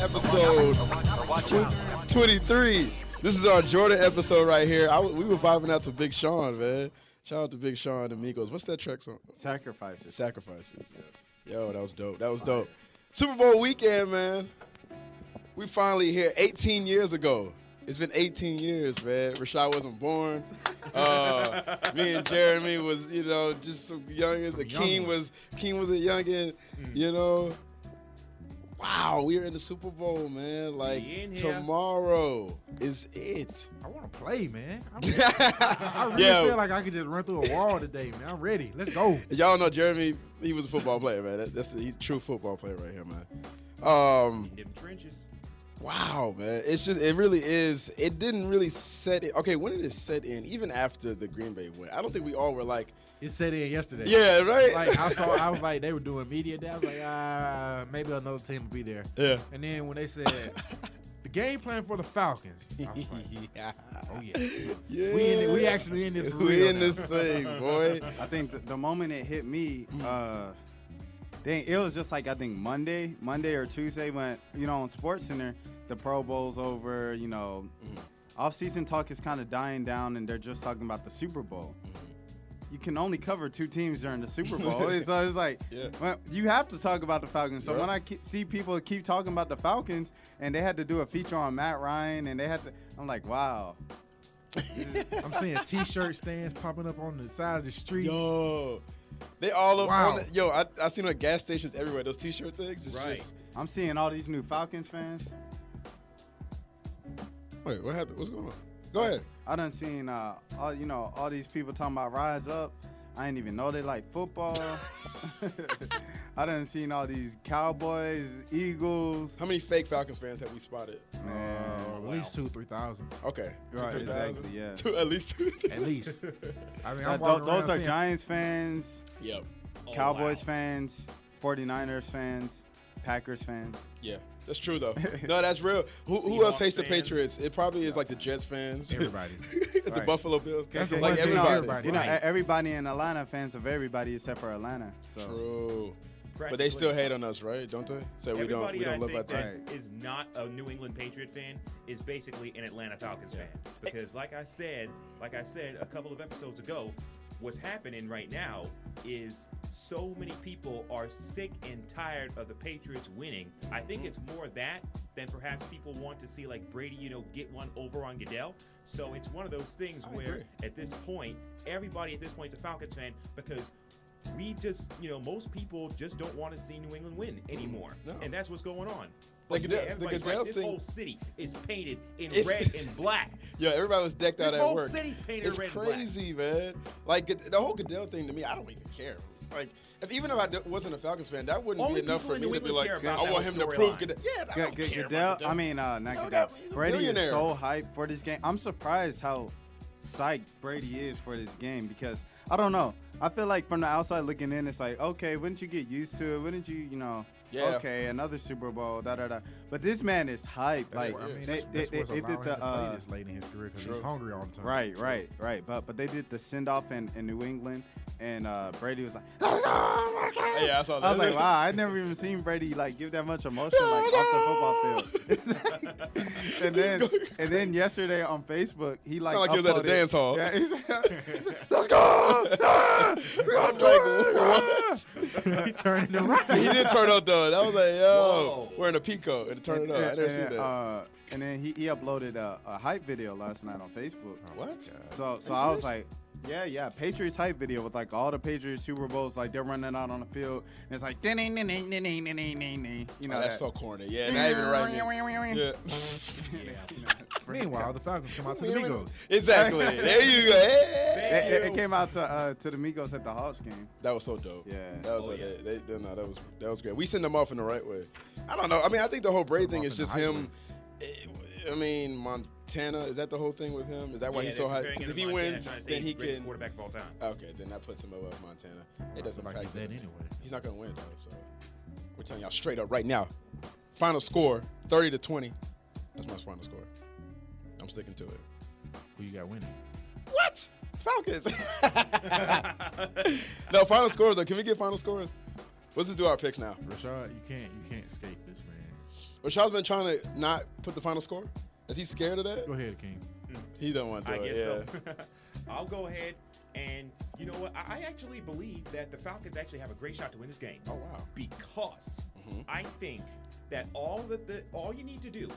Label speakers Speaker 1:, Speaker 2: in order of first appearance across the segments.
Speaker 1: Episode tw- 23. This is our Jordan episode right here. I, w- we were vibing out to Big Sean, man. Shout out to Big Sean and Amigos. What's that track song?
Speaker 2: Sacrifices.
Speaker 1: Sacrifices. Yo, that was dope. That was dope. Super Bowl weekend, man. We finally here 18 years ago. It's been 18 years, man. Rashad wasn't born. Uh, me and Jeremy was, you know, just some youngins. Mm. The King was King was a youngin, you know. Wow, we are in the Super Bowl, man. Like
Speaker 3: We in here.
Speaker 1: tomorrow is it.
Speaker 2: I want to play, man. I'm- I really feel like I could just run through a wall today, man. I'm ready. Let's go.
Speaker 1: Y'all know Jeremy, he was a football player, man. That, that's the, he's a true football player right here, man. Um,
Speaker 3: In them trenches.
Speaker 1: wow, man. It's just, it really is. It didn't really set it. Okay, when did it set in? Even after the Green Bay win, I don't think we all were like,
Speaker 2: It set in yesterday.
Speaker 1: yeah, right?
Speaker 2: Like I saw, I was like, they were doing media day. I was like, ah, maybe another team will be there.
Speaker 1: yeah.
Speaker 2: And then when they said the game plan for the Falcons, I was like,
Speaker 1: yeah.
Speaker 2: oh yeah, we in, it- we actually in this. for
Speaker 1: We
Speaker 2: real
Speaker 1: in
Speaker 2: now.
Speaker 1: this thing, boy.
Speaker 4: I think the, the moment it hit me, uh, dang, it was just like I think Monday, Monday or Tuesday when you know on Sports Center, the Pro Bowl's over. You know, off-season talk is kind of dying down, and they're just talking about the Super Bowl. You can only cover two teams during the Super Bowl, And so it's like
Speaker 1: Yeah.
Speaker 4: well, you have to talk about the Falcons. So
Speaker 1: Yeah.
Speaker 4: when I ke- see people keep talking about the Falcons, and they had to do a feature on Matt Ryan, and they had to, I'm like, wow,
Speaker 2: I'm seeing T-shirt stands popping up on the side of the street.
Speaker 1: Yo. They all up
Speaker 2: Wow.
Speaker 1: on it. Yo, I, I seen them at gas stations everywhere. Those t shirt things. It's
Speaker 3: Right.
Speaker 1: just.
Speaker 4: I'm seeing all these new Falcons fans.
Speaker 1: Wait, what happened? What's going on? Go ahead.
Speaker 4: I done seen uh, all you know all these people talking about rise up. I didn't even know they like football. I done seen all these Cowboys, Eagles.
Speaker 1: How many fake Falcons fans have we spotted?
Speaker 4: Man,
Speaker 2: Uh, at least two, three thousand,
Speaker 1: Okay.
Speaker 4: right,
Speaker 1: 2,000?
Speaker 4: exactly, yeah.
Speaker 1: Two, at least two.
Speaker 2: at least. I mean,
Speaker 4: Uh,
Speaker 2: I'm
Speaker 4: tho-
Speaker 2: walking
Speaker 4: those
Speaker 2: around
Speaker 4: are
Speaker 2: seeing-
Speaker 4: Giants fans,
Speaker 1: yep.
Speaker 3: Oh,
Speaker 4: Cowboys
Speaker 3: wow.
Speaker 4: fans, 49ers fans, Packers fans.
Speaker 1: Yeah. That's true though. No, that's real. Who, who else
Speaker 3: Seahawks
Speaker 1: hates the
Speaker 3: fans.
Speaker 1: Patriots? It probably is like the Jets fans,
Speaker 2: Everybody.
Speaker 1: the
Speaker 4: Right.
Speaker 1: Buffalo Bills,
Speaker 2: That's
Speaker 4: the
Speaker 1: like
Speaker 4: worst thing
Speaker 1: everybody.
Speaker 2: everybody.
Speaker 4: You know,
Speaker 3: Right.
Speaker 4: e- everybody in Atlanta fans of everybody except for Atlanta. So
Speaker 1: True. But they still hate on us, right? Don't they? Say we don't.
Speaker 3: Everybody
Speaker 1: We don't
Speaker 3: I
Speaker 1: live our
Speaker 3: think
Speaker 1: time.
Speaker 3: that is not a New England Patriot fan is basically an Atlanta Falcons
Speaker 1: Yeah.
Speaker 3: fan because, like I said, like I said a couple of episodes ago, what's happening right now is so many people are sick and tired of the Patriots winning. I think
Speaker 1: Mm-hmm.
Speaker 3: it's more that than perhaps people want to see like Brady, you know, get one over on Goodell. So it's one of those things
Speaker 1: I
Speaker 3: where
Speaker 1: agree.
Speaker 3: at this point, everybody at this point is a Falcons fan because we just, you know, most people just don't want to see New England win anymore.
Speaker 1: No.
Speaker 3: And that's what's going on.
Speaker 1: The
Speaker 3: But
Speaker 1: Goodell-
Speaker 3: yeah,
Speaker 1: the
Speaker 3: everybody's
Speaker 1: Goodell
Speaker 3: right. This
Speaker 1: thing-
Speaker 3: whole city is painted in
Speaker 1: It's-
Speaker 3: red and black.
Speaker 1: Yo, everybody was decked out
Speaker 3: This
Speaker 1: at
Speaker 3: whole
Speaker 1: work.
Speaker 3: city's painted
Speaker 1: it's
Speaker 3: red and black.
Speaker 1: crazy, man. Like it- the whole Goodell thing to me, I don't even care. Like, if even if I d- wasn't a Falcons fan, that wouldn't
Speaker 3: Only
Speaker 1: be enough
Speaker 3: people
Speaker 1: for
Speaker 3: in
Speaker 1: me
Speaker 3: New
Speaker 1: to be
Speaker 3: England
Speaker 1: like,
Speaker 3: care about
Speaker 1: I
Speaker 3: that
Speaker 1: want
Speaker 3: whole
Speaker 1: him to prove
Speaker 3: storyline.
Speaker 1: Goodell. Yeah, I
Speaker 4: Good,
Speaker 1: don't
Speaker 4: good,
Speaker 1: care about
Speaker 4: Goodell. I mean, uh, not
Speaker 1: Goodell
Speaker 4: Goodell.
Speaker 1: got- he's a
Speaker 4: Brady is
Speaker 1: billionaire.
Speaker 4: so hyped for this game. I'm surprised how psyched Brady is for this game because I don't know. I feel like from the outside looking in, it's like, okay, wouldn't you get used to it? Wouldn't you, you know?
Speaker 1: Yeah.
Speaker 4: Okay, another Super Bowl, da da da. But this man is hyped.
Speaker 2: That's
Speaker 4: Like
Speaker 2: what- I mean,
Speaker 4: they,
Speaker 2: that's-
Speaker 4: they,
Speaker 2: that's
Speaker 4: they,
Speaker 2: what's
Speaker 4: they
Speaker 2: allowing
Speaker 4: did
Speaker 2: him
Speaker 4: the
Speaker 2: to play
Speaker 4: uh,
Speaker 2: this late in his career because
Speaker 1: True.
Speaker 2: he's hungry all the time.
Speaker 4: right, right, right. But but they did the send off in, in New England, and uh, Brady was like,
Speaker 1: Yeah, I saw that.
Speaker 4: I was like, wow, I never even seen Brady like give that much emotion like off the football field. and then and then yesterday on Facebook, he like,
Speaker 1: Sound like he was at a
Speaker 4: uploaded-
Speaker 1: dance hall.
Speaker 4: Yeah, he's he's like,
Speaker 1: Let's go. I'm like, what?
Speaker 2: he turned it around.
Speaker 1: he did turn up though. That was like, yo,
Speaker 3: Whoa.
Speaker 1: we're in a pico and turn it up. I never
Speaker 4: and,
Speaker 1: seen that.
Speaker 4: Uh, and then he, he uploaded a, a hype video last night on Facebook.
Speaker 1: Oh, what?
Speaker 4: So so
Speaker 1: you
Speaker 4: I was
Speaker 1: serious?
Speaker 4: like, yeah, yeah, Patriots hype video with like all the Patriots Super Bowls, like they're running out on the field, and it's like, ding, ding, ding, ding, ding, ding, ding, ding, ding, ding. you know,
Speaker 1: Oh, that's so corny. Yeah, not even right. Yeah.
Speaker 2: Meanwhile, the Falcons come out to the Migos.
Speaker 1: exactly. There you go. Hey.
Speaker 4: It, it- it came out to uh, to the Migos at the Hawks game.
Speaker 1: That was so dope.
Speaker 4: Yeah.
Speaker 1: That was
Speaker 3: Oh,
Speaker 1: like,
Speaker 3: yeah.
Speaker 1: They, they, no, that was that was great. We sent them off in the right way. I don't know. I mean, I think the whole Brady
Speaker 2: Put him
Speaker 1: thing
Speaker 2: up
Speaker 1: is
Speaker 2: in the
Speaker 1: just
Speaker 2: hype
Speaker 1: him. eh, I mean, Montana is that the whole thing with him? Is that why
Speaker 3: Yeah,
Speaker 1: he's
Speaker 3: they're
Speaker 1: so high?
Speaker 3: comparing
Speaker 1: 'Cause
Speaker 3: him
Speaker 1: If
Speaker 3: to
Speaker 1: he
Speaker 3: Montana,
Speaker 1: wins,
Speaker 3: trying to say
Speaker 1: then
Speaker 3: he's
Speaker 1: he
Speaker 3: the greatest
Speaker 1: can.
Speaker 3: quarterback of all time.
Speaker 1: Okay, then that puts him above Montana. It doesn't
Speaker 2: like he's
Speaker 1: factor.
Speaker 2: that anyway.
Speaker 1: He's not gonna win though. So we're telling y'all straight up right now. Final score, thirty to twenty. That's my final score. I'm sticking to it.
Speaker 2: Who you got winning?
Speaker 1: What? Falcons. no final scores though. Can we get final scores? Let's just do our picks now.
Speaker 2: Rashad, you can't you can't escape this man.
Speaker 1: Rashad's been trying to not put the final score. Is he scared of that?
Speaker 2: Go ahead, King.
Speaker 1: He don't want to
Speaker 3: I
Speaker 1: do
Speaker 3: guess
Speaker 1: it. yeah.
Speaker 3: so. I'll go ahead and you know what? I I actually believe that the Falcons actually have a great shot to win this game.
Speaker 1: Oh wow.
Speaker 3: because
Speaker 1: Mhm.
Speaker 3: I think that all that the all you need to do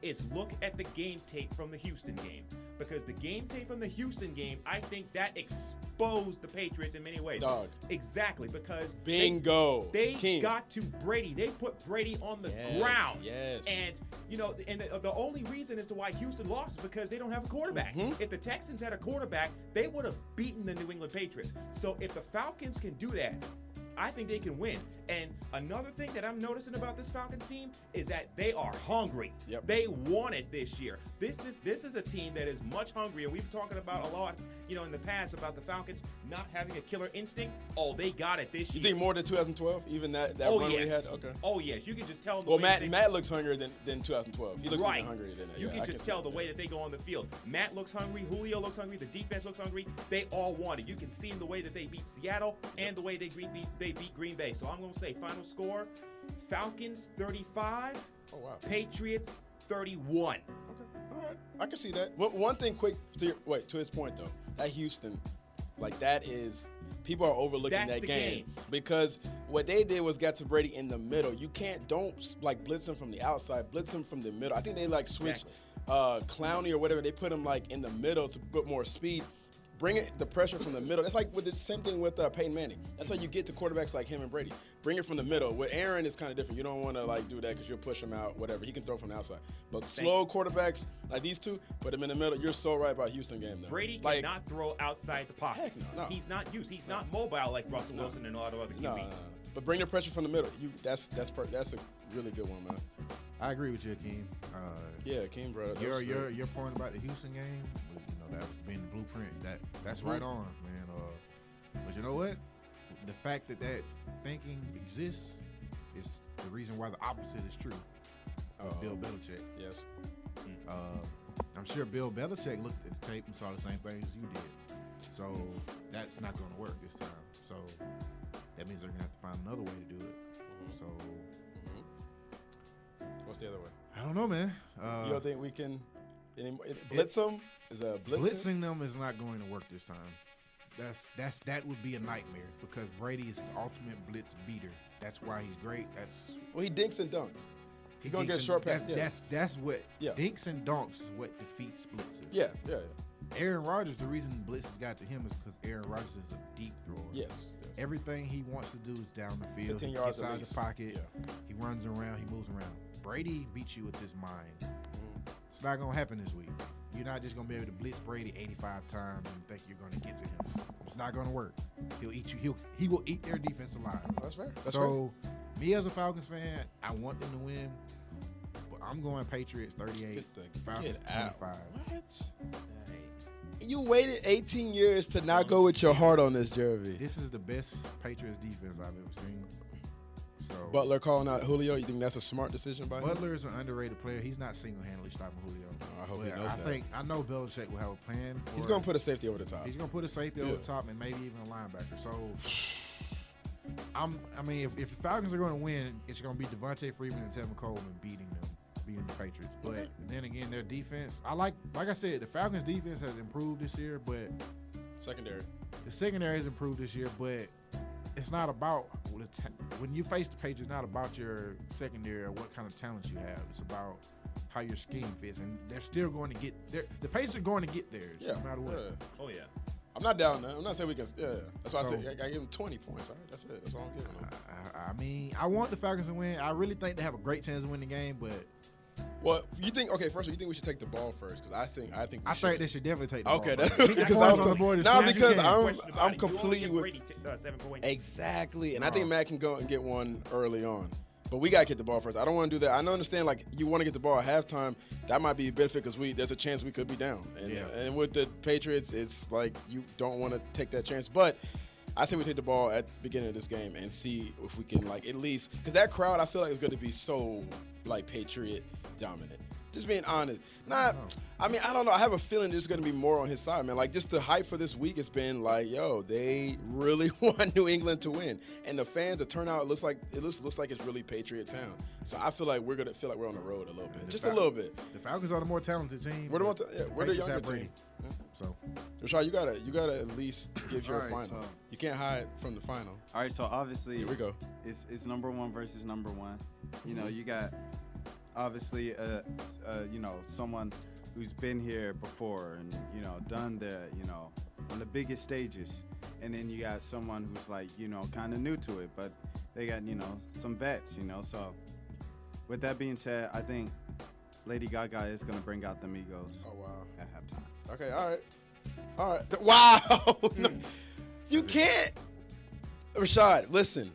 Speaker 3: is look at the game tape from the Houston game because the game tape from the Houston game I think that exposed the Patriots in many ways.
Speaker 1: Dog.
Speaker 3: Exactly because they-
Speaker 1: Bingo.
Speaker 3: They,
Speaker 1: King.
Speaker 3: got to Brady. They put Brady on the
Speaker 1: Yes,
Speaker 3: ground.
Speaker 1: yes.
Speaker 3: And you know, and the, the only reason as to why Houston lost is because they don't have a quarterback.
Speaker 1: Mhm.
Speaker 3: If the Texans had a quarterback, they would have beaten the New England Patriots. So if the Falcons can do that, I think they can win. And another thing that I'm noticing about this Falcons team is that they are hungry.
Speaker 1: Yep.
Speaker 3: They want it this year. This is this is a team that is much hungrier. We've been talking about a lot, you know, in the past about the Falcons not having a killer instinct. Oh, they got it this
Speaker 1: You
Speaker 3: year.
Speaker 1: think more than 2012? Even that that
Speaker 3: Oh
Speaker 1: run
Speaker 3: yes.
Speaker 1: we had. Okay.
Speaker 3: Oh yes. You can just tell. The
Speaker 1: Well,
Speaker 3: way
Speaker 1: Matt
Speaker 3: they-
Speaker 1: Matt looks hungrier than, than 2012. He looks
Speaker 3: right.
Speaker 1: hungrier than that.
Speaker 3: You
Speaker 1: yeah,
Speaker 3: can
Speaker 1: I
Speaker 3: just
Speaker 1: see
Speaker 3: tell
Speaker 1: that.
Speaker 3: the way that they go on the field. Matt looks hungry. Julio looks hungry. The defense looks hungry. They all want it. You can see in the way that they beat Seattle and the way they beat, beat they beat Green Bay. So I'm gonna say final score: Falcons 35,
Speaker 1: Oh wow.
Speaker 3: Patriots 31.
Speaker 1: Okay. All right. I can see that. One, one thing, quick to your, wait to his point though. That Houston, like that is people are overlooking
Speaker 3: That's
Speaker 1: that
Speaker 3: the
Speaker 1: game,
Speaker 3: game.
Speaker 1: because what they did was got to Brady in the middle. You can't don't like blitz him from the outside, blitz him from the middle. I think they like switch
Speaker 3: Exactly.
Speaker 1: uh, Clowney or whatever. They put him like in the middle to put more speed. Bring it, the pressure from the middle. That's like with the same thing with uh, Peyton Manning. That's how you get to quarterbacks like him and Brady. Bring it from the middle. With Aaron, it's kind of different. You don't want to like do that because you'll push him out. Whatever he can throw from the outside, but slow quarterbacks like these two, put him in the middle. You're so right about Houston game though.
Speaker 3: Brady
Speaker 1: like,
Speaker 3: cannot throw outside the pocket.
Speaker 1: Heck no.
Speaker 3: He's not used. He's not mobile like Russell Wilson and a lot of other QBs.
Speaker 1: No, no, no. but bring the pressure from the middle. You that's that's per, that's a really good one, man.
Speaker 2: I agree with you, King. Uh,
Speaker 1: Yeah, King brother. that
Speaker 2: your
Speaker 1: was
Speaker 2: your
Speaker 1: good.
Speaker 2: your point about the Houston game, was, you know, that was being the blueprint. That that's right on, man. Uh, but you know what? The fact that that thinking exists is the reason why the opposite is true. of
Speaker 1: Uh-oh.
Speaker 2: Bill Belichick.
Speaker 1: Oh. yes.
Speaker 2: Uh, I'm sure Bill Belichick looked at the tape and saw the same things you did. So that's not going to work this time. So that means they're going to have to find another way to do it. So
Speaker 1: What's the other way?
Speaker 2: I don't know, man. Uh,
Speaker 1: you don't think we can any, it, blitz him? Is a blitz?
Speaker 2: blitzing them is not going to work this time. That's that's that would be a nightmare because Brady is the ultimate blitz beater. That's why he's great. That's
Speaker 1: Well, he dinks and dunks.
Speaker 2: he
Speaker 1: gonna
Speaker 2: dinks
Speaker 1: get short
Speaker 2: and-
Speaker 1: pass,
Speaker 2: That's,
Speaker 1: yeah.
Speaker 2: that's that's what
Speaker 1: Yeah.
Speaker 2: dinks and donks is what defeats blitzes.
Speaker 1: Yeah, yeah,
Speaker 2: Aaron Rodgers. The reason blitzes got to him is because Aaron Rodgers is a deep thrower.
Speaker 1: yeah. Yes. yes.
Speaker 2: Everything he wants to do is down the field.
Speaker 1: 15
Speaker 2: He
Speaker 1: yards
Speaker 2: gets
Speaker 1: at
Speaker 2: out of
Speaker 1: least.
Speaker 2: the pocket.
Speaker 1: Yeah.
Speaker 2: He runs around. He moves around. Brady beats you with his mind.
Speaker 1: Mm-hmm.
Speaker 2: It's not gonna happen this week. You're not just gonna be able to blitz Brady 85 times and think you're gonna get to him. It's not gonna work. He'll eat you. He'll he will eat their defense alive.
Speaker 1: Oh, That's fair. That's
Speaker 2: so, me as a Falcons fan, I want them to win, but I'm going Patriots 38,
Speaker 1: Get the-
Speaker 2: Falcons
Speaker 1: get out.
Speaker 2: 25.
Speaker 1: fair. What? You waited 18 years to not go with your heart on this jersey.
Speaker 2: This is the best Patriots defense I've ever seen. So
Speaker 1: Butler calling out Julio. You think that's a smart decision by him?
Speaker 2: Butler is an underrated player. He's not single-handedly stopping Julio.
Speaker 1: I hope he
Speaker 2: But
Speaker 1: knows
Speaker 2: I
Speaker 1: that.
Speaker 2: think I know Belichick will have a plan. For
Speaker 1: He's gonna put a safety over the top.
Speaker 2: He's gonna put a safety
Speaker 1: Yeah.
Speaker 2: over the top and maybe even a linebacker. So I'm I mean if, if the Falcons are gonna win, it's gonna be Devontae Freeman and Tevin Coleman beating them, beating the Patriots. But
Speaker 1: Okay.
Speaker 2: then again their defense I like like I said, the Falcons defense has improved this year, but
Speaker 1: Secondary.
Speaker 2: the secondary has improved this year, but it's not about the ta- when you face the Patriots. It's not about your secondary or what kind of talent you have. It's about how your scheme fits, and they're still going to get their, the Patriots are going to get theirs
Speaker 1: Yeah.
Speaker 2: no matter what.
Speaker 1: yeah.
Speaker 3: Oh yeah.
Speaker 1: I'm not down. Man. I'm not saying we can. Yeah. That's why I
Speaker 2: So-
Speaker 1: said I, I give him 20 points. All right. That's it. That's all I'm giving him.
Speaker 2: I, I mean, I want the Falcons to win. I really think they have a great chance to win the game, but
Speaker 1: Well, you think? Okay. First of all, you think we should take the ball first? Because I think I think we
Speaker 2: I
Speaker 1: should.
Speaker 2: think they should definitely take. The
Speaker 1: Okay,
Speaker 2: ball
Speaker 1: that-
Speaker 2: first.
Speaker 1: because
Speaker 2: Get
Speaker 1: I
Speaker 2: points
Speaker 1: was
Speaker 2: on the
Speaker 1: gonna-
Speaker 2: board as
Speaker 1: nah,
Speaker 2: soon as you
Speaker 1: because
Speaker 2: can.
Speaker 1: I'm-
Speaker 3: Question about
Speaker 1: I'm
Speaker 3: it. You only
Speaker 1: completely
Speaker 3: give
Speaker 1: with-
Speaker 3: Brady t- uh, seven points.
Speaker 1: Exactly. And I
Speaker 2: Nah.
Speaker 1: think Matt can go and get one early on. But we gotta get the ball first. I don't want to do that. I don't understand. Like you want to get the ball at halftime. That might be a benefit because we there's a chance we could be down. And
Speaker 2: Yeah.
Speaker 1: and with the Patriots, it's like you don't want to take that chance. But I say we take the ball at the beginning of this game and see if we can like at least because that crowd I feel like is going to be so like Patriot dominant. Just being honest, not. I mean, I don't know. I have a feeling there's going to be more on his side, man. Like just the hype for this week has been like, yo, they really want New England to win, and the fans, the turnout it looks like it looks looks like it's really Patriot town. So I feel like we're gonna feel like we're on the road a little bit, just a little bit.
Speaker 2: The Falcons are the more talented team.
Speaker 1: We're the,
Speaker 2: but
Speaker 1: one to, yeah, we're the
Speaker 2: Patriots
Speaker 1: younger
Speaker 2: have
Speaker 1: team.
Speaker 2: Brady. So
Speaker 1: Rashad, you gotta you gotta at least give your
Speaker 4: All
Speaker 1: final.
Speaker 4: right, so-
Speaker 1: You can't hide from the final.
Speaker 4: All right, so obviously
Speaker 1: Here we go.
Speaker 4: it's it's number one versus number one. You know, you got obviously uh, uh you know someone who's been here before and you know done the you know on the biggest stages, and then you got someone who's like you know kind of new to it, but they got you know some vets. You know, so with that being said, I think Lady Gaga is gonna bring out the Migos
Speaker 1: Oh wow.
Speaker 4: at halftime.
Speaker 1: Okay, all right. All right. Th- Wow. No.
Speaker 2: Hmm.
Speaker 1: you can't. Rashad, listen.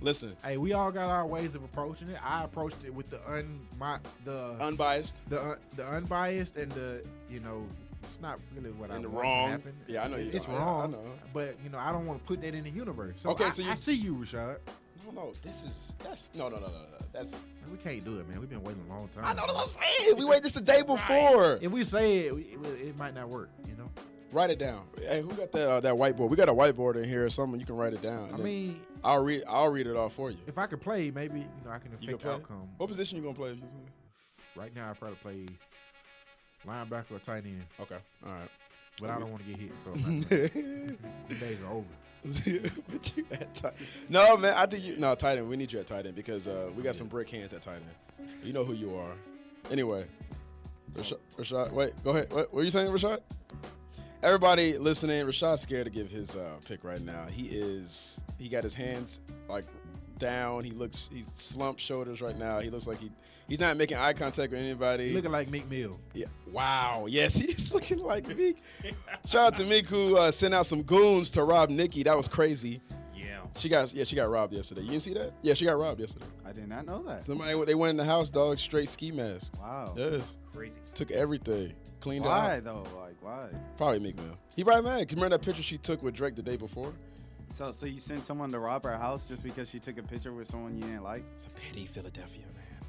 Speaker 1: Listen.
Speaker 2: hey, we all got our ways of approaching it. I approached it with the un my the
Speaker 1: Unbiased
Speaker 2: the un, the unbiased and the you know it's not really what I
Speaker 1: and the
Speaker 2: want to
Speaker 1: wrong.
Speaker 2: happen.
Speaker 1: Yeah, I know you
Speaker 2: It's
Speaker 1: don't. Yeah,
Speaker 2: wrong.
Speaker 1: I know.
Speaker 2: But you know, I don't want to put that in the universe. So
Speaker 1: Okay,
Speaker 2: I,
Speaker 1: so you-
Speaker 2: I see you, Rashad.
Speaker 1: No, no. This is that's no, no, no, no, no. That's
Speaker 2: Man, we can't do it, man. We've been waiting a long time.
Speaker 1: I know that's what I'm saying. We wait just the day before.
Speaker 2: If we say it, we- it, it might not work. You know,
Speaker 1: Write it down. Hey, who got that uh, that whiteboard? We got a whiteboard in here or something. You can write it down. and
Speaker 2: I
Speaker 1: then
Speaker 2: mean,
Speaker 1: I'll read I'll read it all for you.
Speaker 2: if I could play, maybe you know I can affect
Speaker 1: You can
Speaker 2: the
Speaker 1: play. Oh.
Speaker 2: outcome.
Speaker 1: What position you gonna play? If you play?
Speaker 2: Right now, I probably play linebacker or tight end,
Speaker 1: Okay. All right.
Speaker 2: but I don't want to get hit. So I'm not gonna- the days are over.
Speaker 1: but you at tight. No, man. I think you. No, tight end. We need you at tight end because uh, we got some brick hands at tight end. You know who you are. Anyway, Rashad. Rashad wait, go ahead. What were you saying, Rashad? Everybody listening, Rashad's scared to give his uh, pick right now. He is. He got his hands like down. He looks. He slumped shoulders right now. He looks like he. He's not making eye contact with anybody.
Speaker 2: Looking like Meek Mill.
Speaker 1: Yeah. Wow. Yes, he's looking like Meek. Shout out to Meek who uh, sent out some goons to rob Nikki. That was crazy.
Speaker 3: Yeah.
Speaker 1: She got yeah, she got robbed yesterday. You didn't see that? Yeah, she got robbed yesterday.
Speaker 4: I did not know that.
Speaker 1: Somebody they went in the house, dog, straight ski mask.
Speaker 4: Wow.
Speaker 1: Yes.
Speaker 3: Crazy.
Speaker 1: Took everything. Cleaned
Speaker 4: Why
Speaker 1: it out.
Speaker 4: though? Like why?
Speaker 1: Probably Meek Mill. He probably mad. 'Cause Remember that picture she took with Drake the day before?
Speaker 4: So, so you sent someone to rob her house just because she took a picture with someone you didn't like?
Speaker 1: It's a pity Philadelphia, man.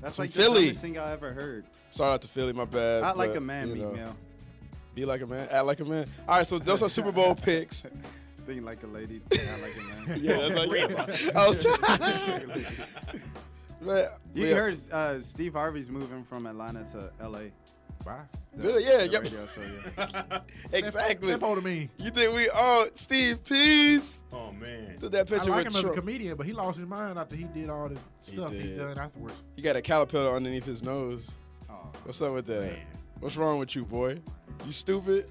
Speaker 4: That's
Speaker 1: From
Speaker 4: like
Speaker 1: Philly.
Speaker 4: the dumbest thing I ever heard.
Speaker 1: Shout out to Philly, my bad.
Speaker 4: Not like
Speaker 1: but,
Speaker 4: a man,
Speaker 1: you
Speaker 4: Meek
Speaker 1: know,
Speaker 4: Mill.
Speaker 1: Be like a man. Act like a man. All right, so those are Super Bowl picks.
Speaker 4: Thinking like a lady, not like a man.
Speaker 1: Yeah, that's
Speaker 3: Three
Speaker 1: like
Speaker 3: of us.
Speaker 1: I was trying. Man,
Speaker 4: You
Speaker 1: yeah.
Speaker 4: heard uh, Steve Harvey's moving from Atlanta to LA.
Speaker 2: Bye.
Speaker 4: The-
Speaker 1: Good, yeah,
Speaker 4: the
Speaker 1: yep.
Speaker 4: radio show, yeah.
Speaker 1: Exactly.
Speaker 2: Step over to me.
Speaker 1: You think we all Steve Pease?
Speaker 3: Oh man.
Speaker 1: Did that
Speaker 2: I
Speaker 1: picture
Speaker 2: like
Speaker 1: with
Speaker 2: him as a
Speaker 1: Tro-
Speaker 2: comedian, but he lost his mind after he did all the
Speaker 1: He
Speaker 2: stuff he
Speaker 1: did.
Speaker 2: done afterwards.
Speaker 1: You got a caterpillar underneath his nose.
Speaker 4: Aw.
Speaker 1: What's up with that?
Speaker 2: Man.
Speaker 1: What's wrong with you, boy? You stupid?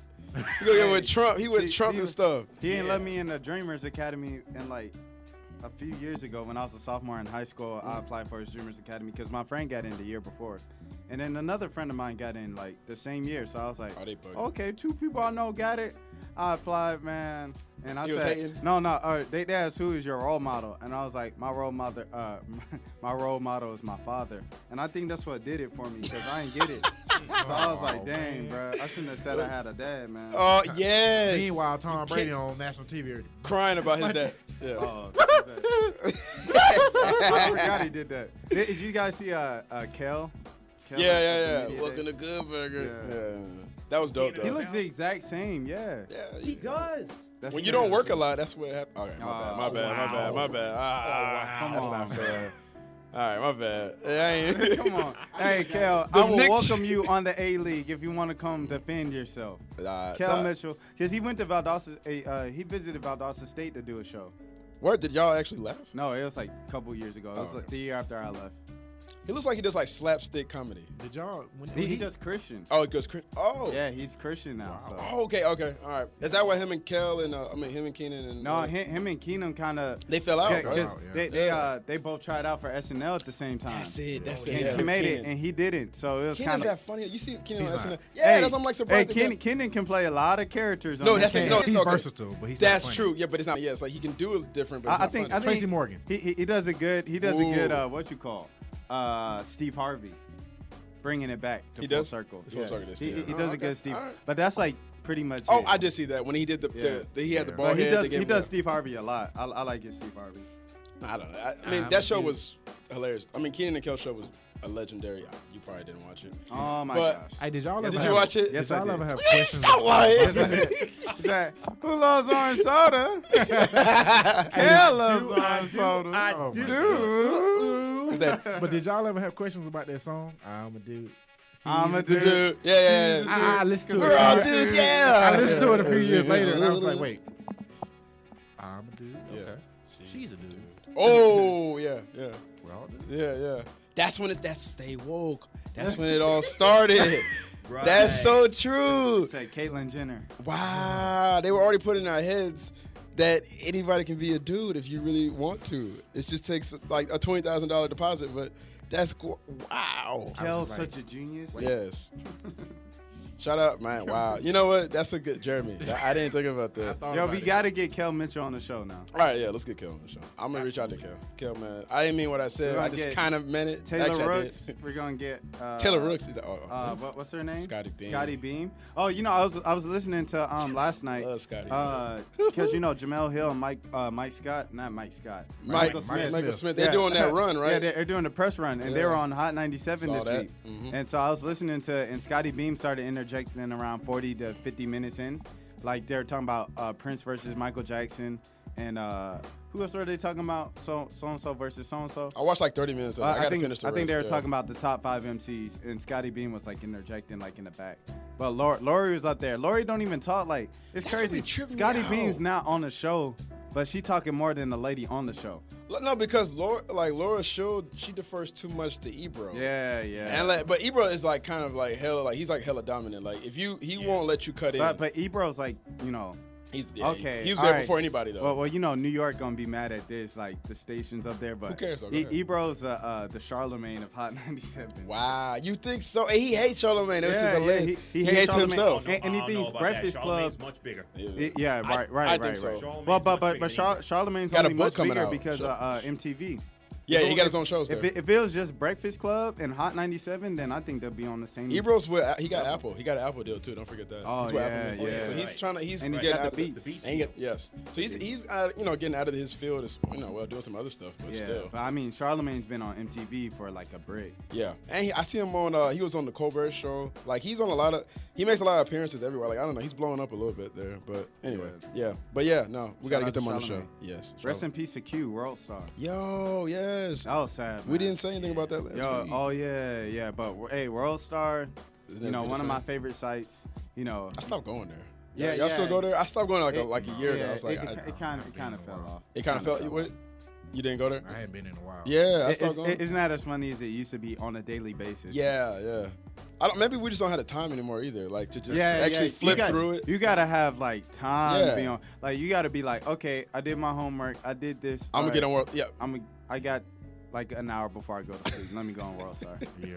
Speaker 1: You go get with Trump. He with
Speaker 4: See-
Speaker 1: Trump
Speaker 4: see
Speaker 1: and
Speaker 4: what-
Speaker 1: stuff.
Speaker 4: He ain't
Speaker 3: Yeah.
Speaker 4: let me in the Dreamers Academy in like a few years ago when I was a sophomore in high school. I applied for his Dreamers Academy because my friend got in the year before, and then another friend of mine got in like the same year. So I was like,
Speaker 1: Oh, they bugging.
Speaker 4: okay, two people I know got it. I applied, man, and I
Speaker 1: You was
Speaker 4: said,
Speaker 1: hating?
Speaker 4: no, no. Uh, they, they asked who is your role model, and I was like, my role model, uh, my role model is my father, and I think that's what did it for me because I didn't get it. so I was
Speaker 2: Oh,
Speaker 4: like, dang,
Speaker 2: man.
Speaker 4: bruh, I shouldn't have said I had a dad, man.
Speaker 1: Oh, yes.
Speaker 2: Meanwhile, Tom
Speaker 1: You
Speaker 2: Brady
Speaker 1: can't-
Speaker 2: on national TV.
Speaker 1: Crying about his dad. Yeah.
Speaker 4: Oh, that's it. I forgot he did that. Did, did you guys see uh, uh Kel?
Speaker 1: yeah,
Speaker 4: Kel
Speaker 1: yeah,
Speaker 4: at the
Speaker 1: yeah.
Speaker 4: media
Speaker 1: Welcome
Speaker 4: day?
Speaker 1: to Good Burger.
Speaker 4: Yeah.
Speaker 1: Yeah. That was dope,
Speaker 3: He
Speaker 1: though.
Speaker 4: He looks the exact same, yeah.
Speaker 1: yeah,
Speaker 3: He
Speaker 1: you-
Speaker 3: does.
Speaker 4: That's
Speaker 1: When
Speaker 4: what
Speaker 1: you don't
Speaker 4: he
Speaker 1: work a
Speaker 4: does.
Speaker 1: lot, that's what happens. Okay, my bad, my
Speaker 4: Oh,
Speaker 1: bad, my bad, my
Speaker 3: wow.
Speaker 1: bad. Ah,
Speaker 4: Oh, wow.
Speaker 1: That's
Speaker 4: Come
Speaker 1: not
Speaker 4: on.
Speaker 1: fair. All right, my bad. Yeah, I ain't-
Speaker 4: Come on. Hey, Kel,
Speaker 1: The
Speaker 4: I will
Speaker 1: Knicks-
Speaker 4: welcome you on the A League if you want to come defend yourself.
Speaker 1: Nah,
Speaker 4: Kel
Speaker 1: Uh, nah.
Speaker 4: Mitchell, because he went to Valdosta, eh, uh, he visited Valdosta State to do a show.
Speaker 1: What did y'all actually laugh?
Speaker 4: No, it was like a couple years ago. It was
Speaker 1: Oh,
Speaker 4: like
Speaker 1: okay.
Speaker 4: the year after I left.
Speaker 1: He looks like he does like slapstick comedy.
Speaker 2: Did y'all when
Speaker 4: He,
Speaker 2: when
Speaker 4: he does Christian.
Speaker 1: Oh, it goes Chris. Oh,
Speaker 4: Yeah, he's Christian now.
Speaker 2: Wow.
Speaker 4: So.
Speaker 1: Oh, okay, okay, all right. Is that why him and Kel and uh, I mean him and Keenan and uh,
Speaker 4: No, him, him and Keenan kind of.
Speaker 1: Oh. they fell out. right?
Speaker 2: yeah.
Speaker 4: they they uh they both tried out for SNL at the same time.
Speaker 1: That's it. That's
Speaker 4: And
Speaker 1: it.
Speaker 4: he made it,
Speaker 1: Keenan.
Speaker 4: and he didn't. So it was
Speaker 1: Keenan's
Speaker 4: kind of.
Speaker 1: that funny. You see Keenan on
Speaker 2: He's
Speaker 1: SNL.
Speaker 2: not.
Speaker 1: Yeah, that's I'm like surprised.
Speaker 4: Hey,
Speaker 1: at him.
Speaker 4: Keenan, Keenan can play a lot of characters.
Speaker 1: No,
Speaker 4: on
Speaker 1: that's
Speaker 4: SNL.
Speaker 1: it. No,
Speaker 2: he's
Speaker 1: no, okay.
Speaker 2: versatile, but he's not
Speaker 1: That's
Speaker 2: funny.
Speaker 1: true. Yeah, but it's not. Yeah, it's like he can do it different. But it's
Speaker 4: I, I
Speaker 1: not
Speaker 4: think I
Speaker 1: funny.
Speaker 4: think
Speaker 2: Tracy Morgan.
Speaker 4: He, he he does a good. He does a good.
Speaker 1: Ooh.
Speaker 4: Uh, what you call? Uh, Steve Harvey, bringing it back to
Speaker 1: He
Speaker 4: full
Speaker 1: does?
Speaker 4: circle.
Speaker 1: Full circle, that's
Speaker 4: He, he
Speaker 1: Steve.
Speaker 4: he
Speaker 1: Oh,
Speaker 4: does a
Speaker 1: okay.
Speaker 4: good Steve,
Speaker 1: All right.
Speaker 4: but that's like pretty much.
Speaker 1: Oh,
Speaker 4: it.
Speaker 1: I did see that when he did the, the, the he had the
Speaker 2: Yeah.
Speaker 1: ball
Speaker 4: But he
Speaker 1: head.
Speaker 4: does.
Speaker 1: they gave
Speaker 4: He
Speaker 1: him
Speaker 4: does
Speaker 1: the-
Speaker 4: Steve Harvey a lot. I, I like his Steve Harvey.
Speaker 1: I don't know. I, I mean,
Speaker 2: Nah,
Speaker 1: that
Speaker 2: but
Speaker 1: show
Speaker 2: he-
Speaker 1: was hilarious. I mean, Keenan and Kel show was a legendary. You probably didn't watch it.
Speaker 4: Oh my
Speaker 1: But-
Speaker 4: gosh.
Speaker 2: Hey, did y'all
Speaker 1: Yes,
Speaker 2: ever
Speaker 1: did
Speaker 2: have,
Speaker 1: you watch it?
Speaker 4: Yes,
Speaker 2: did
Speaker 4: I
Speaker 2: y'all
Speaker 4: did.
Speaker 2: ever have
Speaker 1: You ain't
Speaker 2: questions?
Speaker 1: stop lying.
Speaker 4: He's like, Who loves orange soda? Kel loves orange soda.
Speaker 3: I
Speaker 2: Oh,
Speaker 3: do.
Speaker 2: my
Speaker 1: Is that-
Speaker 2: But did y'all ever have questions about that song? I'm a dude.
Speaker 4: I'm a
Speaker 2: He's
Speaker 4: dude.
Speaker 1: Dude, yeah, yeah, yeah.
Speaker 4: He's a
Speaker 2: I, I listened to
Speaker 1: We're
Speaker 2: it.
Speaker 1: all
Speaker 2: I-
Speaker 1: dudes,
Speaker 2: I
Speaker 1: yeah.
Speaker 2: listened to it a few years later, and I was like, wait. I'm a dude.
Speaker 1: Yeah.
Speaker 2: Okay. She's a dude.
Speaker 1: Oh, yeah, yeah,
Speaker 2: We're all dudes.
Speaker 1: yeah, yeah. That's when it. That's stay woke. That's when it all started.
Speaker 3: Right.
Speaker 1: That's so true.
Speaker 4: It's like Caitlyn Jenner.
Speaker 1: Wow, they were already putting in our heads that anybody can be a dude if you really want to. It just takes like a twenty thousand dollar deposit, but that's qu- wow.
Speaker 4: Kel's
Speaker 2: like-
Speaker 4: such a genius.
Speaker 1: Yes. Shut up, man. Wow. You know what? That's a good Jeremy. I I didn't think about
Speaker 2: I
Speaker 1: that.
Speaker 2: thought
Speaker 4: Yo,
Speaker 2: about
Speaker 4: we
Speaker 2: it.
Speaker 4: gotta get Kel Mitchell on the show now.
Speaker 1: All right, yeah, let's get Kel on the show. I'm gonna reach out to Kel. Kel, man, I didn't mean what I said.
Speaker 4: We're
Speaker 1: I
Speaker 4: gonna
Speaker 1: just
Speaker 4: get
Speaker 1: kind of meant it.
Speaker 4: Taylor
Speaker 1: Actually, I did.
Speaker 4: Rooks. We're gonna get uh,
Speaker 1: Taylor Rooks. He's like, oh, oh.
Speaker 4: Uh, what, what's her name?
Speaker 1: Scotty Beam.
Speaker 4: Scotty Beam. Oh, you know, I was I was listening to um last night.
Speaker 1: Love Scotty Beam.
Speaker 4: Because you know Jamel Hill and Mike uh, Mike Scott, not Mike Scott.
Speaker 1: Mike, Michael
Speaker 2: Michael Smith.
Speaker 1: Smith.
Speaker 2: Michael Smith.
Speaker 1: They're
Speaker 4: Yeah.
Speaker 1: doing that run, right?
Speaker 4: Yeah, they're, they're doing the press run, and they
Speaker 1: Yeah.
Speaker 4: were on Hot 97
Speaker 1: Saw
Speaker 4: this
Speaker 1: that.
Speaker 4: week.
Speaker 1: Mhm.
Speaker 4: And so I was listening to, and Scotty Beam started interjecting around 40 to 50 minutes in, like they were talking about uh, Prince versus Michael Jackson, and uh, who else were they talking about? So so and so versus so and so.
Speaker 1: I watched like 30 minutes. Of it. I,
Speaker 4: I
Speaker 1: gotta
Speaker 4: think
Speaker 1: finish the
Speaker 4: I think they were
Speaker 1: rest, yeah.
Speaker 4: talking about the top five MCs, and Scotty Beam was like interjecting like in the back. But Lori, Lori was out there. Lori don't even talk like
Speaker 1: That's
Speaker 4: it's
Speaker 1: what
Speaker 4: crazy.
Speaker 1: be tripping me
Speaker 4: Scotty
Speaker 1: out.
Speaker 4: Beam's not on the show, but she talking more than the lady on the show.
Speaker 1: No, because Laura, like Laura showed, she defers too much to Ebro.
Speaker 4: Yeah, yeah.
Speaker 1: And like, but Ebro is like kind of like hella, like he's like hella dominant. Like if you, he won't let you cut
Speaker 4: But
Speaker 1: in.
Speaker 4: but Ebro's like you know.
Speaker 1: he's yeah,
Speaker 4: okay,
Speaker 1: He, he was
Speaker 4: all
Speaker 1: there
Speaker 4: right.
Speaker 1: before anybody though.
Speaker 4: Well, well, you know New York gonna be mad at this, like the stations up there. But
Speaker 1: Who cares, though? Go
Speaker 4: E-
Speaker 1: ahead.
Speaker 4: Ebro's uh, uh, the Charlemagne of Hot 97.
Speaker 1: wow, you think so? And he hates Charlemagne, which is
Speaker 4: Yeah, yeah,
Speaker 1: hilarious.
Speaker 4: he- he hates
Speaker 1: hates
Speaker 4: Charlamagne.
Speaker 1: himself.
Speaker 4: And- and he
Speaker 3: I don't
Speaker 4: thinks
Speaker 3: know about
Speaker 4: Breakfast
Speaker 3: that.
Speaker 4: Club-
Speaker 3: Charlamagne's much bigger.
Speaker 4: I- E, yeah,
Speaker 1: I-
Speaker 4: right, right,
Speaker 1: I
Speaker 4: right,
Speaker 1: think
Speaker 4: right.
Speaker 1: so.
Speaker 4: Well, but
Speaker 3: Charlamagne's much
Speaker 4: but but
Speaker 3: bigger than
Speaker 4: Char-
Speaker 3: Ebro.
Speaker 4: Charlemagne's
Speaker 1: Got a
Speaker 4: only
Speaker 1: book
Speaker 4: much
Speaker 1: coming
Speaker 4: bigger
Speaker 1: out.
Speaker 4: because uh, uh, MTV.
Speaker 1: Yeah,
Speaker 4: If
Speaker 1: he
Speaker 4: it-
Speaker 1: got his own shows
Speaker 4: If
Speaker 1: there.
Speaker 4: it, if it was just Breakfast Club and Hot 97, then I think they'll be on the same.
Speaker 1: Ebro's with uh, he got Apple. He got an Apple deal too. Don't forget that.
Speaker 4: mm. Oh,
Speaker 1: he's with
Speaker 4: yeah,
Speaker 1: Apple Music.
Speaker 4: yeah.
Speaker 1: So he's trying to he's
Speaker 4: And he's
Speaker 1: getting
Speaker 4: got
Speaker 1: out
Speaker 4: the
Speaker 1: of
Speaker 3: beat. The beats
Speaker 1: and he get- yes. So he's he's uh, you know getting out of his field. Is you know well doing some other stuff, but
Speaker 4: yeah,
Speaker 1: still.
Speaker 4: but I mean Charlemagne's been on MTV for like a brick.
Speaker 1: Yeah, and he, I see him on. Uh, he was on the Colbert Show. Like he's on a lot of. He makes a lot of appearances everywhere. Like I don't know. He's blowing up a little bit there. But anyway, yeah. But yeah, no, we
Speaker 4: Shout
Speaker 1: gotta
Speaker 4: out
Speaker 1: get
Speaker 4: to
Speaker 1: them on the show.
Speaker 4: Charlamagne.
Speaker 1: Yes.
Speaker 4: Rest in peace to Q, world star.
Speaker 1: Yo, yes.
Speaker 4: That was sad.
Speaker 1: We
Speaker 4: man.
Speaker 1: didn't say anything about that last
Speaker 4: Yo,
Speaker 1: week.
Speaker 4: oh yeah, yeah. But hey, World Star,
Speaker 1: Isn't
Speaker 4: you know,
Speaker 1: everything
Speaker 4: one
Speaker 1: the
Speaker 4: of my
Speaker 1: same?
Speaker 4: favorite sites. You know,
Speaker 1: I stopped going there. Yeah,
Speaker 4: Yeah,
Speaker 1: y'all still
Speaker 4: yeah.
Speaker 1: go there? I stopped going like a,
Speaker 4: It-
Speaker 1: like a year
Speaker 4: yeah,
Speaker 1: ago. I was like,
Speaker 4: it,
Speaker 1: I,
Speaker 4: it,
Speaker 1: it,
Speaker 4: kind of, it kind of fell off.
Speaker 1: kind of felt.
Speaker 4: fell
Speaker 1: You, what?
Speaker 4: off.
Speaker 1: You didn't go there?
Speaker 2: I hadn't been in a while.
Speaker 1: Yeah, I
Speaker 4: It,
Speaker 1: stopped
Speaker 4: it's,
Speaker 1: going.
Speaker 4: it- it's not as funny as it used to be on a daily basis.
Speaker 1: yeah, yeah. I don't, maybe we just don't have the time anymore either. Like to just
Speaker 4: yeah,
Speaker 1: actually
Speaker 4: yeah.
Speaker 1: flip
Speaker 4: you gotta,
Speaker 1: through it.
Speaker 4: You gotta have like time
Speaker 1: Yeah.
Speaker 4: to be on. Like you gotta be like, okay, I did my homework. I did this.
Speaker 1: I'm gonna get on world. Yeah,
Speaker 4: I'm gonna. I got like an hour before I go to sleep. Let me go on World Star.
Speaker 2: Yeah.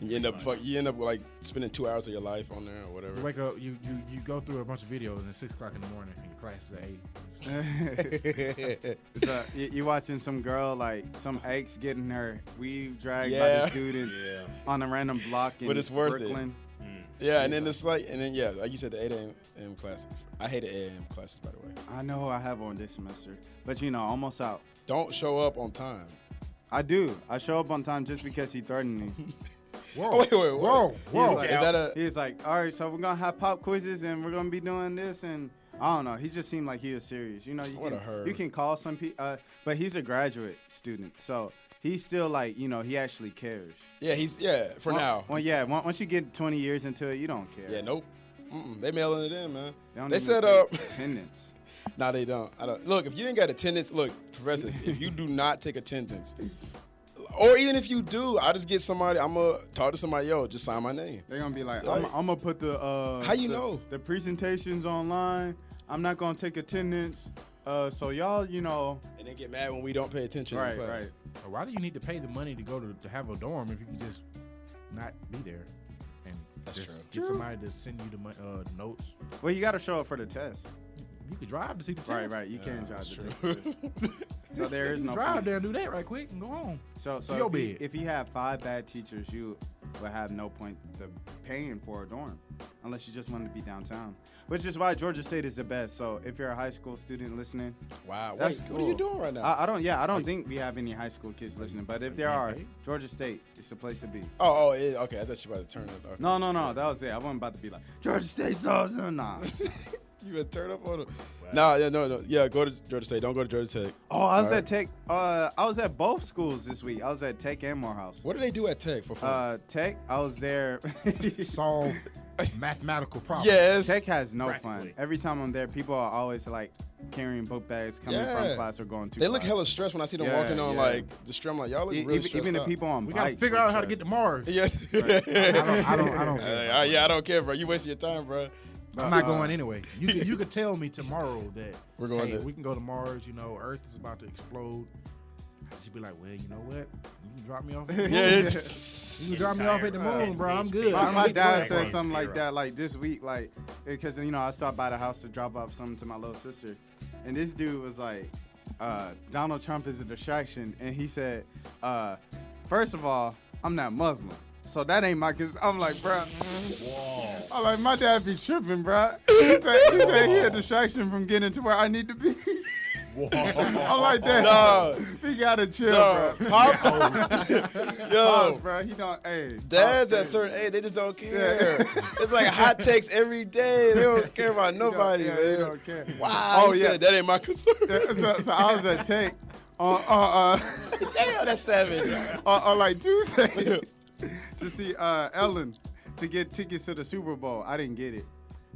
Speaker 1: and you end up fuck, you end up like spending two hours of your life on there or whatever.
Speaker 2: You wake up, you, you you go through a bunch of videos, and it's six o'clock in the morning, and your class is at eight.
Speaker 4: so you, you watching some girl like some ex getting her weave dragged by
Speaker 1: Yeah.
Speaker 4: this dude in,
Speaker 3: Yeah.
Speaker 4: on a random block in
Speaker 1: But it's worth it.
Speaker 4: Brooklyn.
Speaker 3: Mm.
Speaker 1: Yeah, and then it's like, and then yeah, like you said, the 8 a.m. class. I hate the 8 a.m. classes, by the way.
Speaker 4: I know I have one this semester, but you know, almost out.
Speaker 1: Don't show up on time.
Speaker 4: I do. I show up on time just because he threatened me. He
Speaker 2: Whoa,
Speaker 1: Oh, wait, wait, wait.
Speaker 2: whoa, whoa!
Speaker 4: was like-
Speaker 1: Is that a?
Speaker 4: He's like, all right, so we're gonna have pop quizzes and we're gonna be doing this and I don't know. He just seemed like he was serious. You know, you
Speaker 1: What a
Speaker 4: can
Speaker 1: herb.
Speaker 4: you can call some people, uh, but he's a graduate student, so he's still like, you know, he actually cares.
Speaker 1: Yeah, he's yeah for
Speaker 4: Well-
Speaker 1: now.
Speaker 4: Well, yeah. on- Once you get 20 years into it, you don't care.
Speaker 1: Yeah, nope. Mm-mm, they mailing it in, man.
Speaker 4: They, don't
Speaker 1: They
Speaker 4: even
Speaker 1: said, uh,
Speaker 4: take attendance.
Speaker 1: nah, they don't. I don't. Look, if you ain't got attendance, look, professor, if you do not take attendance, Or even if you do, I just get somebody. I'm gonna talk to somebody. Yo, just sign my name.
Speaker 4: They're gonna be like,
Speaker 1: Like-
Speaker 4: I'm, I'm gonna put the uh,
Speaker 1: How you
Speaker 4: the-
Speaker 1: know?
Speaker 4: the presentations online. I'm not gonna take attendance. Uh, so y'all, you know,
Speaker 1: And then get mad when we don't pay attention.
Speaker 4: right,
Speaker 1: in class.
Speaker 4: right.
Speaker 2: So why do you need to pay the money to go to, to have a dorm if you can just not be there and
Speaker 1: That's
Speaker 2: just
Speaker 1: true.
Speaker 2: get
Speaker 4: True.
Speaker 2: somebody to send you the mon- uh, notes?
Speaker 4: Well, you gotta show up for the test.
Speaker 2: You could drive to see the test.
Speaker 4: Right, right. You
Speaker 1: Yeah,
Speaker 4: can't
Speaker 1: that's
Speaker 4: drive the
Speaker 1: true.
Speaker 4: test. So there is
Speaker 2: You
Speaker 4: no
Speaker 2: drive
Speaker 4: point.
Speaker 2: there and do that right quick and go home.
Speaker 4: So, so
Speaker 2: Your
Speaker 4: if, he,
Speaker 2: bed.
Speaker 4: if he had five bad teachers, you would have no point to paying for a dorm, unless you just wanted to be downtown. Which is why Georgia State is the best. So if you're a high school student listening,
Speaker 1: Wow. Wait,
Speaker 4: That's
Speaker 1: what are you
Speaker 4: cool.
Speaker 1: doing right now?
Speaker 4: I, I don't. Yeah, I don't think we have any high school kids listening. But if
Speaker 2: getting
Speaker 4: there are,
Speaker 2: paid?
Speaker 4: Georgia State is the place to be.
Speaker 1: oh, oh, yeah, okay. I thought you were about to turn it. Okay.
Speaker 4: No, no, no. That was it. I wasn't about to be like Georgia State. So so- nah.
Speaker 1: You better turn up on it. Nah, yeah, no, no, yeah. Go to Georgia State. Don't go to Georgia Tech.
Speaker 4: Oh, I was
Speaker 1: Alright.
Speaker 4: at Tech. Uh, I was at both schools this week. I was at Tech and Morehouse.
Speaker 1: What do they do at Tech for fun?
Speaker 4: Uh, Tech. I was there.
Speaker 2: Solve mathematical problems.
Speaker 1: yes.
Speaker 4: Tech has no fun.
Speaker 3: Practically.
Speaker 4: Every time I'm there, people are always like carrying book bags coming
Speaker 1: Yeah.
Speaker 4: from class or going to.
Speaker 1: They look
Speaker 4: class.
Speaker 1: hella stressed when I see them
Speaker 4: Yeah,
Speaker 1: walking on
Speaker 4: yeah.
Speaker 1: like the street. I'm like, y'all look
Speaker 4: E-
Speaker 1: really
Speaker 4: even,
Speaker 1: stressed
Speaker 4: even the
Speaker 1: out.
Speaker 4: people on
Speaker 2: We
Speaker 4: bikes.
Speaker 2: gotta figure out how to get to
Speaker 4: the.
Speaker 2: Mars.
Speaker 1: Yeah.
Speaker 2: I don't, I don't, I don't care.
Speaker 1: Hey,
Speaker 2: about
Speaker 1: oh,
Speaker 2: that.
Speaker 1: yeah, I don't care, bro. You wasting your time, bro.
Speaker 2: I'm
Speaker 4: Uh,
Speaker 2: not going anyway. You could, you could tell me tomorrow that
Speaker 1: We're going
Speaker 2: hey,
Speaker 1: to-
Speaker 2: we can go to Mars. You know, Earth is about to explode. I just be like, well, you know what? You can drop me off. At the moon.
Speaker 1: Yeah,
Speaker 2: you
Speaker 1: it's,
Speaker 2: can drop me off at the
Speaker 3: Entire, uh,
Speaker 2: moon, bro. I'm good.
Speaker 3: Yeah,
Speaker 4: My,
Speaker 2: I
Speaker 4: my
Speaker 2: don't need to
Speaker 4: dad
Speaker 2: go
Speaker 4: said
Speaker 2: anywhere.
Speaker 4: something like
Speaker 3: Zero.
Speaker 4: that, like this week, like because you know I stopped by the house to drop off something to my little sister, and this dude was like, uh, "Donald Trump is a distraction," and he said, uh, first of all, I'm not Muslim, so that ain't my." Cons-. I'm like, bro, I'm like my dad be tripping, bro. He said he, said he a distraction from getting to where I need to be. I'm like, damn,
Speaker 1: Nah.
Speaker 4: we gotta chill,
Speaker 1: no,
Speaker 4: bro.
Speaker 1: Pop-
Speaker 4: Pause,
Speaker 1: yo,
Speaker 4: bro. He don't, hey.
Speaker 1: dads
Speaker 4: pause,
Speaker 1: at
Speaker 4: hey.
Speaker 1: certain age, they just don't care. it's like hot takes every day. They don't care about
Speaker 4: don't-
Speaker 1: nobody,
Speaker 4: yeah, they
Speaker 1: man.
Speaker 4: don't care.
Speaker 1: Wow.
Speaker 4: Oh,
Speaker 1: he
Speaker 4: yeah.
Speaker 1: said, that ain't my concern.
Speaker 4: Yeah, so, so I was at Tech on on, uh,
Speaker 1: Damn, that's savage.
Speaker 4: on, on like Tuesday to see uh, Ellen to get tickets to the Super Bowl. I didn't get it,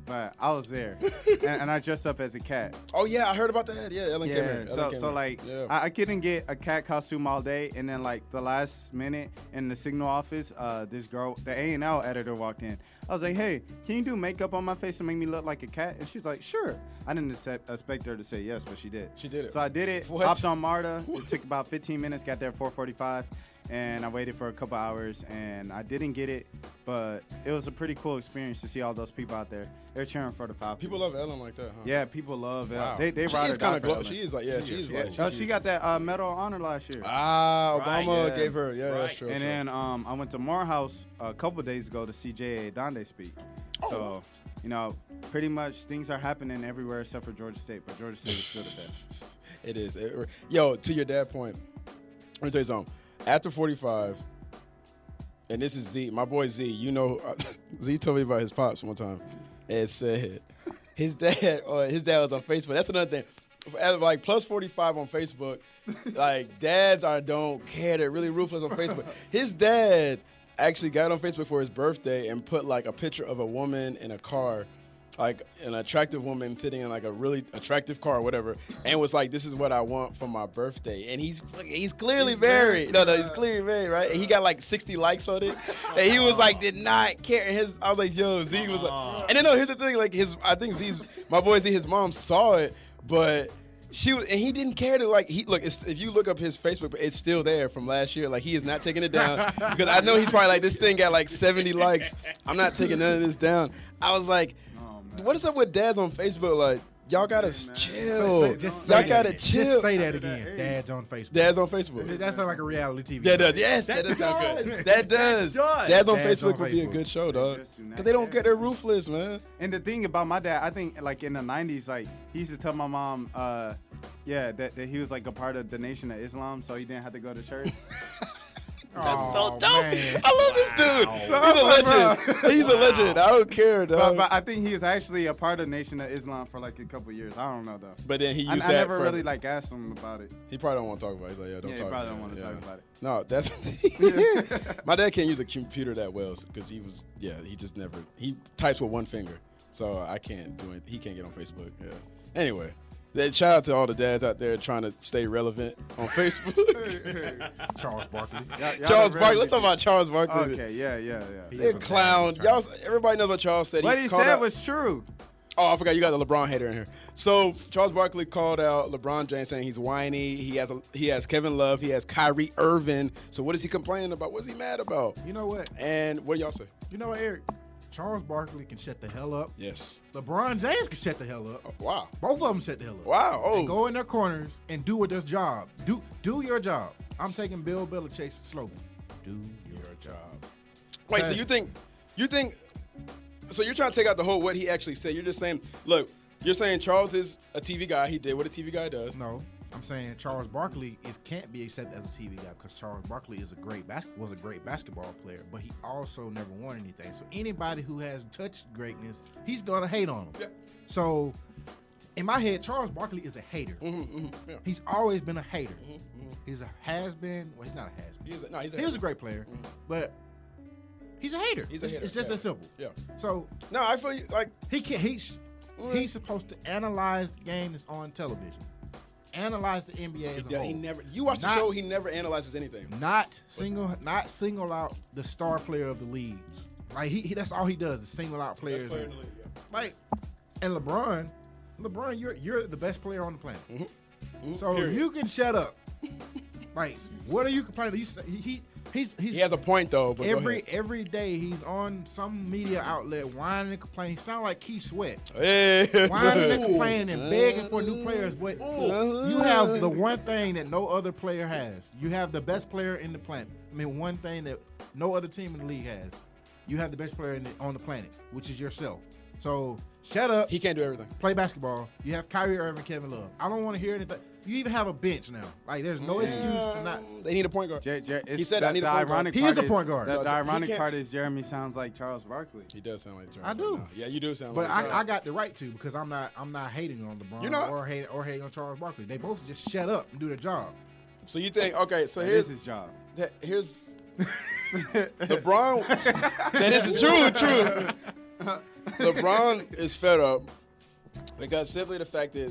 Speaker 4: but I was there, and, and I dressed up as a cat.
Speaker 1: Oh yeah, I heard about that. Yeah, Ellen came
Speaker 4: Yeah,
Speaker 1: in. Ellen
Speaker 4: so
Speaker 1: came
Speaker 4: so
Speaker 1: in.
Speaker 4: like
Speaker 1: yeah.
Speaker 4: I, I couldn't get a cat costume all day, and then like the last minute in the signal office, uh, this girl, the A and L editor, walked in. I was like, "Hey, can you do makeup on my face and make me look like a cat?" And she's like, "Sure." I didn't accept, expect her to say yes, but she did.
Speaker 1: She did it.
Speaker 4: So I did it.
Speaker 1: What?
Speaker 4: Hopped on Marta. It took about 15 minutes. Got there at 4:45, and I waited for a couple hours, and I didn't get it, but it was a pretty cool experience to see all those people out there. They're cheering for the Falcons.
Speaker 1: people love Ellen like that, huh?
Speaker 4: Yeah, people love it.
Speaker 2: Wow.
Speaker 4: They they
Speaker 1: she
Speaker 4: ride
Speaker 1: is
Speaker 4: kind of
Speaker 1: glow. She is like yeah, she, is
Speaker 2: yeah.
Speaker 1: like.
Speaker 4: Oh, she got that uh, Medal of Honor last year.
Speaker 1: Ah,
Speaker 3: Right,
Speaker 1: Obama
Speaker 4: yeah.
Speaker 1: gave her. Yeah,
Speaker 3: Right.
Speaker 1: that's true.
Speaker 4: and
Speaker 1: true.
Speaker 4: then um, I went to Morehouse a couple days ago to see J.A. Donde speak.
Speaker 1: Oh,
Speaker 4: So, you know, pretty much things are happening everywhere except for Georgia State, but Georgia State is still the best.
Speaker 1: it is. It- yo, to your dad point, let me tell you something. After 45, and this is Z, my boy Z. You know, Z told me about his pops one time, and said his dad or his dad was on Facebook. That's another thing. As, Like plus 45 on Facebook, like dads are don't care. They're really ruthless on Facebook. His dad actually got on Facebook for his birthday and put like a picture of a woman in a car. Like an attractive woman sitting in like a really attractive car, or whatever, and was like, "This is what I want for my birthday." And he's he's clearly married. No, no, he's clearly married, right? And he got like 60 likes on it, and he was like, did not care. And his, I was like, "Yo, Z was like," and then no, here's the thing, like his, I think Z's, my boy Z, his mom saw it, but she was, and he didn't care to like he look. It's, if you look up his Facebook, it's still there from last year. Like he is not taking it down because I know he's probably like this thing got like 70 likes. I'm not taking none of this down. I was like,
Speaker 4: Oh, man.
Speaker 1: what is up with dads on Facebook? Like y'all gotta
Speaker 4: Say, man.
Speaker 1: chill.
Speaker 2: Say- just say
Speaker 1: y'all
Speaker 2: that.
Speaker 1: gotta
Speaker 2: Just
Speaker 1: chill.
Speaker 2: say that
Speaker 4: After that
Speaker 2: again.
Speaker 4: age.
Speaker 2: Dads on Facebook.
Speaker 1: Dads on Facebook.
Speaker 2: That- that sounds like a reality TV.
Speaker 1: That
Speaker 2: show.
Speaker 1: does. Yes, that,
Speaker 3: That
Speaker 1: does sound good.
Speaker 3: does.
Speaker 1: That does.
Speaker 3: does.
Speaker 1: Dads on
Speaker 2: Dads
Speaker 1: Facebook
Speaker 2: on
Speaker 1: would be a
Speaker 2: Facebook.
Speaker 1: good show, dog.
Speaker 4: just do not
Speaker 1: Cause they don't
Speaker 4: care.
Speaker 1: get they're ruthless, man.
Speaker 4: And the thing about my dad, I think like in the '90s, like he used to tell my mom, uh, yeah, that, that he was like a part of the Nation of Islam, so he didn't have to go to church.
Speaker 2: Aw,
Speaker 1: so dope.
Speaker 2: Oh, man.
Speaker 1: I love this dude.
Speaker 4: Wow.
Speaker 1: He's a legend. He's a legend. I don't care,
Speaker 4: but,
Speaker 1: dog.
Speaker 4: but I think he was actually a part of Nation of Islam for like a couple years. I don't know though.
Speaker 1: But then he
Speaker 4: I,
Speaker 1: used
Speaker 4: I
Speaker 1: that.
Speaker 4: never
Speaker 1: for-
Speaker 4: really like asked him about it.
Speaker 1: He probably don't want to talk about it. He's like, yeah, don't
Speaker 4: Yeah, he
Speaker 1: talk.
Speaker 4: probably
Speaker 1: about
Speaker 4: don't
Speaker 1: it.
Speaker 4: wanna talk
Speaker 1: No, that's my dad can't use a computer that well because he was yeah he just never he types with one finger, so I can't do it. He can't get on Facebook. Yeah. Anyway, That shout out to all the dads out there trying to stay relevant on Facebook.
Speaker 2: Charles Barkley.
Speaker 4: Y'all- y'all
Speaker 1: Charles
Speaker 4: are
Speaker 1: Barkley. Let's talk
Speaker 4: really-
Speaker 1: about Charles Barkley.
Speaker 4: Okay, yeah, yeah, yeah.
Speaker 2: He
Speaker 1: They
Speaker 2: is a
Speaker 1: clown.
Speaker 2: bad
Speaker 1: Y'all,
Speaker 2: child.
Speaker 1: everybody knows what Charles said.
Speaker 4: What he
Speaker 1: called
Speaker 4: said
Speaker 1: out-
Speaker 4: was true.
Speaker 1: Oh, I forgot you got the LeBron hater in here. So Charles Barkley called out LeBron James saying he's whiny. He has a, he has Kevin Love. He has Kyrie Irving. So what is he complaining about? What is he mad about?
Speaker 2: You know what?
Speaker 1: And what do y'all say?
Speaker 2: You know what, Eric? Charles Barkley can shut the hell up.
Speaker 1: Yes.
Speaker 2: LeBron James can shut the hell up.
Speaker 1: Oh, wow.
Speaker 2: Both of them shut the hell up.
Speaker 1: Wow.
Speaker 2: They
Speaker 1: Oh.
Speaker 2: go in their corners and do what their job. Do do your job. I'm taking Bill Belichick's slogan. Do your job.
Speaker 1: Wait. So you think you think so you're trying to take out the whole what he actually said. You're just saying, look, you're saying Charles is a TV guy. He did what a TV guy does.
Speaker 2: No, I'm saying Charles Barkley is can't be accepted as a TV guy because Charles Barkley is a great bas- was a great basketball player, but he also never won anything. So anybody who has touched greatness, he's gonna hate on him.
Speaker 1: Yeah.
Speaker 2: So in my head, Charles Barkley is a hater.
Speaker 1: Mm-hmm, yeah. Mm-hmm,
Speaker 2: He's always been a hater. He's a has been. Well, he's not a has been.
Speaker 1: He's a, no, he's
Speaker 2: He was a great player, but he's a hater.
Speaker 1: Mm-hmm. He's a
Speaker 2: It's-
Speaker 1: hater,
Speaker 2: It's just
Speaker 1: yeah.
Speaker 2: that simple.
Speaker 1: Yeah.
Speaker 2: So
Speaker 1: No, I feel you, like
Speaker 2: he can he's
Speaker 1: Mm.
Speaker 2: he's supposed to analyze the game that's on television. Analyze the NBA as a
Speaker 1: yeah,
Speaker 2: whole.
Speaker 1: he never. You watch the
Speaker 2: Not-
Speaker 1: show. He never analyzes anything.
Speaker 2: not single not single out the star player of the league. Like he, he that's all he does is single out players.
Speaker 1: player in the league, yeah.
Speaker 2: Like and LeBron, LeBron, you're you're the best player on the planet. So
Speaker 1: Mm-hmm. period.
Speaker 2: you can shut up. like what are you complaining? You say, he he's he's
Speaker 1: He has a point though. But go
Speaker 2: every
Speaker 1: ahead.
Speaker 2: every day he's on some media outlet whining and complaining. He sound like Keith Sweat.
Speaker 1: Hey.
Speaker 2: Whining and complaining and begging for new players, but
Speaker 1: Uh-huh.
Speaker 2: you have the one thing that no other player has. You have the best player in the planet. I mean, one thing that no other team in the league has. You have the best player in the, on the planet, which is yourself. So shut up.
Speaker 1: He can't do everything.
Speaker 2: play basketball. You have Kyrie Irving, Kevin Love. I don't want to hear anything. You even have a bench now. Like there's no excuse to not.
Speaker 1: They need a point guard.
Speaker 4: Jer- Jer-
Speaker 1: he
Speaker 4: it's-
Speaker 1: said,
Speaker 4: the,
Speaker 1: "I need a
Speaker 4: the
Speaker 1: point guard."
Speaker 4: ironic
Speaker 2: He
Speaker 4: part
Speaker 2: is a point guard.
Speaker 4: The,
Speaker 1: No,
Speaker 4: the
Speaker 1: he
Speaker 4: ironic
Speaker 1: can't-
Speaker 4: part is Jeremy sounds like Charles Barkley.
Speaker 1: He does sound like Jordan.
Speaker 2: I do.
Speaker 1: Yeah, you do sound
Speaker 2: But
Speaker 1: like
Speaker 2: I, I got the right to because I'm not I'm not hating on LeBron
Speaker 1: You're not.
Speaker 2: or hating or hating on Charles Barkley. They both just shut up and do their job.
Speaker 1: So you think okay? So
Speaker 4: That is
Speaker 1: here's
Speaker 4: his job.
Speaker 1: that, here's LeBron. that is true, true. LeBron is fed up because simply the fact is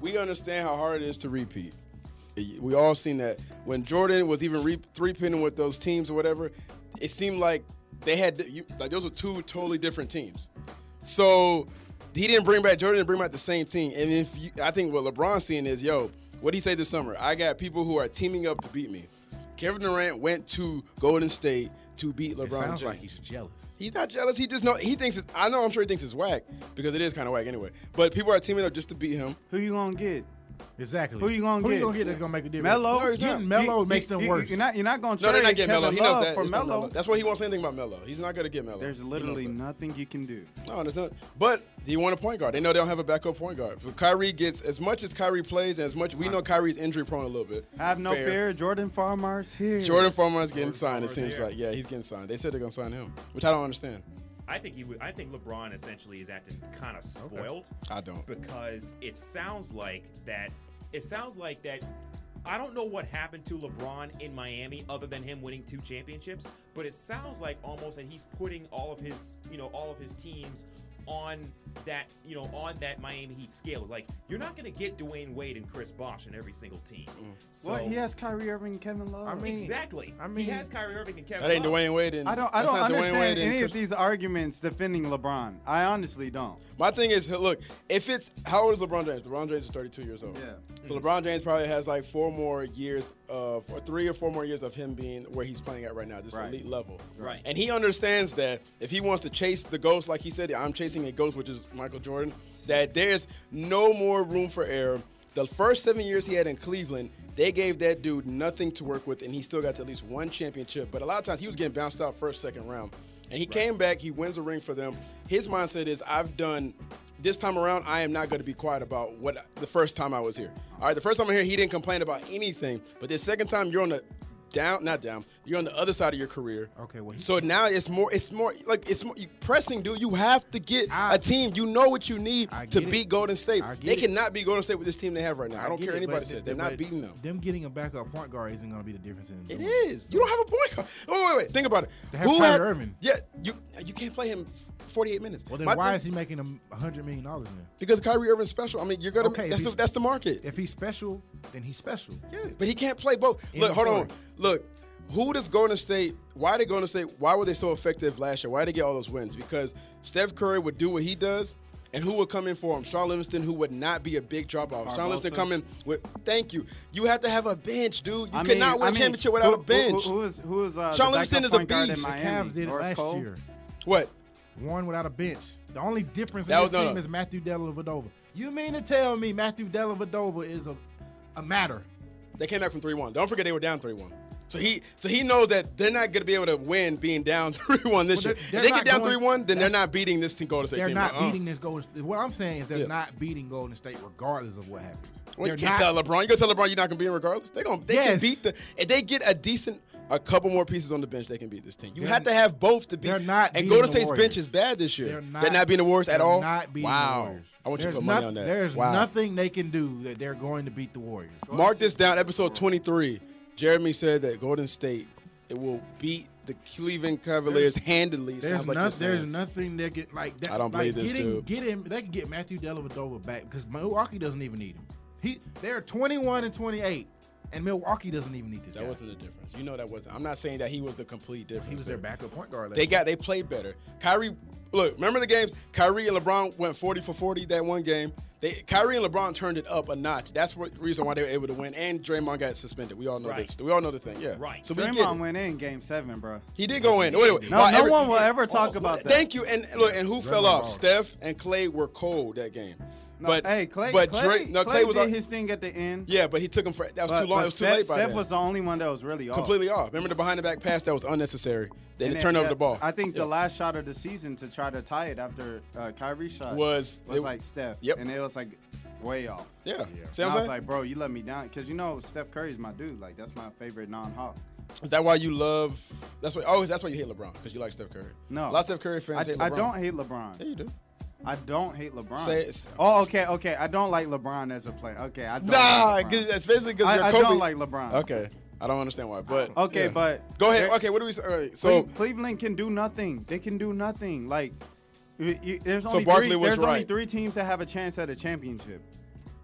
Speaker 1: we understand how hard it is to repeat. We all seen that when Jordan was even re- three pinning with those teams or whatever, it seemed like they had you, like those were two totally different teams. So he didn't bring back Jordan, didn't bring back the same team. And if you, I think what LeBron's seeing is, yo, what did he say this summer? I got people who are teaming up to beat me. Kevin Durant went to Golden State to beat LeBron
Speaker 2: It sounds
Speaker 1: James.
Speaker 2: like he's jealous.
Speaker 1: He's not jealous. He just know he thinks. It, I know. I'm sure he thinks it's whack because it is kind of whack anyway. But people are teaming up just to beat him.
Speaker 4: Who you gonna get?
Speaker 2: Exactly.
Speaker 4: Who you gonna
Speaker 2: Who you
Speaker 4: get?
Speaker 2: gonna get that's gonna make a difference?
Speaker 4: Melo?
Speaker 1: No, he's not.
Speaker 2: Getting Melo
Speaker 4: You-
Speaker 2: makes
Speaker 4: you-
Speaker 2: them
Speaker 4: you-
Speaker 2: worse.
Speaker 4: You're not, you're not gonna
Speaker 1: No,
Speaker 4: trade
Speaker 1: they're not getting
Speaker 4: Kevin
Speaker 1: Melo. He knows
Speaker 4: Love
Speaker 1: that.
Speaker 4: for
Speaker 1: It's not
Speaker 4: Melo.
Speaker 1: That's why he wants anything about Melo. He's not gonna get Melo.
Speaker 4: There's
Speaker 1: He knows
Speaker 4: literally
Speaker 1: that.
Speaker 4: nothing you can do.
Speaker 1: No, there's not. But do you want a point guard? They know they don't have a backup point guard. If Kyrie gets as much as Kyrie plays, and as much we know Kyrie's injury prone a little bit.
Speaker 4: Have no
Speaker 1: Fair.
Speaker 4: fear. Jordan Farmar's here.
Speaker 1: Jordan Farmer's getting signed. It
Speaker 3: Farmer's
Speaker 1: seems
Speaker 3: here.
Speaker 1: like yeah, he's getting signed. They said they're gonna sign him, which I don't understand.
Speaker 3: I think he would. I think LeBron essentially is acting kind of spoiled
Speaker 1: I don't.
Speaker 3: because it sounds like that. It sounds like that. I don't know what happened to LeBron in Miami other than him winning two championships, but it sounds like almost that he's putting all of his, you know, all of his teams on that, you know, on that Miami Heat scale. Like you're not going to get Dwayne Wade and Chris Bosh in every single team. So
Speaker 4: What? Mm. He has Kyrie Irving, and Kevin Love.
Speaker 2: I mean,
Speaker 3: exactly.
Speaker 2: I
Speaker 3: he
Speaker 2: mean-
Speaker 3: has Kyrie Irving and Kevin.
Speaker 1: That ain't
Speaker 3: Love.
Speaker 1: Dwayne Wade. And,
Speaker 4: I don't. I
Speaker 1: that's
Speaker 4: don't
Speaker 1: not Dwayne Wade
Speaker 4: understand
Speaker 1: and
Speaker 4: any
Speaker 1: Chris
Speaker 4: of these arguments defending LeBron. I honestly don't.
Speaker 1: My thing is, look, if it's how old is LeBron James? LeBron James is 32 years old.
Speaker 4: Yeah.
Speaker 1: So LeBron James probably has like four more years of, or three or four more years of him being where he's playing at right now, this
Speaker 4: Right.
Speaker 1: elite level.
Speaker 3: Right.
Speaker 1: And he understands that if he wants to chase the ghost, like he said, I'm chasing a ghost, which is Michael Jordan, that there's no more room for error. The first seven years he had in Cleveland, they gave that dude nothing to work with, and he still got to at least one championship. But a lot of times he was getting bounced out first, second round. And he came back, he wins a ring for them. His mindset is, I've done this time around, I am not going to be quiet about what the first time I was here. All right, the first time I'm here, he didn't complain about anything. But the second time, you're on the down, not down, you're on the other side of your career.
Speaker 2: Okay, well, he-
Speaker 1: so now it's more, it's more like it's more you pressing, dude. You have to get
Speaker 2: I-
Speaker 1: a team. You know what you need
Speaker 2: I
Speaker 1: to
Speaker 2: get it.
Speaker 1: beat Golden State.
Speaker 2: I get
Speaker 1: They
Speaker 2: it.
Speaker 1: cannot beat Golden State with this team they have right now. I, don't
Speaker 2: get
Speaker 1: care
Speaker 2: it,
Speaker 1: anybody
Speaker 2: but
Speaker 1: says
Speaker 2: th-
Speaker 1: they're not
Speaker 2: but
Speaker 1: beating them.
Speaker 2: Them getting a backup point guard isn't gonna be the difference in.
Speaker 1: It
Speaker 2: doing
Speaker 1: is. You don't have a point guard. Oh, wait, wait. Think about it.
Speaker 2: They have Kyrie Irving.
Speaker 1: Yeah, you you can't play him 48 minutes.
Speaker 2: Well, then
Speaker 1: My
Speaker 2: why
Speaker 1: thing-
Speaker 2: is he making him hundred million dollars then?
Speaker 1: Because Kyrie Irving's special. I mean, you're gonna.
Speaker 2: Okay, if
Speaker 1: that's, the,
Speaker 2: he's-
Speaker 1: that's the market.
Speaker 2: If he's special, then he's special.
Speaker 1: Yeah, but he can't play both. Look, hold on.
Speaker 2: Anymore.
Speaker 1: Look, who does Golden State? Why did Golden State? Why were they so effective last year? Why did they get all those wins? Because Steph Curry would do what he does, and who would come in for him? Sean Livingston, who would not be a big dropout. Sean Livingston
Speaker 4: Barbosa.
Speaker 1: come in with. Thank you. You have to have a bench, dude. You
Speaker 4: I mean-
Speaker 1: cannot win
Speaker 4: I
Speaker 1: a
Speaker 4: mean,
Speaker 1: championship
Speaker 4: who-
Speaker 1: without
Speaker 4: who-
Speaker 1: a bench.
Speaker 4: Who, who is who is uh,
Speaker 1: Sean
Speaker 4: the
Speaker 1: Livingston
Speaker 4: backup
Speaker 1: is a
Speaker 4: point guard in
Speaker 1: beast. The
Speaker 2: The
Speaker 4: Miami?
Speaker 2: Cavs did it
Speaker 4: Norris
Speaker 2: last
Speaker 4: Cole?
Speaker 2: year.
Speaker 1: what?
Speaker 2: One without a bench. The only difference in
Speaker 1: That
Speaker 2: this
Speaker 1: was- no,
Speaker 2: team
Speaker 1: no.
Speaker 2: is Matthew Dellavedova. You mean to tell me Matthew Dellavedova is a a matter?
Speaker 1: They came back from three one. Don't forget they were down three one. So he so he knows that they're not going to be able to win being down three one this
Speaker 2: Well, they're-
Speaker 1: year.
Speaker 2: they're
Speaker 1: If they
Speaker 2: not
Speaker 1: get down
Speaker 2: going-
Speaker 1: three one, then they're
Speaker 2: that's-
Speaker 1: not beating this team Golden State
Speaker 2: They're
Speaker 1: team.
Speaker 2: not
Speaker 1: Uh-uh.
Speaker 2: beating this Golden State. What I'm saying is they're
Speaker 1: Yeah.
Speaker 2: not beating Golden State regardless of what happens.
Speaker 1: Well, you
Speaker 2: They're
Speaker 1: can't
Speaker 2: not-
Speaker 1: tell LeBron. You gonna tell LeBron you're not gonna beat him regardless. They gonna they can
Speaker 2: Yes.
Speaker 1: beat the if they get a decent a couple more pieces on the bench, they can beat this team. You
Speaker 2: They're-
Speaker 1: had to have both to beat.
Speaker 2: they're not
Speaker 1: And
Speaker 2: beating
Speaker 1: Golden
Speaker 2: the
Speaker 1: State's
Speaker 2: Warriors.
Speaker 1: bench is bad this year.
Speaker 2: They're not,
Speaker 1: being the Warriors at
Speaker 2: they're
Speaker 1: all.
Speaker 2: Not beating
Speaker 1: wow.
Speaker 2: the Warriors.
Speaker 1: I want you
Speaker 2: There's
Speaker 1: to put money
Speaker 2: noth-
Speaker 1: on that.
Speaker 2: There's
Speaker 1: wow.
Speaker 2: nothing they can do that they're going to beat the Warriors.
Speaker 1: Mark this down. Episode 23. Jeremy said that Golden State it will beat the Cleveland Cavaliers handedly. it
Speaker 2: There's
Speaker 1: sounds like
Speaker 2: no,
Speaker 1: you're saying.
Speaker 2: there's nothing that can like that.
Speaker 1: I don't believe
Speaker 2: like,
Speaker 1: this
Speaker 2: getting,
Speaker 1: dude.
Speaker 2: Get him. They can get Matthew Dellavedova back because Milwaukee doesn't even need him. He they're 21 and 28, and Milwaukee doesn't even need this
Speaker 1: That
Speaker 2: guy.
Speaker 1: wasn't the difference. You know that wasn't. I'm not saying that he was the complete difference.
Speaker 2: he was
Speaker 1: there.
Speaker 2: their backup point guard. last
Speaker 1: They
Speaker 2: year.
Speaker 1: got they played better. Kyrie, look, remember the games? Kyrie and LeBron went 40 for 40 that one game. They Kyrie and LeBron turned it up a notch. That's what reason why they were able to win. And Draymond got suspended. We all know
Speaker 3: Right.
Speaker 1: this. We all know the thing. Yeah.
Speaker 3: Right.
Speaker 1: So we get
Speaker 4: Draymond
Speaker 1: it.
Speaker 4: went in Game Seven, bro.
Speaker 1: He did go in. Wait, wait,
Speaker 4: No,
Speaker 1: While
Speaker 4: no
Speaker 1: every-
Speaker 4: one will ever talk about that.
Speaker 1: Thank you. And look, and who fell
Speaker 2: Draymond
Speaker 1: off?
Speaker 2: Ball.
Speaker 1: Steph and Clay were cold that game.
Speaker 4: No,
Speaker 1: but
Speaker 4: hey, Clay.
Speaker 1: but
Speaker 4: Clay,
Speaker 1: Dray- no, Clay, was
Speaker 4: did
Speaker 1: on,
Speaker 4: his thing at the end.
Speaker 1: yeah, but he took him for that was
Speaker 4: but,
Speaker 1: too long.
Speaker 4: but
Speaker 1: It was too
Speaker 4: Steph,
Speaker 1: late by
Speaker 4: Steph
Speaker 1: then.
Speaker 4: was the only one that was really off.
Speaker 1: completely off. Remember the behind the back pass that was unnecessary. Then
Speaker 4: And
Speaker 1: they
Speaker 4: it-
Speaker 1: turned over
Speaker 4: that-
Speaker 1: the ball.
Speaker 4: I think
Speaker 1: Yeah.
Speaker 4: the last shot of the season to try to tie it after uh, Kyrie shot
Speaker 1: Was-
Speaker 4: was
Speaker 1: it-
Speaker 4: like Steph.
Speaker 1: Yep.
Speaker 4: And it was like way off.
Speaker 1: yeah. See
Speaker 4: And
Speaker 1: what I'm
Speaker 4: I was
Speaker 1: saying?
Speaker 4: like, bro, you let me down because you know Steph Curry's my dude. Like that's my favorite non-hawk.
Speaker 1: Is that why you love? That's why. Oh, that's why you hate LeBron because you like Steph Curry.
Speaker 4: No,
Speaker 1: a lot of Steph Curry fans
Speaker 4: I,
Speaker 1: hate LeBron.
Speaker 4: I don't hate
Speaker 1: Yeah,
Speaker 4: LeBron.
Speaker 1: you do.
Speaker 4: I don't hate LeBron.
Speaker 1: Say it's-
Speaker 4: oh, okay, okay. I don't like LBron as a player. Okay, I don't
Speaker 1: Nah,
Speaker 4: like LeBron.
Speaker 1: 'cause- especially because
Speaker 4: I-
Speaker 1: you're
Speaker 4: I
Speaker 1: Kobe.
Speaker 4: don't like LeBron.
Speaker 1: Okay, I don't understand why, but
Speaker 4: Okay,
Speaker 1: yeah.
Speaker 4: but
Speaker 1: go ahead.
Speaker 4: there-
Speaker 1: Okay, what do we? say? All right,
Speaker 4: So
Speaker 1: so
Speaker 4: Cleveland can do nothing. They can do nothing. Like you, you, there's
Speaker 1: So
Speaker 4: only
Speaker 1: Barkley
Speaker 4: three,
Speaker 1: was
Speaker 4: there's only
Speaker 1: right.
Speaker 4: three teams that have a chance at a championship,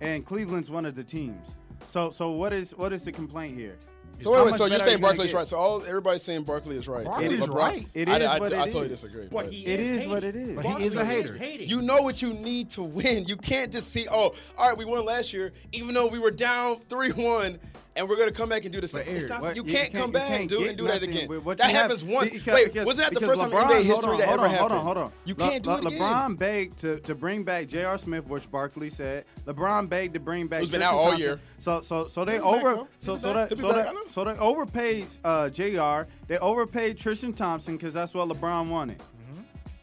Speaker 4: and Cleveland's one of the teams. So so what is what is the complaint here?
Speaker 1: so
Speaker 4: How
Speaker 1: wait, wait,
Speaker 4: much
Speaker 1: so you're
Speaker 4: better are
Speaker 1: saying
Speaker 4: you gonna
Speaker 1: Barkley's
Speaker 4: get?
Speaker 1: right? So all everybody's saying Barkley is right.
Speaker 2: Barkley
Speaker 1: and
Speaker 2: is
Speaker 1: LeBron-
Speaker 2: right.
Speaker 4: It
Speaker 1: I,
Speaker 4: is
Speaker 1: I,
Speaker 4: what it
Speaker 1: I totally
Speaker 4: is.
Speaker 1: disagree.
Speaker 3: But
Speaker 1: but-
Speaker 3: he
Speaker 4: It is
Speaker 3: is
Speaker 4: what
Speaker 3: hating.
Speaker 4: it is.
Speaker 2: But he
Speaker 3: Barkley
Speaker 2: is a hater.
Speaker 3: hating.
Speaker 1: You know what you need to win. You can't just see, oh, all right, we won last year, even though we were down 3 1, and we're going to come back and do the same. It's
Speaker 2: Eric,
Speaker 1: not,
Speaker 4: what-
Speaker 1: you,
Speaker 4: you
Speaker 1: can't
Speaker 4: can't-
Speaker 1: come
Speaker 4: you
Speaker 1: back,
Speaker 4: can't
Speaker 1: dude,
Speaker 4: get
Speaker 1: and do that
Speaker 4: nothing
Speaker 1: again.
Speaker 4: with what
Speaker 1: That
Speaker 4: you have.
Speaker 1: happens once.
Speaker 4: Because-
Speaker 1: Wait,
Speaker 4: because-
Speaker 1: wasn't that the
Speaker 4: because
Speaker 1: first time in
Speaker 4: LeBron-
Speaker 1: NBA
Speaker 4: hold
Speaker 1: history
Speaker 4: on,
Speaker 1: that
Speaker 4: hold
Speaker 1: ever
Speaker 4: on,
Speaker 1: happened?
Speaker 4: Hold on, hold on.
Speaker 1: You
Speaker 4: Le-
Speaker 1: can't
Speaker 4: Le-
Speaker 1: do it again.
Speaker 4: LeBron begged to, to bring back J.R. Smith, which Barkley said. LeBron begged to bring back.
Speaker 1: Who's been
Speaker 4: Tristan
Speaker 1: out all
Speaker 4: Thompson.
Speaker 1: year.
Speaker 4: So so so they
Speaker 2: He'll be back,
Speaker 4: over
Speaker 2: bro.
Speaker 4: so
Speaker 2: He'll be
Speaker 4: so
Speaker 2: back.
Speaker 4: they
Speaker 1: He'll
Speaker 4: so
Speaker 1: be back.
Speaker 4: they so they overpaid uh, J.R. They overpaid Tristan Thompson because that's what LeBron wanted.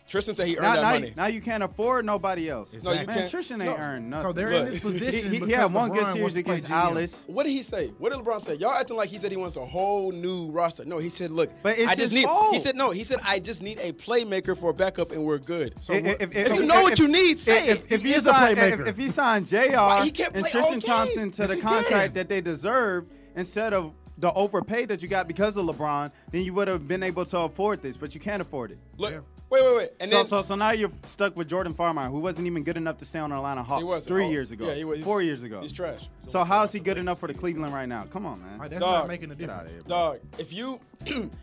Speaker 1: Tristan said he earned
Speaker 4: Now,
Speaker 1: that
Speaker 4: now,
Speaker 1: money.
Speaker 4: you, now you can't afford nobody else.
Speaker 2: No, you
Speaker 4: Man,
Speaker 1: can't.
Speaker 4: Tristan ain't
Speaker 2: No.
Speaker 4: earned nothing.
Speaker 2: So they're in
Speaker 1: Look,
Speaker 2: this
Speaker 4: he,
Speaker 2: position.
Speaker 4: he, he
Speaker 2: because
Speaker 4: had one
Speaker 2: LeBron
Speaker 4: good
Speaker 2: wants
Speaker 4: series
Speaker 2: to play
Speaker 4: against
Speaker 2: GM.
Speaker 4: Alice.
Speaker 1: what did he say? What did LeBron say? Y'all acting like he said he wants a whole new roster. No, he said, look,
Speaker 4: But it's
Speaker 1: I just
Speaker 4: his
Speaker 1: need.
Speaker 4: fault.
Speaker 1: He said no. He said I just need a playmaker for a backup, and we're good. So
Speaker 4: if, if- if-
Speaker 1: If you know what you need, say
Speaker 4: if,
Speaker 1: it.
Speaker 4: if, if
Speaker 2: He
Speaker 4: you
Speaker 2: is a
Speaker 4: sign, if,
Speaker 2: playmaker.
Speaker 4: if he signed Jr.
Speaker 1: he can't
Speaker 4: and
Speaker 1: play all
Speaker 4: Tristan
Speaker 1: game?
Speaker 4: Thompson to
Speaker 2: Yes,
Speaker 4: the
Speaker 2: he
Speaker 4: contract
Speaker 2: can.
Speaker 4: that they deserve instead of the overpay that you got because of LeBron, then you would have been able to afford this, but you can't afford it.
Speaker 1: look,
Speaker 2: Yeah.
Speaker 1: wait, wait, wait, and
Speaker 4: so,
Speaker 1: then
Speaker 4: so, so now you're stuck with Jordan Farmer, who wasn't even good enough to stay on the Atlanta Hawks
Speaker 1: he was
Speaker 4: three
Speaker 1: oh,
Speaker 4: years ago,
Speaker 1: Yeah, he was.
Speaker 4: four years ago.
Speaker 1: He's trash.
Speaker 4: So how is he good enough for the Cleveland right now? Come on, man.
Speaker 2: Like, that's
Speaker 1: Dog.
Speaker 2: not making a
Speaker 4: Get outta
Speaker 2: difference.
Speaker 4: here, bro.
Speaker 1: Dog, if you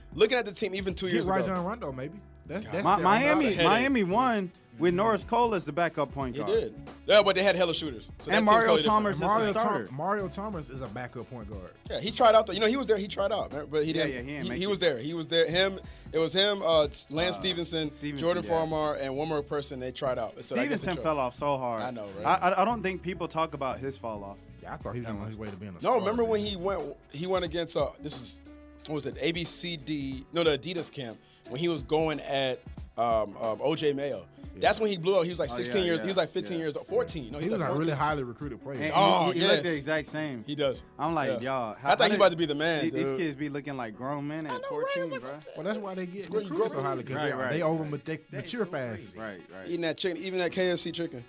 Speaker 1: looking at the team even two
Speaker 2: Get
Speaker 1: years ago,
Speaker 2: Rajon Rondo maybe. That's, that's
Speaker 4: Mi-
Speaker 2: their-
Speaker 4: Miami,
Speaker 1: That's a headache.
Speaker 4: Miami won with Norris Cole as the backup point
Speaker 1: he
Speaker 4: guard.
Speaker 1: did. Yeah, but they had hella shooters. So that
Speaker 4: And
Speaker 1: team's
Speaker 4: Mario
Speaker 1: totally different.
Speaker 4: Chalmers is
Speaker 2: Mario,
Speaker 4: a starter.
Speaker 2: Thom- Mario Thomas is a backup point guard.
Speaker 1: Yeah, he tried out. The, you know, he was there. He tried out, remember? but he
Speaker 4: Yeah,
Speaker 1: didn't.
Speaker 4: yeah, he didn't make
Speaker 1: he
Speaker 4: it.
Speaker 1: was there. He was there. Him. It was him. Uh, Lance Stevenson,
Speaker 4: Stevenson,
Speaker 1: Jordan
Speaker 4: yeah.
Speaker 1: Farmar, and one more person. They tried out. So that gets
Speaker 4: Stevenson
Speaker 1: the
Speaker 4: fell
Speaker 1: joke.
Speaker 4: off so hard.
Speaker 1: I know, right?
Speaker 4: I, I, I don't think people talk about his fall off.
Speaker 2: Yeah, I thought he was on his way to being a.
Speaker 1: No,
Speaker 2: star,
Speaker 1: remember when
Speaker 2: man.
Speaker 1: he went? He went against. Uh, this is what was it? ABCD. No, the Adidas camp when he was going at um, um, OJ Mayo. That's when he blew up. He was like
Speaker 4: Oh,
Speaker 1: 16
Speaker 4: yeah,
Speaker 1: years.
Speaker 4: yeah,
Speaker 1: He was like 15
Speaker 4: yeah.
Speaker 1: years old. 14. No,
Speaker 2: he was
Speaker 1: like
Speaker 2: a
Speaker 1: 14.
Speaker 2: really highly recruited player.
Speaker 4: And
Speaker 1: Oh,
Speaker 4: he, he looked the
Speaker 1: yes.
Speaker 4: exact same.
Speaker 1: He does.
Speaker 4: I'm like,
Speaker 1: Yeah.
Speaker 4: y'all.
Speaker 1: I thought he
Speaker 4: did-
Speaker 1: about to be the man,
Speaker 4: These, these
Speaker 1: dude.
Speaker 4: kids be looking like grown men at 14, bro.
Speaker 2: Well, that's why they get
Speaker 1: great, great.
Speaker 2: recruited so highly because
Speaker 4: Right,
Speaker 2: they,
Speaker 4: right,
Speaker 2: they over
Speaker 4: right.
Speaker 2: they
Speaker 3: That is
Speaker 2: mature
Speaker 3: so
Speaker 2: fast.
Speaker 3: crazy.
Speaker 4: Right, right.
Speaker 1: Eating that chicken, even that KFC chicken,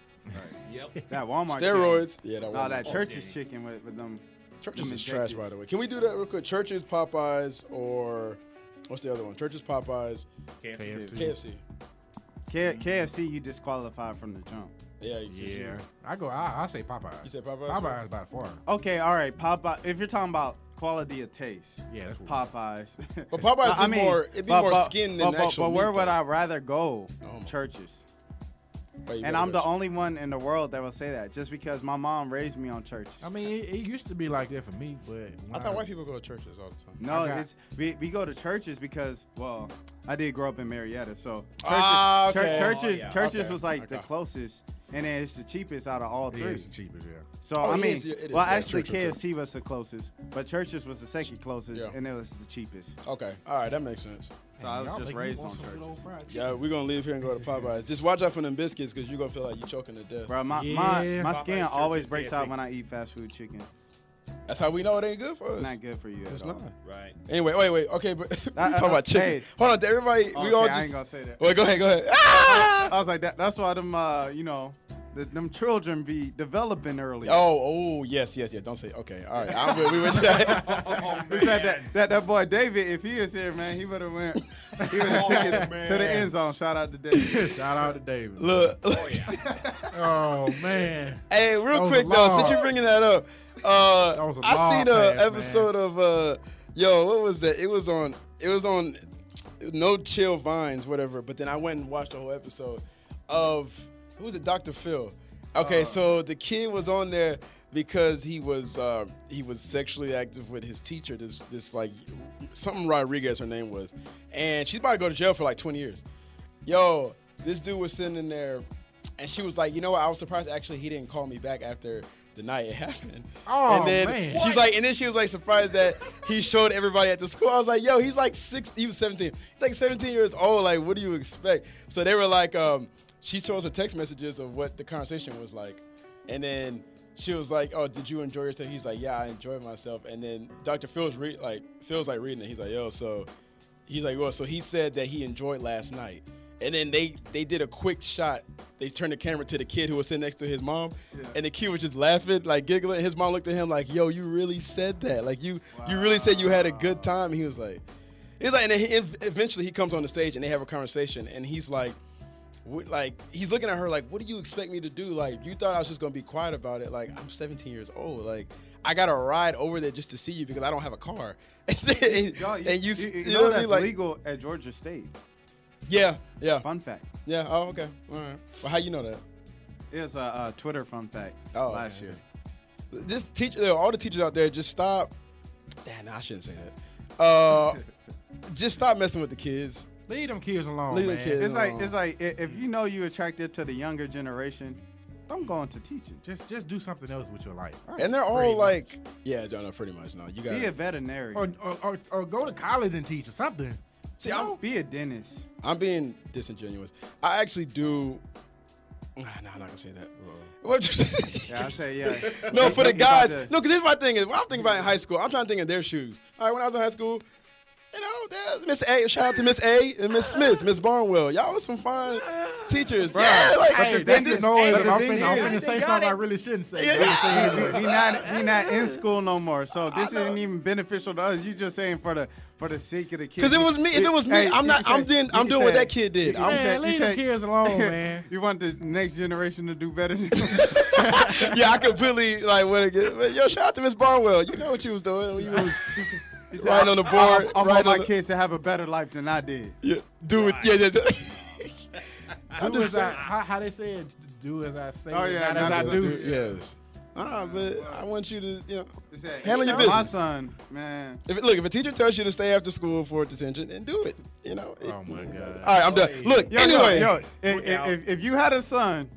Speaker 3: Yep.
Speaker 4: That Walmart chicken.
Speaker 1: steroids. Yeah, that
Speaker 4: No,
Speaker 1: one.
Speaker 4: that
Speaker 1: Oh,
Speaker 4: church's
Speaker 3: dang.
Speaker 4: chicken with, with them.
Speaker 1: Churches
Speaker 4: them
Speaker 1: is trash,
Speaker 4: injectors.
Speaker 1: by the way. Can we do that real quick? Churches, Popeyes, or what's the other one? Churches, Popeyes,
Speaker 3: KFC.
Speaker 2: KFC.
Speaker 1: KFC.
Speaker 4: K- KFC, you disqualified from the jump.
Speaker 1: Yeah,
Speaker 2: Yeah, I go. I, I say Popeye.
Speaker 1: You said Popeyes?
Speaker 2: Popeye is by far.
Speaker 4: Okay, all right, Popeye. If you're talking about quality of taste,
Speaker 2: Yeah, that's what-
Speaker 4: Popeyes.
Speaker 1: But Popeyes be more- it be
Speaker 4: but-
Speaker 1: more
Speaker 4: but-
Speaker 1: skin
Speaker 4: but,
Speaker 1: than
Speaker 4: but,
Speaker 1: actual
Speaker 4: But where
Speaker 1: meat,
Speaker 4: would
Speaker 1: though.
Speaker 4: I rather go?
Speaker 1: Oh my-
Speaker 4: Churches.
Speaker 1: But you
Speaker 4: And
Speaker 1: got
Speaker 4: I'm the
Speaker 1: rest-
Speaker 4: only one in the world that will say that, just because my mom raised me on churches.
Speaker 2: I mean, it, it used to be like that for me, but when
Speaker 1: I thought white people go to churches all the time.
Speaker 4: No,
Speaker 2: I got-
Speaker 4: it's we, we go to churches because well, I did grow up in Marietta, so churches,
Speaker 1: Ah,
Speaker 4: chur-
Speaker 1: okay.
Speaker 4: churches,
Speaker 3: Oh, yeah.
Speaker 4: churches
Speaker 1: Okay.
Speaker 4: was like the
Speaker 1: Okay.
Speaker 4: closest, and then it's the cheapest out of all
Speaker 2: it
Speaker 4: three.
Speaker 2: is the cheapest. Yeah,
Speaker 4: So
Speaker 1: Oh,
Speaker 4: I
Speaker 1: it
Speaker 4: mean,
Speaker 1: is, yeah, it is,
Speaker 4: well,
Speaker 1: yeah,
Speaker 4: actually,
Speaker 1: true, true, true.
Speaker 4: KFC was the closest, but churches was the second closest,
Speaker 1: Yeah.
Speaker 4: and it was the cheapest.
Speaker 1: Okay, all right, that makes sense.
Speaker 4: So I
Speaker 2: And
Speaker 4: was
Speaker 2: y'all
Speaker 4: just
Speaker 2: make me
Speaker 4: raised
Speaker 2: want
Speaker 4: on
Speaker 2: some good old
Speaker 4: churches.
Speaker 2: fried chicken.
Speaker 1: Yeah, we're gonna leave here and go to Popeyes. Just watch out for them biscuits, cause you're gonna feel like you're choking to death.
Speaker 4: Bro, my,
Speaker 2: Yeah.
Speaker 4: my, my
Speaker 3: Popeyes
Speaker 4: skin
Speaker 3: churches,
Speaker 4: always breaks out
Speaker 3: KFC.
Speaker 4: when I eat fast food chicken.
Speaker 1: That's how we know it ain't good for us.
Speaker 4: It's not good for you.
Speaker 1: It's
Speaker 4: at all.
Speaker 1: not.
Speaker 3: Right.
Speaker 1: Anyway, wait, wait. Okay, but we
Speaker 4: I- I-
Speaker 1: talking about chicken.
Speaker 4: hey.
Speaker 1: Hold on, to everybody.
Speaker 4: Okay,
Speaker 1: we all
Speaker 4: I
Speaker 1: just. Oh,
Speaker 4: ain't gonna say that.
Speaker 1: Wait, go ahead, go ahead. Ah!
Speaker 4: I was like that. That's why them, uh, you know, the, them children be developing early.
Speaker 1: Oh, oh, yes, yes, yes. Don't say. Okay, all right. I'm with, we with you.
Speaker 3: Oh,
Speaker 4: He said that, that that boy David, if he was here, man, he would have went. He would have
Speaker 3: Oh,
Speaker 4: took it to
Speaker 3: man.
Speaker 4: the end zone. Shout out to David.
Speaker 2: Shout out to David.
Speaker 1: Look,
Speaker 3: Oh, yeah.
Speaker 2: Oh man.
Speaker 1: hey, real
Speaker 2: That was
Speaker 1: quick though, since
Speaker 2: long.
Speaker 1: you're bringing that up, uh,
Speaker 2: That was a
Speaker 1: I
Speaker 2: long
Speaker 1: seen
Speaker 2: pass,
Speaker 1: a
Speaker 2: man.
Speaker 1: episode of uh, yo, what was that? It was on, it was on, no chill vines, whatever. But then I went and watched the whole episode of who was it, Dr. Phil.
Speaker 2: Uh.
Speaker 1: Okay, so the kid was on there because he was um, he was sexually active with his teacher. This this like something Rodriguez her name was, and she's about to go to jail for like 20 years. yo, this dude was sitting in there, and she was like, you know what? I was surprised actually he didn't call me back after the night it happened.
Speaker 2: Oh,
Speaker 1: and then
Speaker 2: man.
Speaker 1: she's
Speaker 2: What?
Speaker 1: like, and then she was like surprised that he showed everybody at the school. I was like, yo, he's like six, he was 17, he's like 17 years old. Like, what do you expect? So they were like, um, she shows her text messages of what the conversation was like, and then. She was like, "Oh, did you enjoy yourself?" He's like, "Yeah, I enjoyed myself." And then Dr. Phil's re- like, Phil's like reading it. He's like, "Yo, so He's like, well, so he said that he enjoyed last night. And then they they did a quick shot. They turned the camera to the kid who was sitting next to his mom, and the kid was just laughing, like giggling. His mom looked at him like, "Yo, you really said that? Like you you really said you had a good time?" And he was like, "He's like." And then he, eventually he comes on the stage and they have a conversation, and he's like, what, like he's looking at her like, what do you expect me to do? Like you thought I was just gonna be quiet about it. Like I'm 17 years old. Like I got to ride over there just to see you because I don't have a car. and, then-
Speaker 4: Y'all,
Speaker 1: and you, s-
Speaker 4: you,
Speaker 1: you
Speaker 4: know,
Speaker 1: what I
Speaker 4: that's
Speaker 1: mean? Like
Speaker 4: legal at Georgia State.
Speaker 1: yeah, yeah,
Speaker 4: Fun fact.
Speaker 1: yeah. Oh okay. All right. Well, how you know that?
Speaker 4: It was a, uh Twitter fun fact
Speaker 1: Oh,
Speaker 4: last
Speaker 1: okay.
Speaker 4: year.
Speaker 1: This teacher, all the teachers out there, just stop. Damn, I shouldn't say that. Uh, just stop messing with the kids.
Speaker 2: Leave them kids alone,
Speaker 1: Leave the
Speaker 2: man.
Speaker 1: kids.
Speaker 4: It's like
Speaker 1: Um,
Speaker 4: it's like i- if you know you attractive to the younger generation, don't go into teaching.
Speaker 2: Just just do something else with your life.
Speaker 1: And they're all
Speaker 2: Pretty much.
Speaker 1: like, yeah, John, no, pretty much. No, you got
Speaker 4: Be
Speaker 1: to
Speaker 4: a veterinarian.
Speaker 2: Or, or, or, or go to college and teach or something.
Speaker 1: see. I'm
Speaker 4: be a dentist.
Speaker 1: I'm being disingenuous. I actually do. Nah, nah I'm not gonna say that. What-
Speaker 4: Yeah, I say yeah.
Speaker 1: no,
Speaker 4: You
Speaker 1: for the
Speaker 4: think about
Speaker 1: guys.
Speaker 4: the-
Speaker 1: No, because this is my thing. Is when I'm thinking about in high school, I'm trying to think in their shoes. All right, when I was in high school, you know, there's Miss A. Shout out to Miss A. and Miss Smith, Miss Barnwell. Y'all was some fine teachers. Yeah, like,
Speaker 2: Hey,
Speaker 4: the
Speaker 2: that's
Speaker 4: thing is-
Speaker 2: just noise.
Speaker 4: but
Speaker 2: I'm
Speaker 4: the thing
Speaker 2: finna, I'm
Speaker 4: is-
Speaker 2: finna
Speaker 3: They
Speaker 2: say
Speaker 3: got
Speaker 2: something I
Speaker 3: it.
Speaker 2: really shouldn't say.
Speaker 1: Yeah,
Speaker 2: Really
Speaker 1: yeah.
Speaker 2: say
Speaker 4: we,
Speaker 2: it.
Speaker 4: we not we not in school no more. So this
Speaker 1: know.
Speaker 4: isn't even beneficial to us. You just saying for the for the sake of the kids.
Speaker 1: Because it was me. If it was me, I'm not. I'm doing. I'm doing what that kid did.
Speaker 4: I'm
Speaker 2: Man,
Speaker 1: I'm,
Speaker 4: saying- you
Speaker 2: leave the
Speaker 4: said-
Speaker 2: kids alone, man.
Speaker 4: You want the next generation to do better than
Speaker 1: yeah, I completely like what it get. But yo, shout out to Miss Barnwell. You know what you was doing. when You was riding on the board.
Speaker 4: I
Speaker 1: right
Speaker 4: want my
Speaker 1: on the-
Speaker 4: kids to have a better life than I did.
Speaker 1: Yeah, do it. Yeah, yeah. yeah. I'm
Speaker 2: Do
Speaker 1: just
Speaker 2: as I,
Speaker 1: saying.
Speaker 2: how, how they say it, do as I say,
Speaker 4: Oh,
Speaker 2: it,
Speaker 4: yeah,
Speaker 2: not,
Speaker 4: not
Speaker 2: as I do.
Speaker 1: Yes. Ah, but I want you to, you know,
Speaker 4: They said,
Speaker 1: Handle your
Speaker 4: My
Speaker 1: business.
Speaker 4: son, man.
Speaker 1: if it, look, if a teacher tells you to stay after school for detention, then do it. You know. It-
Speaker 2: Oh my God.
Speaker 1: All right, I'm done.
Speaker 3: Oy.
Speaker 1: Look,
Speaker 4: Yo,
Speaker 1: anyway.
Speaker 4: yo, yo if,
Speaker 3: Look out.
Speaker 4: if, if you had a son,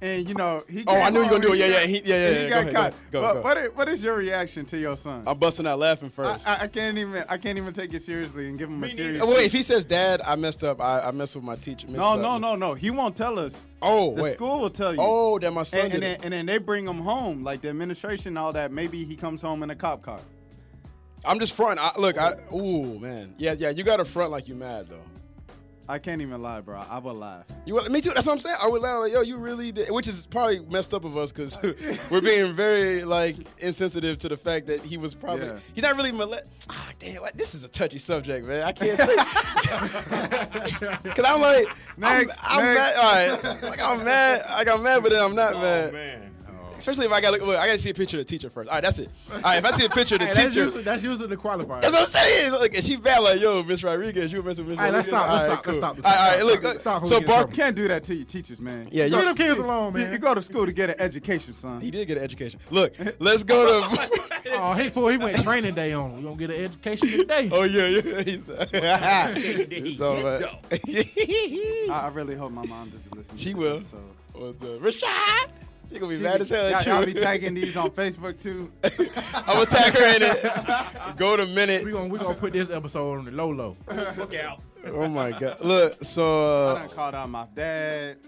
Speaker 4: and you know he.
Speaker 1: Oh, I
Speaker 4: came
Speaker 1: knew you were gonna
Speaker 4: home
Speaker 1: do it.
Speaker 4: and
Speaker 1: Yeah, yeah,
Speaker 4: he got-
Speaker 1: he- yeah, yeah,
Speaker 4: and
Speaker 1: yeah,
Speaker 4: He
Speaker 1: go
Speaker 4: got
Speaker 1: ahead,
Speaker 4: caught.
Speaker 1: go, go,
Speaker 4: But
Speaker 1: go.
Speaker 4: What, is, what is your reaction to your son?
Speaker 1: I'm busting out laughing first.
Speaker 4: I, I, I can't even I can't even take it seriously and give him a
Speaker 3: Me neither.
Speaker 4: serious.
Speaker 1: Oh, wait, if he says, "Dad, I messed up. I, I messed with my teacher." messed
Speaker 4: No,
Speaker 1: up,
Speaker 4: no,
Speaker 1: messed-
Speaker 4: no, no. He won't tell us.
Speaker 1: Oh,
Speaker 4: The
Speaker 1: wait.
Speaker 4: school will tell you.
Speaker 1: Oh, that my son
Speaker 4: and,
Speaker 1: did
Speaker 4: and,
Speaker 1: it.
Speaker 4: then, and then they bring him home, like the administration, and all that. Maybe he comes home in a cop car.
Speaker 1: I'm just front. I, look, I ooh man, yeah, yeah. You got to front like you mad though.
Speaker 4: I can't even lie, bro. I would laugh.
Speaker 1: You would- me too. That's what I'm saying. I would laugh like, yo, you really did, which is probably messed up of us because we're being very like insensitive to the fact that he was probably
Speaker 4: Yeah.
Speaker 1: he's not really molest. Ah, damn, what- this is a touchy subject, man. I can't say because I'm like,
Speaker 4: Next,
Speaker 1: I'm, I'm mad.
Speaker 4: next.
Speaker 1: All right, like I'm mad. Like I'm mad, but then I'm not
Speaker 2: Oh,
Speaker 1: mad.
Speaker 3: Oh, man. Oh.
Speaker 1: Especially if I got look, look, I gotta see a picture of the teacher first. All right, that's it. All right, if I see a picture of the
Speaker 2: Hey, that's,
Speaker 1: teacher,
Speaker 2: usually, that's usually the qualifier.
Speaker 1: that's what I'm saying. Look, and she bad like, yo, Miss Rodriguez, you were messing with Miss
Speaker 2: All right, let's
Speaker 1: Rodriguez.
Speaker 2: stop, let's
Speaker 1: All
Speaker 2: stop, let's stop, let's
Speaker 1: All right, all right,
Speaker 2: stop.
Speaker 1: look, look.
Speaker 2: Stop, we'll
Speaker 1: so
Speaker 2: get in
Speaker 1: Bar-
Speaker 2: trouble.
Speaker 4: Can't do that to your teachers, man.
Speaker 1: yeah,
Speaker 2: Leave
Speaker 1: yo,
Speaker 2: them kids alone,
Speaker 4: You,
Speaker 2: man.
Speaker 4: you go to school to get an education, son.
Speaker 1: he did get an education. Look, let's go to.
Speaker 2: oh, he, boy, he went training day on. We gonna get an education today.
Speaker 1: oh yeah, yeah. He's, it's all right.
Speaker 4: I, I really hope my mom doesn't listen.
Speaker 1: She
Speaker 4: to
Speaker 1: will.
Speaker 4: This episode.
Speaker 1: What's up, Rashad? You gonna be mad as hell
Speaker 4: Y'all,
Speaker 1: at you.
Speaker 4: y'all be tagging these on Facebook too.
Speaker 1: I'm gonna tag her in it. Go to
Speaker 2: We
Speaker 1: minute.
Speaker 2: gonna we gonna put this episode on the low low.
Speaker 3: Look out.
Speaker 1: Oh my god. Look, so
Speaker 4: I
Speaker 1: uh,
Speaker 4: done called out my dad.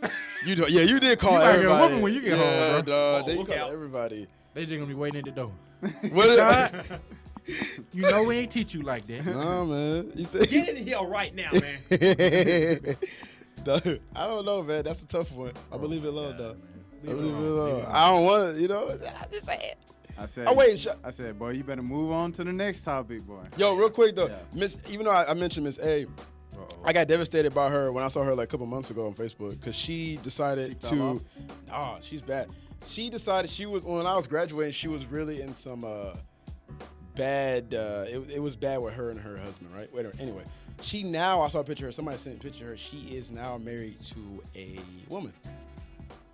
Speaker 1: you do. Yeah, you did call
Speaker 2: You might get a
Speaker 1: everybody.
Speaker 2: whooping when you get
Speaker 1: yeah,
Speaker 2: home, bro.
Speaker 1: dawg,
Speaker 3: Oh,
Speaker 1: they
Speaker 3: look
Speaker 1: called
Speaker 3: out.
Speaker 1: everybody.
Speaker 2: They just gonna be waiting at the door.
Speaker 1: What?
Speaker 2: You know we ain't teach you like that.
Speaker 1: Nah, man. You said.
Speaker 3: Get in here right now, man.
Speaker 1: Dawg, I don't know, man. That's a tough one. I believe it alone, though. I believe it alone. I don't want, you know. I just say it.
Speaker 4: I said.
Speaker 1: Oh, wait, sh-
Speaker 4: I said, boy, you better move on to the next topic, boy.
Speaker 1: Yo, real quick though,
Speaker 4: Yeah.
Speaker 1: Miss. Even though I, I mentioned Miss A, I got devastated by her when I saw her like a couple months ago on Facebook because she
Speaker 4: She
Speaker 1: decided
Speaker 4: fell
Speaker 1: to. Nah, she's bad. She decided she was when I was graduating. She was really in some uh, bad. Uh, it, it was bad with her and her husband, right? Wait, anyway, she now I saw a picture. of her. Somebody sent a picture. of her. She is now married to a woman.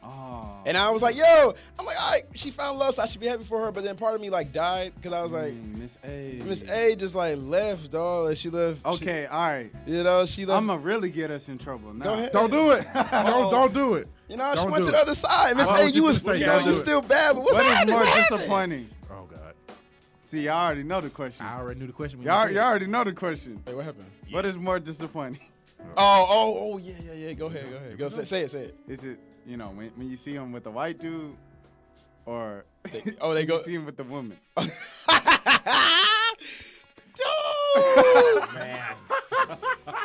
Speaker 4: Oh.
Speaker 1: And I was like, yo, I'm like, all right, she found love, so I should be happy for her. But then part of me like died because I was like,
Speaker 4: Mm, Miss A.
Speaker 1: Miss A just like left, dog. Like she left. she-
Speaker 4: Okay, all right.
Speaker 1: you know, she left.
Speaker 4: I'm gonna really get us in trouble now.
Speaker 1: Go ahead.
Speaker 2: Don't do it. Don't don't do it.
Speaker 1: you know, she
Speaker 2: don't
Speaker 1: went
Speaker 2: do
Speaker 1: to
Speaker 2: it.
Speaker 1: the other side. Miss
Speaker 2: Why
Speaker 1: A,
Speaker 2: would
Speaker 1: you
Speaker 2: you
Speaker 1: was,
Speaker 2: just say
Speaker 1: you
Speaker 2: don't
Speaker 1: know,
Speaker 2: do
Speaker 1: you
Speaker 2: it?
Speaker 1: still bad, but what's
Speaker 4: What is
Speaker 1: happening?
Speaker 4: more
Speaker 1: What happened?
Speaker 4: disappointing?
Speaker 2: Oh God.
Speaker 4: See, y'all already know the question.
Speaker 2: I already knew the question. when you
Speaker 4: Y'all,
Speaker 2: said it.
Speaker 4: y'all already know the question.
Speaker 1: Wait, what happened?
Speaker 4: What is more disappointing?
Speaker 1: Oh, oh, oh, yeah, yeah, yeah. Go ahead, go ahead. Go say, say it, say it.
Speaker 4: Is it you know when, when you see him with the white dude, or
Speaker 1: They- oh, they
Speaker 4: you
Speaker 1: go-
Speaker 4: see him with the woman?
Speaker 1: Dude.
Speaker 3: Man.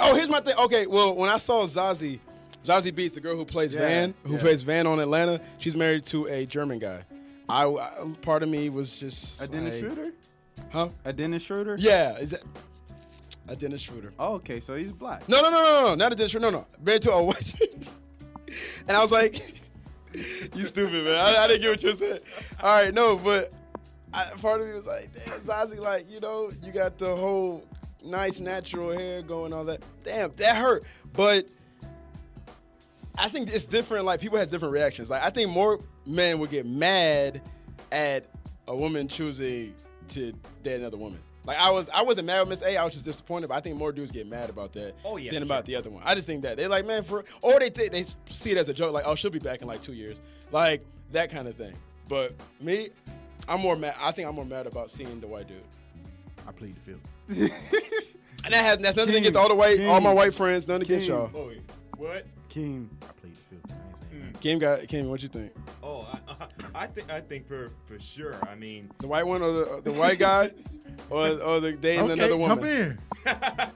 Speaker 1: Oh, here's my thing. Okay, well, when I saw Zazie, Zazie Beats, the girl who plays
Speaker 4: Yeah,
Speaker 1: Van, who
Speaker 4: yeah.
Speaker 1: plays Van on Atlanta, she's married to a German guy. I, I- part of me was just
Speaker 4: A Dennis
Speaker 1: like,
Speaker 4: Schroeder?
Speaker 1: huh?
Speaker 4: A Dennis Schroeder?
Speaker 1: Yeah, is that a Dennis Schroeder?
Speaker 4: Oh, okay, so he's black.
Speaker 1: No, no, no, no, no, no, not a Dennis Schroeder. No, no, married to a white. and I was like, "You stupid man! I, I didn't get what you said." All right, no, but I, part of me was like, "Damn, Zazie, like you know, you got the whole nice natural hair going, all that. Damn, that hurt." But I think it's different. Like people have different reactions. Like I think more men would get mad at a woman choosing to date another woman. Like I was, I wasn't mad with Miss A. I was just disappointed. But I think more dudes get mad about that
Speaker 3: Oh, yeah,
Speaker 1: than
Speaker 3: for
Speaker 1: about
Speaker 3: sure.
Speaker 1: the other one. I just think that they're like, man, for or they think they see it as a joke. Like, oh, she'll be back in like two years, like that kind of thing. But me, I'm more mad. I think I'm more mad about seeing the white dude.
Speaker 2: I plead the fifth.
Speaker 1: And that has that's nothing
Speaker 4: King,
Speaker 1: against all the white, all
Speaker 4: King,
Speaker 1: my white friends. Nothing against
Speaker 4: King.
Speaker 1: y'all.
Speaker 3: Boy, what?
Speaker 4: Keem.
Speaker 2: I plead the fifth. I ain't saying nothing.
Speaker 1: Kim got Kim. What you think?
Speaker 3: Oh, I, I, I think I think for for sure. I mean,
Speaker 1: The white one or the, the white guy, or or the dating
Speaker 2: Okay,
Speaker 1: another woman?
Speaker 2: come in.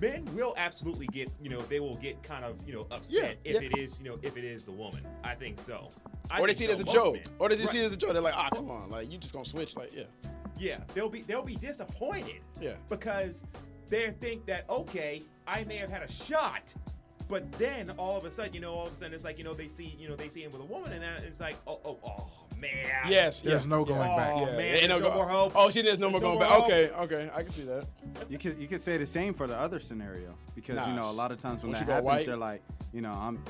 Speaker 3: men will absolutely get you know they will get kind of you know upset
Speaker 1: Yeah,
Speaker 3: if
Speaker 1: yeah.
Speaker 3: it is you know if it is the woman. I think so. I
Speaker 1: or they
Speaker 3: think
Speaker 1: see it
Speaker 3: so,
Speaker 1: as a
Speaker 3: most
Speaker 1: joke.
Speaker 3: men.
Speaker 1: Or they just
Speaker 3: Right.
Speaker 1: see it as a joke. They're like, ah, come on, like you just gonna switch, like yeah.
Speaker 3: Yeah, they'll be they'll be disappointed.
Speaker 1: Yeah.
Speaker 3: Because they think that okay, I may have had a shot, but then all of a sudden, you know, all of a sudden it's like you know they see you know they see him with a woman, and then it's like oh oh oh man.
Speaker 1: Yes,
Speaker 2: There's
Speaker 1: yeah.
Speaker 2: no going
Speaker 1: yeah.
Speaker 2: back.
Speaker 3: Oh,
Speaker 1: Yeah.
Speaker 3: man,
Speaker 1: Ain't
Speaker 3: there's no
Speaker 1: go-
Speaker 3: more hope.
Speaker 1: Oh, she there's no more
Speaker 3: There's
Speaker 1: going
Speaker 3: no
Speaker 1: back.
Speaker 3: more
Speaker 1: Okay, okay, I can see that.
Speaker 4: You could you could say the same for the other scenario because
Speaker 1: Nah,
Speaker 4: you know a lot of times when
Speaker 1: once you
Speaker 4: that
Speaker 1: go
Speaker 4: happens,
Speaker 1: white-
Speaker 4: you're like, you know, I'm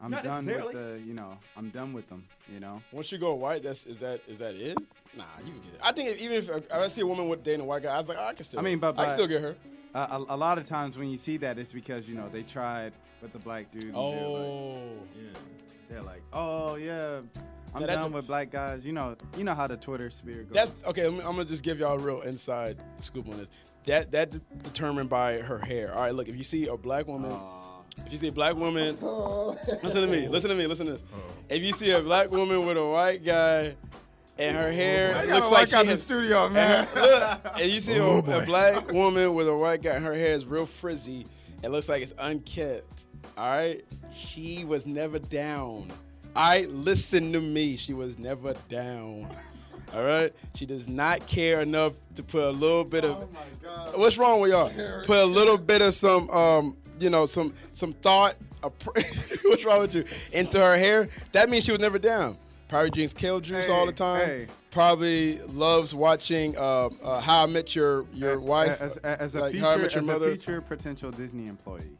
Speaker 4: I'm
Speaker 3: Not
Speaker 4: done with the
Speaker 3: necessarily.
Speaker 4: you know I'm done with them. You know,
Speaker 1: Once you go white, that's is that is that it? Nah, you can get it. I think if, even if, uh, if I see a woman with dating a white guy, I was like, oh, I can still.
Speaker 4: I mean, but-
Speaker 1: I can
Speaker 4: but-
Speaker 1: still get her.
Speaker 4: uh, a, a lot of times when you see that, it's because you know they tried with the black dude. and they're like-
Speaker 1: Oh.
Speaker 4: They're like, oh yeah, I'm
Speaker 1: Yeah, that-
Speaker 4: done with black guys. You know, you know how the Twitter spirit goes.
Speaker 1: That's okay. I'm, I'm gonna just give y'all a real inside scoop on this. That that de- determined by her hair. All right, look, if you see a black woman,
Speaker 4: Aw.
Speaker 1: if you see a black woman,
Speaker 4: Oh.
Speaker 1: listen to me, listen to me, listen to this. If you see a black woman with a white guy, and her hair
Speaker 4: I got
Speaker 1: looks
Speaker 4: a
Speaker 1: like
Speaker 4: walk
Speaker 1: she
Speaker 4: out the
Speaker 1: has-
Speaker 4: studio,
Speaker 1: And
Speaker 4: man.
Speaker 1: her- look, and you see a-
Speaker 2: Oh,
Speaker 1: a,
Speaker 2: boy.
Speaker 1: black woman with a white guy, and her hair is real frizzy, It looks like it's unkept. All right. She was never down. All right. Listen to me. She was never down. All right. She does not care enough to put a little bit
Speaker 4: Oh
Speaker 1: of. What's wrong with y'all? Put a little bit of some, um, you know, some some thought. a pr- What's wrong with you? Into her hair. That means she was never down. Probably drinks kale juice all the
Speaker 4: Hey,
Speaker 1: time.
Speaker 4: hey.
Speaker 1: Probably loves watching um, uh, How I Met Your Your
Speaker 4: A-
Speaker 1: Wife.
Speaker 4: as, as, as a
Speaker 1: like
Speaker 4: future,
Speaker 1: How I Met Your
Speaker 4: as
Speaker 1: Mother.
Speaker 4: a future potential Disney employee.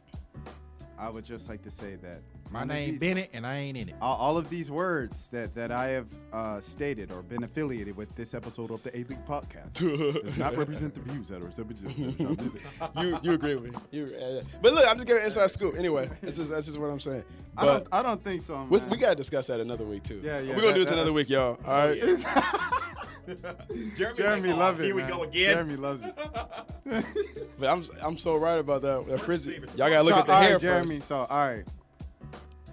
Speaker 4: I would just like to say that
Speaker 2: My
Speaker 4: none of
Speaker 2: name
Speaker 4: these-
Speaker 2: Bennett, and I ain't in it.
Speaker 4: all, all of these words that that I have uh, stated or been affiliated with this episode of the A League podcast does not represent the views that are represented.
Speaker 1: you you agree with me? You, uh, but look, I'm just giving an inside scoop. Anyway, this is that's just what I'm saying.
Speaker 4: I don't,
Speaker 1: But
Speaker 4: I don't think so. Man.
Speaker 1: we we gotta discuss that another week too.
Speaker 4: Yeah, yeah,
Speaker 1: We're gonna
Speaker 4: that-
Speaker 1: do this
Speaker 4: that-
Speaker 1: another week, y'all. All right.
Speaker 3: Jeremy,
Speaker 4: Jeremy
Speaker 3: like, oh,
Speaker 4: love it.
Speaker 3: Here we
Speaker 4: man.
Speaker 3: go again.
Speaker 4: Jeremy loves it.
Speaker 1: But I'm I'm so right about that. that frizzy.
Speaker 3: favorite.
Speaker 1: Y'all gotta look
Speaker 4: so,
Speaker 1: at the
Speaker 4: all right,
Speaker 1: hair
Speaker 4: Jeremy.
Speaker 1: first.
Speaker 4: So all right.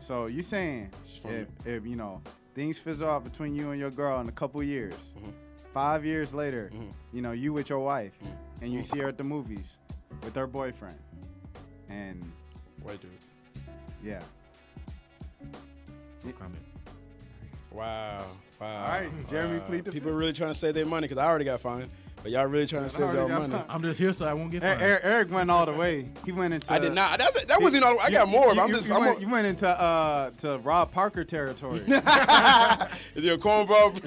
Speaker 4: So you saying
Speaker 1: It's from
Speaker 4: if, if you know things fizzle out between you and your girl in a couple years,
Speaker 1: Mm-hmm.
Speaker 4: five years later, you know you with your wife,
Speaker 1: Mm-hmm.
Speaker 4: and you see her at the movies with her boyfriend, and
Speaker 1: Wait, dude.
Speaker 4: yeah.
Speaker 2: Comment.
Speaker 1: Wow. Wow.
Speaker 4: All right, Jeremy,
Speaker 1: wow.
Speaker 4: plead the
Speaker 1: Uh, People really trying to save their money because I already got fined, but y'all really trying to save
Speaker 4: already
Speaker 1: y'all
Speaker 4: got
Speaker 1: money.
Speaker 4: fined.
Speaker 2: I'm just here so I won't get
Speaker 4: Er-
Speaker 2: fined.
Speaker 4: Er- Eric went all the way. He went into.
Speaker 1: I did not. That's, that wasn't. All, I got
Speaker 4: You-
Speaker 1: more. but
Speaker 4: You,
Speaker 1: I'm
Speaker 4: you-
Speaker 1: just.
Speaker 4: You,
Speaker 1: I'm
Speaker 4: went,
Speaker 1: a-
Speaker 4: you went into uh to Rob Parker territory.
Speaker 1: Is your cornball?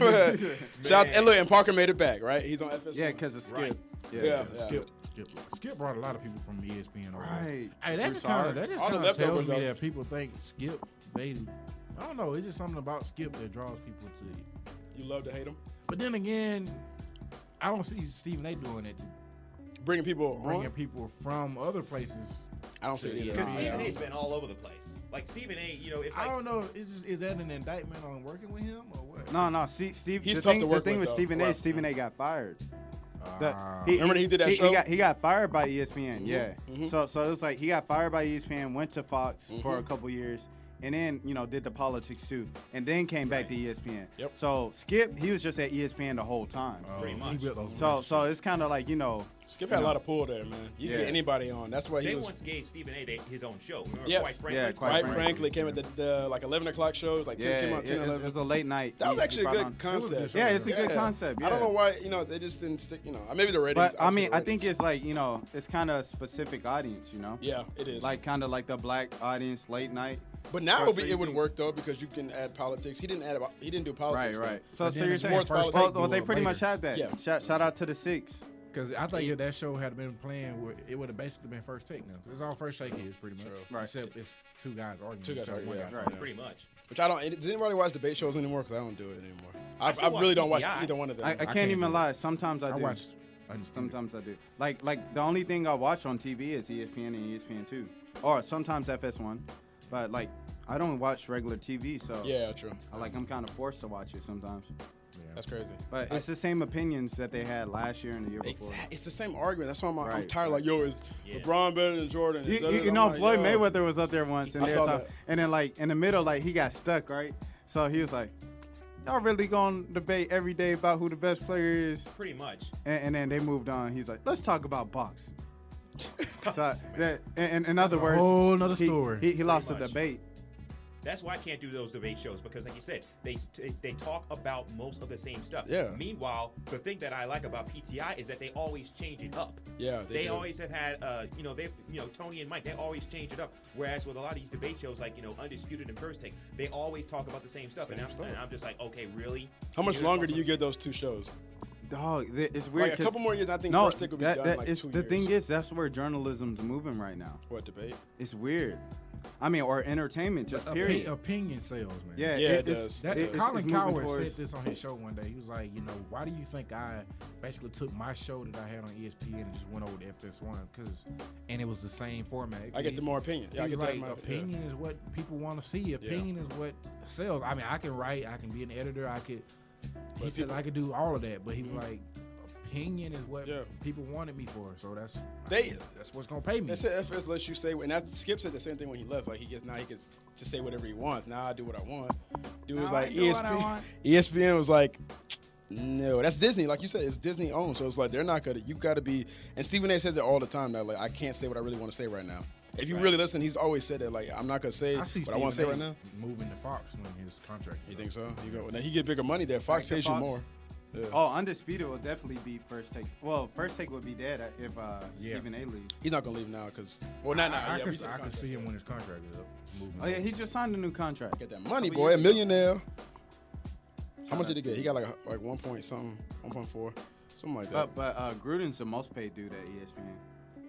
Speaker 1: Shout and look, and Parker made it back, right? He's on FS.
Speaker 4: yeah, because of Skip.
Speaker 3: Right.
Speaker 1: Yeah,
Speaker 4: 'cause of
Speaker 1: yeah.
Speaker 4: Skip.
Speaker 2: Skip, Skip brought a lot of people from E ESPN over.
Speaker 4: Right.
Speaker 2: Hey, that
Speaker 4: We're
Speaker 2: just kind
Speaker 4: sorry.
Speaker 2: of that just
Speaker 1: All the
Speaker 2: kind of tells
Speaker 1: leftovers,
Speaker 2: me
Speaker 1: though.
Speaker 2: that people think Skip. They, I don't know. It's just something about Skip that draws people to it.
Speaker 1: you love to hate him.
Speaker 2: But then again, I don't see Stephen A. doing it,
Speaker 1: Bringing people
Speaker 2: bringing
Speaker 1: on.
Speaker 2: people from other places.
Speaker 1: I don't see it either.
Speaker 3: Because
Speaker 2: Yeah.
Speaker 3: Stephen
Speaker 1: I
Speaker 3: A's
Speaker 1: don't-
Speaker 3: been all over the place. Like Stephen A, you know, it's
Speaker 2: I
Speaker 3: like
Speaker 2: don't know. Is is that an indictment on working with him or what?
Speaker 4: No, no. Steve, Steve
Speaker 1: He's
Speaker 4: the
Speaker 1: tough
Speaker 4: thing,
Speaker 1: to work
Speaker 4: the thing
Speaker 1: with,
Speaker 4: with,
Speaker 1: though.
Speaker 4: Stephen A.
Speaker 1: Right.
Speaker 4: Stephen A. got fired.
Speaker 1: Uh,
Speaker 4: The-
Speaker 2: Ah.
Speaker 1: Remember he did that
Speaker 4: he,
Speaker 1: show?
Speaker 4: He got, he got fired by E ESPN. Yeah.
Speaker 1: mhm.
Speaker 4: So so it was like he got fired by E ESPN, went to Fox
Speaker 1: Mm-hmm.
Speaker 4: for a couple years, and then you know did the politics too, and then came back to E ESPN.
Speaker 1: Yep.
Speaker 4: So Skip, he was just at E ESPN the whole time.
Speaker 2: Oh,
Speaker 3: Pretty
Speaker 2: he
Speaker 3: much.
Speaker 2: built those
Speaker 4: so so it's kind of like you know.
Speaker 1: Skip had a
Speaker 4: No.
Speaker 1: lot of pull there, man. You can
Speaker 4: Yeah.
Speaker 1: get anybody on. That's why he
Speaker 3: they
Speaker 1: was.
Speaker 3: once gave Stephen A they, his own show. Remember,
Speaker 1: Yes.
Speaker 3: quite frankly,
Speaker 4: Yeah, Quite
Speaker 1: Quite
Speaker 4: frankly,
Speaker 1: frankly, came at the, the like 11 o'clock shows. Like 10
Speaker 4: Yeah,
Speaker 1: came
Speaker 4: it,
Speaker 1: out 10,
Speaker 4: it-
Speaker 1: 11.
Speaker 4: it was a late night.
Speaker 1: that was
Speaker 4: He- he
Speaker 1: actually a
Speaker 4: brought
Speaker 1: good
Speaker 4: on-
Speaker 2: It was
Speaker 1: concept.
Speaker 2: good
Speaker 4: Yeah, it's a good concept.
Speaker 1: I don't
Speaker 4: yeah.
Speaker 1: know why you know they just didn't stick. You know, maybe the ratings.
Speaker 4: But I
Speaker 1: obviously
Speaker 4: mean,
Speaker 1: the
Speaker 4: I think
Speaker 1: ratings.
Speaker 4: it's like you know, it's kind of a specific audience, you know.
Speaker 1: yeah, it is.
Speaker 4: Like kind of like the black audience late night.
Speaker 1: but now
Speaker 4: so-
Speaker 1: it'll be-
Speaker 4: so
Speaker 1: it
Speaker 4: you
Speaker 1: would
Speaker 4: think-
Speaker 1: work though because you can add politics. He didn't add. about- He didn't do
Speaker 4: Right,
Speaker 1: politics. though.
Speaker 4: right. So,
Speaker 2: But
Speaker 4: so
Speaker 2: then
Speaker 4: you're
Speaker 2: it's
Speaker 4: saying
Speaker 1: more
Speaker 4: well,
Speaker 1: politics.
Speaker 4: well, they pretty
Speaker 2: Later.
Speaker 4: much had that.
Speaker 1: Yeah.
Speaker 4: Shout, shout out to the six.
Speaker 2: Because I think if that show had been playing, where- it would have basically been first take now. 'Cause it's all first take is pretty much.
Speaker 1: True.
Speaker 4: Right.
Speaker 2: Except it's two guys arguing.
Speaker 1: Two guys
Speaker 2: instead
Speaker 1: arguing,
Speaker 2: of one
Speaker 1: yeah.
Speaker 2: guy.
Speaker 4: Right.
Speaker 3: pretty much.
Speaker 1: Which I don't. Does anybody watch debate shows anymore? Because I don't do it anymore. I,
Speaker 3: still
Speaker 1: I,
Speaker 3: watch
Speaker 1: really don't watch
Speaker 3: PTI.
Speaker 1: either one of them.
Speaker 4: I, I, can't
Speaker 2: can't do
Speaker 4: even
Speaker 2: it.
Speaker 4: lie. Sometimes I
Speaker 2: I
Speaker 4: do.
Speaker 2: watch. Undisputed.
Speaker 4: Sometimes I do. Like like the only thing I watch on TV is E ESPN and ESPN two, or sometimes FS1, but like I don't watch regular TV, so
Speaker 1: yeah, true.
Speaker 4: I, like I'm kind of forced to watch it sometimes.
Speaker 2: Yeah.
Speaker 1: That's crazy.
Speaker 4: But it's the same opinions that they had last year and the year before.
Speaker 1: Exact- It's the same argument. That's why I'm, I'm
Speaker 4: Right,
Speaker 1: tired. Like, yo, is
Speaker 3: Yeah.
Speaker 1: LeBron better than Jordan? Is
Speaker 4: You,
Speaker 1: that
Speaker 4: you,
Speaker 1: it?
Speaker 4: you
Speaker 1: I'm
Speaker 4: know,
Speaker 1: like,
Speaker 4: Floyd
Speaker 1: yo.
Speaker 4: Mayweather was up there once, and
Speaker 1: I
Speaker 4: they
Speaker 1: saw
Speaker 4: were talking,
Speaker 1: that.
Speaker 4: and then like in the middle, like he got stuck, right? So he was like, "Y'all really gonna debate every day about who the best player is?"
Speaker 3: Pretty much.
Speaker 4: And, and then they moved on. He's like, "Let's talk about boxing." so that, in, in- in other words,
Speaker 2: whole nother
Speaker 4: he-
Speaker 2: story.
Speaker 4: He, he, lost the
Speaker 3: much.
Speaker 4: debate.
Speaker 3: That's why I can't do those debate shows because, like you said, they st- they talk about most of the same stuff.
Speaker 1: Yeah.
Speaker 3: Meanwhile, the thing that I like about PTI is that they always change it up.
Speaker 1: Yeah,
Speaker 3: They,
Speaker 1: they do.
Speaker 3: always have had, uh, you know, they you know Tony and Mike. They always change it up. Whereas with a lot of these debate shows, like you know Undisputed and First Take, they always talk about the same stuff. and,
Speaker 1: Same
Speaker 3: I'm,
Speaker 1: stuff.
Speaker 3: and I'm just like, okay, really?
Speaker 1: How much
Speaker 3: You're gonna
Speaker 1: longer
Speaker 3: talk
Speaker 1: do you
Speaker 3: about
Speaker 1: get those two shows?
Speaker 4: Dog, th- it's weird.
Speaker 1: Like a
Speaker 4: 'cause-
Speaker 1: couple more years, I think.
Speaker 4: no,
Speaker 1: first stick will be
Speaker 4: that,
Speaker 1: done in
Speaker 4: that
Speaker 1: like
Speaker 4: is
Speaker 1: two
Speaker 4: the
Speaker 1: years.
Speaker 4: thing is that's where journalism's moving right now.
Speaker 1: what debate?
Speaker 4: It's weird. I mean, or entertainment, just
Speaker 2: Opi-
Speaker 4: period.
Speaker 2: Opinion sales, man.
Speaker 4: yeah,
Speaker 1: Yeah, it
Speaker 4: it's-
Speaker 1: does.
Speaker 2: That,
Speaker 4: it- it's-
Speaker 2: Colin
Speaker 4: it's moving
Speaker 2: Coward
Speaker 4: towards-
Speaker 2: said this on his show one day. He was like, you know, why do you think I basically took my show that I had on E ESPN and just went over to FS1 because, and it was the same format.
Speaker 1: I get the more opinion. Yeah, I
Speaker 2: He
Speaker 1: get
Speaker 2: was
Speaker 1: that.
Speaker 2: like,
Speaker 1: in my- yeah.
Speaker 2: opinion is what people want to see. Opinion is what sells. I mean, I can write. I can be an editor. I could. he
Speaker 1: But Mm-hmm.
Speaker 2: said I could do all of that, but he was like, opinion is what
Speaker 1: Yeah.
Speaker 2: people wanted me for. So that's
Speaker 1: They-
Speaker 2: that's what's gonna pay me.
Speaker 1: They said FS lets you say, and that Skip said the same thing when he left. Like he gets now he gets to say whatever he wants. Now I do what I want. Dude was
Speaker 4: Now I
Speaker 1: like E
Speaker 4: do what I
Speaker 1: ESPN.
Speaker 4: want.
Speaker 1: ESPN was like, no, that's Disney. Like you said, it's Disney owned, so it's like they're not gonna. You got to be. And Stephen A. says it all the time. That like I can't say what I really want to say right now. If you
Speaker 3: Right.
Speaker 1: really listen, he's always said that. Like, I'm not gonna say
Speaker 2: I see
Speaker 1: what I want to say
Speaker 2: Stephen
Speaker 1: right
Speaker 2: A.
Speaker 1: now.
Speaker 2: moving to Fox when his contract.
Speaker 1: You think so? You go. Now he get bigger money there. Fox
Speaker 4: Like the
Speaker 1: pays you
Speaker 4: Fox-
Speaker 1: more. Yeah.
Speaker 4: Oh, undisputed will definitely be first take. Well, first take would be dead if uh,
Speaker 3: Yeah.
Speaker 4: Stephen A. leaves.
Speaker 1: He's not gonna leave now because well, not now.
Speaker 2: I, I,
Speaker 1: yeah,
Speaker 2: can,
Speaker 1: we see the
Speaker 2: I can
Speaker 1: contract.
Speaker 2: see him when his contract is up. Moving
Speaker 4: Oh yeah,
Speaker 2: on.
Speaker 4: he just signed a new contract.
Speaker 1: Get that money,
Speaker 2: Oh,
Speaker 4: Couple
Speaker 1: boy. A
Speaker 4: years ago.
Speaker 1: millionaire. How
Speaker 4: Shout
Speaker 1: much
Speaker 4: out
Speaker 1: did he
Speaker 4: to
Speaker 1: get? He got like a- like one point something, one point four, something like that.
Speaker 4: But but uh, Gruden's the most paid dude at E ESPN.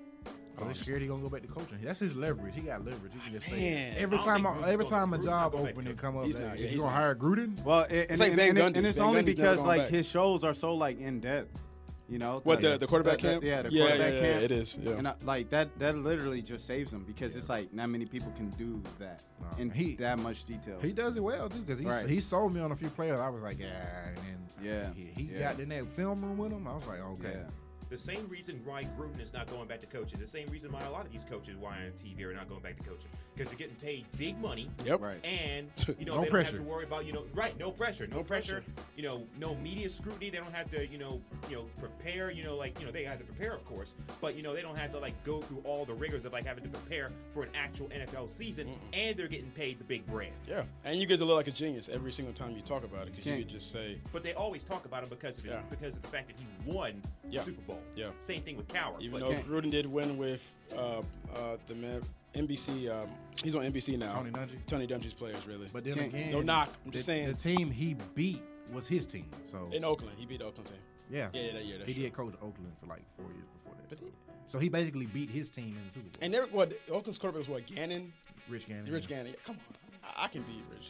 Speaker 2: Are they scared he gonna go back to coaching? That's his leverage. He got leverage. He can just
Speaker 1: Man,
Speaker 2: say every
Speaker 3: I don't
Speaker 2: time
Speaker 3: think
Speaker 2: I,
Speaker 3: Gruden's
Speaker 2: every
Speaker 3: gonna-
Speaker 2: time a
Speaker 3: Gruden's
Speaker 2: job
Speaker 3: not going back
Speaker 2: open
Speaker 3: to
Speaker 2: and come up,
Speaker 1: He's
Speaker 2: that,
Speaker 1: not, yeah,
Speaker 2: if
Speaker 1: he's
Speaker 2: you gonna
Speaker 1: not.
Speaker 2: hire Gruden?
Speaker 4: Well, and, and,
Speaker 1: like
Speaker 4: and,
Speaker 1: Van
Speaker 4: and it-
Speaker 1: Gundy.
Speaker 4: and it's
Speaker 1: Van
Speaker 4: only
Speaker 1: Gundy's never
Speaker 4: because
Speaker 1: gone
Speaker 4: like
Speaker 1: back.
Speaker 4: his shows are so like in depth, you know.
Speaker 1: what the, the quarterback
Speaker 4: the-
Speaker 1: camp?
Speaker 4: Yeah, the
Speaker 1: yeah,
Speaker 4: quarterback
Speaker 1: yeah,
Speaker 4: camp.
Speaker 1: Yeah, it is. Yeah.
Speaker 4: And I, like that, that literally just saves him because it's like not many people can do that
Speaker 2: Nah,
Speaker 4: in
Speaker 2: he-
Speaker 4: that much detail.
Speaker 2: He does it well too, cause he
Speaker 4: Right.
Speaker 2: he sold me on a few players. I was like, yeah, and then
Speaker 4: Yeah,
Speaker 2: he, he
Speaker 4: yeah.
Speaker 2: got in that film room with him. I was like, okay,
Speaker 4: Yeah.
Speaker 3: The same reason why Gruden is not going back to coaching. The same reason why a lot of these coaches why on TV are not going back to coaching because they're getting paid big money.
Speaker 1: Yep.
Speaker 4: Right.
Speaker 3: And you know
Speaker 2: No
Speaker 3: they
Speaker 2: pressure.
Speaker 3: don't have to worry about you know right no pressure no,
Speaker 1: No pressure.
Speaker 3: pressure. you know no media scrutiny they don't have to you know you know prepare you know like you know they have to prepare of course but you know they don't have to like go through all the rigors of like having to prepare for an actual NFL season and they're getting paid the big bread
Speaker 1: Yeah. And you get to look like a genius every single time you talk about it because you
Speaker 4: Can't-
Speaker 1: could just say,
Speaker 3: but they always talk about him because of his,
Speaker 1: Yeah.
Speaker 3: because of the fact that he won the
Speaker 1: Yeah.
Speaker 3: Super Bowl
Speaker 1: Yeah.
Speaker 3: same thing with Cowher
Speaker 1: even
Speaker 3: but
Speaker 1: though
Speaker 4: can't-
Speaker 1: Gruden did win with uh, uh, the man NBC. Um, he's on NBC now.
Speaker 2: Tony Dungy?
Speaker 1: Tony Dungy's players really.
Speaker 2: but then
Speaker 4: Can't-
Speaker 2: again,
Speaker 1: no knock. I'm just
Speaker 2: the,
Speaker 1: saying.
Speaker 2: the team he beat was his team. So
Speaker 1: in Oakland, he beat the Oakland team.
Speaker 2: yeah,
Speaker 1: Yeah, yeah, that- yeah, that's
Speaker 2: he
Speaker 1: true.
Speaker 2: did coach Oakland for like four years before that.
Speaker 1: But
Speaker 2: so.
Speaker 1: he-
Speaker 2: so he basically beat his team in the Super Bowl.
Speaker 1: And there, what Oakland's quarterback was what Gannon,
Speaker 2: Rich Gannon.
Speaker 1: Rich
Speaker 2: yeah.
Speaker 1: Gannon. Yeah, come on, I, I can beat Rich.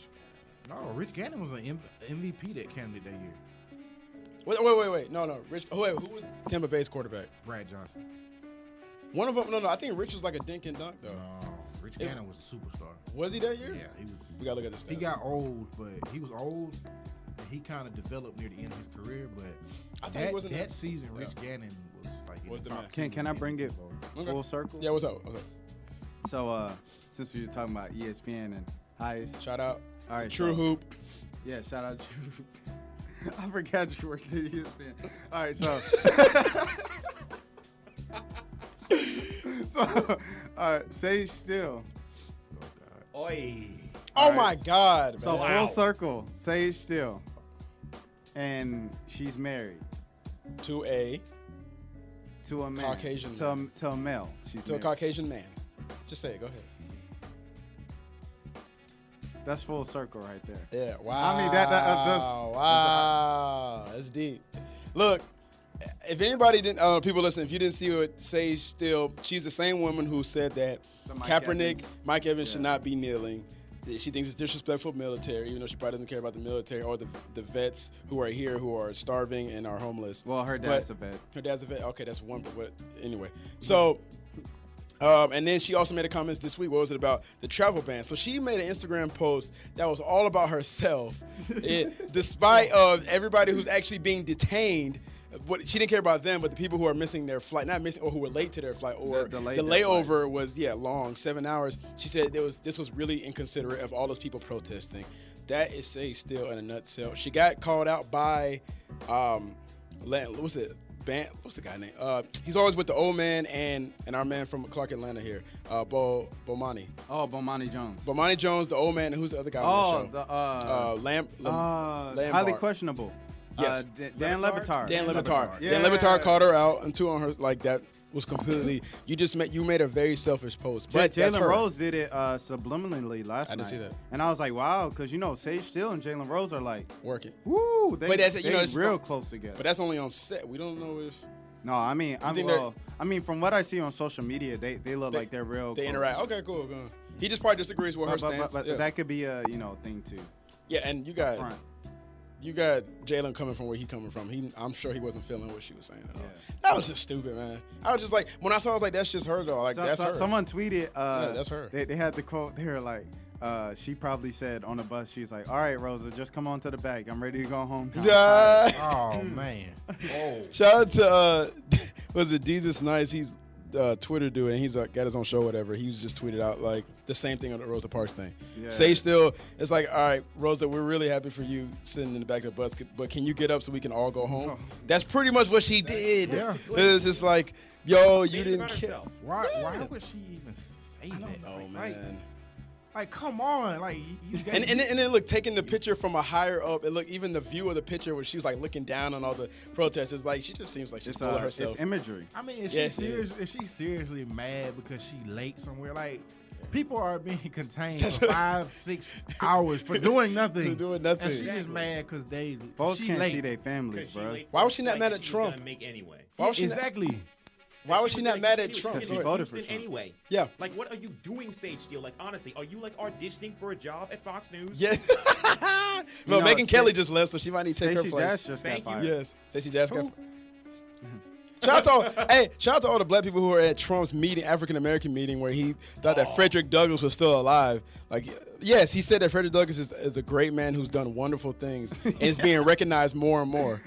Speaker 2: No, Rich Gannon was an M- MVP that candidate that year.
Speaker 1: Wait, wait, wait, wait. No, no. Rich. Oh, wait, who was Tampa Bay's quarterback?
Speaker 2: Brad Johnson.
Speaker 1: One of them. No, no. I think Rich was like a dink and dunk though.
Speaker 2: No, Oh, Rich
Speaker 1: If-
Speaker 2: Gannon was a superstar.
Speaker 1: Was he that year?
Speaker 2: Yeah, he was.
Speaker 1: We gotta look at this.
Speaker 2: He got old, but he was old. And he kind of developed near the end of his career, but
Speaker 1: I think he
Speaker 2: that,
Speaker 1: wasn't
Speaker 2: that
Speaker 1: that-
Speaker 2: season,
Speaker 1: yeah.
Speaker 2: Rich Gannon was like in
Speaker 1: Was the
Speaker 2: top
Speaker 1: man.
Speaker 4: Can
Speaker 2: ten
Speaker 4: can I
Speaker 2: in the
Speaker 4: bring it
Speaker 2: Super Bowl.
Speaker 1: Okay.
Speaker 4: full circle?
Speaker 1: Yeah. What's up? What's up?
Speaker 4: So uh, since we were talking about E ESPN and highest,
Speaker 1: Shout out.
Speaker 4: All
Speaker 1: to
Speaker 4: right,
Speaker 1: True
Speaker 4: so-
Speaker 1: Hoop.
Speaker 4: yeah, shout out. to I forgot you worked at E ESPN. All right, so. so, uh, Sage Still.
Speaker 3: Oi.
Speaker 1: Oh
Speaker 4: right.
Speaker 1: my God,
Speaker 4: So
Speaker 1: man.
Speaker 3: Wow.
Speaker 4: full circle, Sage Still, and she's married
Speaker 1: to a
Speaker 4: to a man,
Speaker 1: Caucasian
Speaker 4: to a,
Speaker 1: man.
Speaker 4: to a male. She's
Speaker 1: to a
Speaker 4: married.
Speaker 1: Caucasian man. Just say it. Go ahead.
Speaker 4: That's full circle right there.
Speaker 1: Yeah. Wow.
Speaker 4: mean, that- that- that does-
Speaker 1: Wow. That's deep. Look, if anybody didn't, uh, people listen, if you didn't see what Sage still, she's the same woman who said that
Speaker 4: The Mike
Speaker 1: Kaepernick,
Speaker 4: Evans.
Speaker 1: Mike Evans should
Speaker 4: Yeah.
Speaker 1: not be kneeling. that She thinks it's disrespectful of military, even though she probably doesn't care about the military or the, the vets who are here who are starving and are homeless.
Speaker 4: Well, her
Speaker 1: But-
Speaker 4: dad's a vet.
Speaker 1: her dad's a vet. Okay, that's one. But what, anyway, so. Um, and then she also made a comment this week. What was it about the travel ban? So she made an Instagram post that was all about herself, It- despite of everybody who's actually being detained. What she didn't care about them, but the people who are missing their flight, not missing or who were late to their flight, or
Speaker 4: That
Speaker 1: the,
Speaker 4: delayed their
Speaker 1: layover layover was yeah long, seven hours. She said there was this was really inconsiderate of all those people protesting. That is say still in a nutshell. She got called out by, um, Lan- what's it? Ban, what's the guy name? Uh, he's always with the old man and and our man from Clark Atlanta here, uh, Bo Bomani.
Speaker 4: Oh, Bomani Jones.
Speaker 1: Bomani Jones, the old man. and Who's the other guy?
Speaker 4: oh,
Speaker 1: on
Speaker 4: the
Speaker 1: the show?
Speaker 4: uh,
Speaker 1: uh, Lamp.
Speaker 4: uh,
Speaker 1: Lam-
Speaker 4: highly
Speaker 1: Lambert.
Speaker 4: questionable.
Speaker 1: Yes.
Speaker 4: Uh, D- Dan Levitar.
Speaker 1: Dan Levitar.
Speaker 4: Yeah.
Speaker 1: Dan Levitar called her out and two on her like that was completely. You just made you made a very selfish post.
Speaker 4: But
Speaker 1: But that's
Speaker 4: Jalen
Speaker 1: her.
Speaker 4: Rose did it uh, subliminally last
Speaker 1: I didn't
Speaker 4: night.
Speaker 1: see that.
Speaker 4: And I was like, wow, because you know Sage Still and Jalen Rose are like,
Speaker 1: working.
Speaker 4: woo, they,
Speaker 1: But that's- you
Speaker 4: they
Speaker 1: know, it's
Speaker 4: real
Speaker 1: not-
Speaker 4: close together.
Speaker 1: But that's only on set. We don't know if
Speaker 4: No, I mean, I'm,
Speaker 1: think they're-
Speaker 4: well, I mean, from what I see on social media, they, they look
Speaker 1: They-
Speaker 4: like they're real.
Speaker 1: they
Speaker 4: close.
Speaker 1: interact. Okay, cool. Go on. He just probably disagrees with her
Speaker 4: But, but-
Speaker 1: stance.
Speaker 4: but- but
Speaker 1: yeah.
Speaker 4: that could be a you know thing too.
Speaker 1: yeah, and you got
Speaker 4: Front.
Speaker 1: you got Jalen coming from where he coming from. He, I'm sure he wasn't feeling what she was saying at all.
Speaker 4: Yeah.
Speaker 1: That was just stupid, man. I was just like, when I saw, it, I was like, that's just her though. Like
Speaker 4: So-
Speaker 1: that's
Speaker 4: so-
Speaker 1: her.
Speaker 4: Someone tweeted. Uh,
Speaker 1: Yeah, that's her.
Speaker 4: They, they had the quote. They were like, uh, she probably said on the bus, she was like, "All right, Rosa, just come on to the back. I'm ready to go home." now."
Speaker 1: Yeah. Hmm.
Speaker 2: Oh man,
Speaker 3: Oh.
Speaker 1: Shout out to uh, was it Jesus Nice? He's uh, Twitter dude, and he's uh, got his own show, whatever. He was just tweeted out like the same thing on the Rosa Parks thing.
Speaker 4: Yeah.
Speaker 1: Sage still, it's like, all right, Rosa, we're really happy for you sitting in the back of the bus, but can you get up so we can all go home?
Speaker 4: Oh.
Speaker 1: That's pretty much what she did.
Speaker 2: Yeah.
Speaker 1: It's just like, yo,
Speaker 3: Made
Speaker 1: you
Speaker 3: it
Speaker 1: didn't
Speaker 3: about
Speaker 1: care.
Speaker 3: herself.
Speaker 2: Why?
Speaker 1: Yeah.
Speaker 2: Why would she even say that?
Speaker 1: Oh
Speaker 2: like, like,
Speaker 1: man.
Speaker 2: like, come on, like you, you got.
Speaker 1: And, and, then- and then look, taking the picture from a higher up, and look, even the view of the picture where she was like looking down on all the protesters, like she just seems like she's
Speaker 4: It's,
Speaker 1: full of
Speaker 4: uh, it's
Speaker 1: herself.
Speaker 4: imagery.
Speaker 2: I mean, is
Speaker 1: Yes, it
Speaker 2: she serious? Is she seriously mad because she late somewhere? Like, people are being contained
Speaker 1: That's
Speaker 2: for
Speaker 1: what-
Speaker 2: five, six hours for doing nothing.
Speaker 1: For doing nothing.
Speaker 2: And she just
Speaker 3: Exactly.
Speaker 2: mad because they
Speaker 4: Folks
Speaker 2: she
Speaker 4: can't
Speaker 2: late.
Speaker 4: see their families,
Speaker 3: 'Cause she
Speaker 4: bro.
Speaker 3: late
Speaker 1: Why
Speaker 3: for
Speaker 1: was she not
Speaker 3: a
Speaker 1: mad
Speaker 3: flight
Speaker 1: at
Speaker 3: that she was
Speaker 1: Trump?
Speaker 3: gonna make anyway.
Speaker 1: Why was she not,
Speaker 2: exactly.
Speaker 1: why was she
Speaker 3: was
Speaker 1: not
Speaker 3: like-
Speaker 1: mad at
Speaker 3: was
Speaker 1: Trump?
Speaker 3: gonna
Speaker 4: She
Speaker 3: be in
Speaker 4: voted for
Speaker 3: Houston
Speaker 4: Trump.
Speaker 3: anyway.
Speaker 1: Yeah.
Speaker 3: Like, what are you doing, Sage Steele? Like, honestly, are you like auditioning for a job at Fox News?
Speaker 1: Yeah. no,
Speaker 4: You know,
Speaker 1: Megan
Speaker 4: Sta-
Speaker 1: Kelly just left, so she might need to take
Speaker 4: Stacey
Speaker 1: her place.
Speaker 4: Dash just got
Speaker 3: Thank you.
Speaker 4: fired.
Speaker 1: Yes, Stacey Dash. Got shout out to all, hey, shout out to all the black people who were at Trump's meeting, African American meeting, where he thought that Frederick Douglass was still alive. Like, yes, he said that Frederick Douglass is, is a great man who's done wonderful things and is being recognized more and more.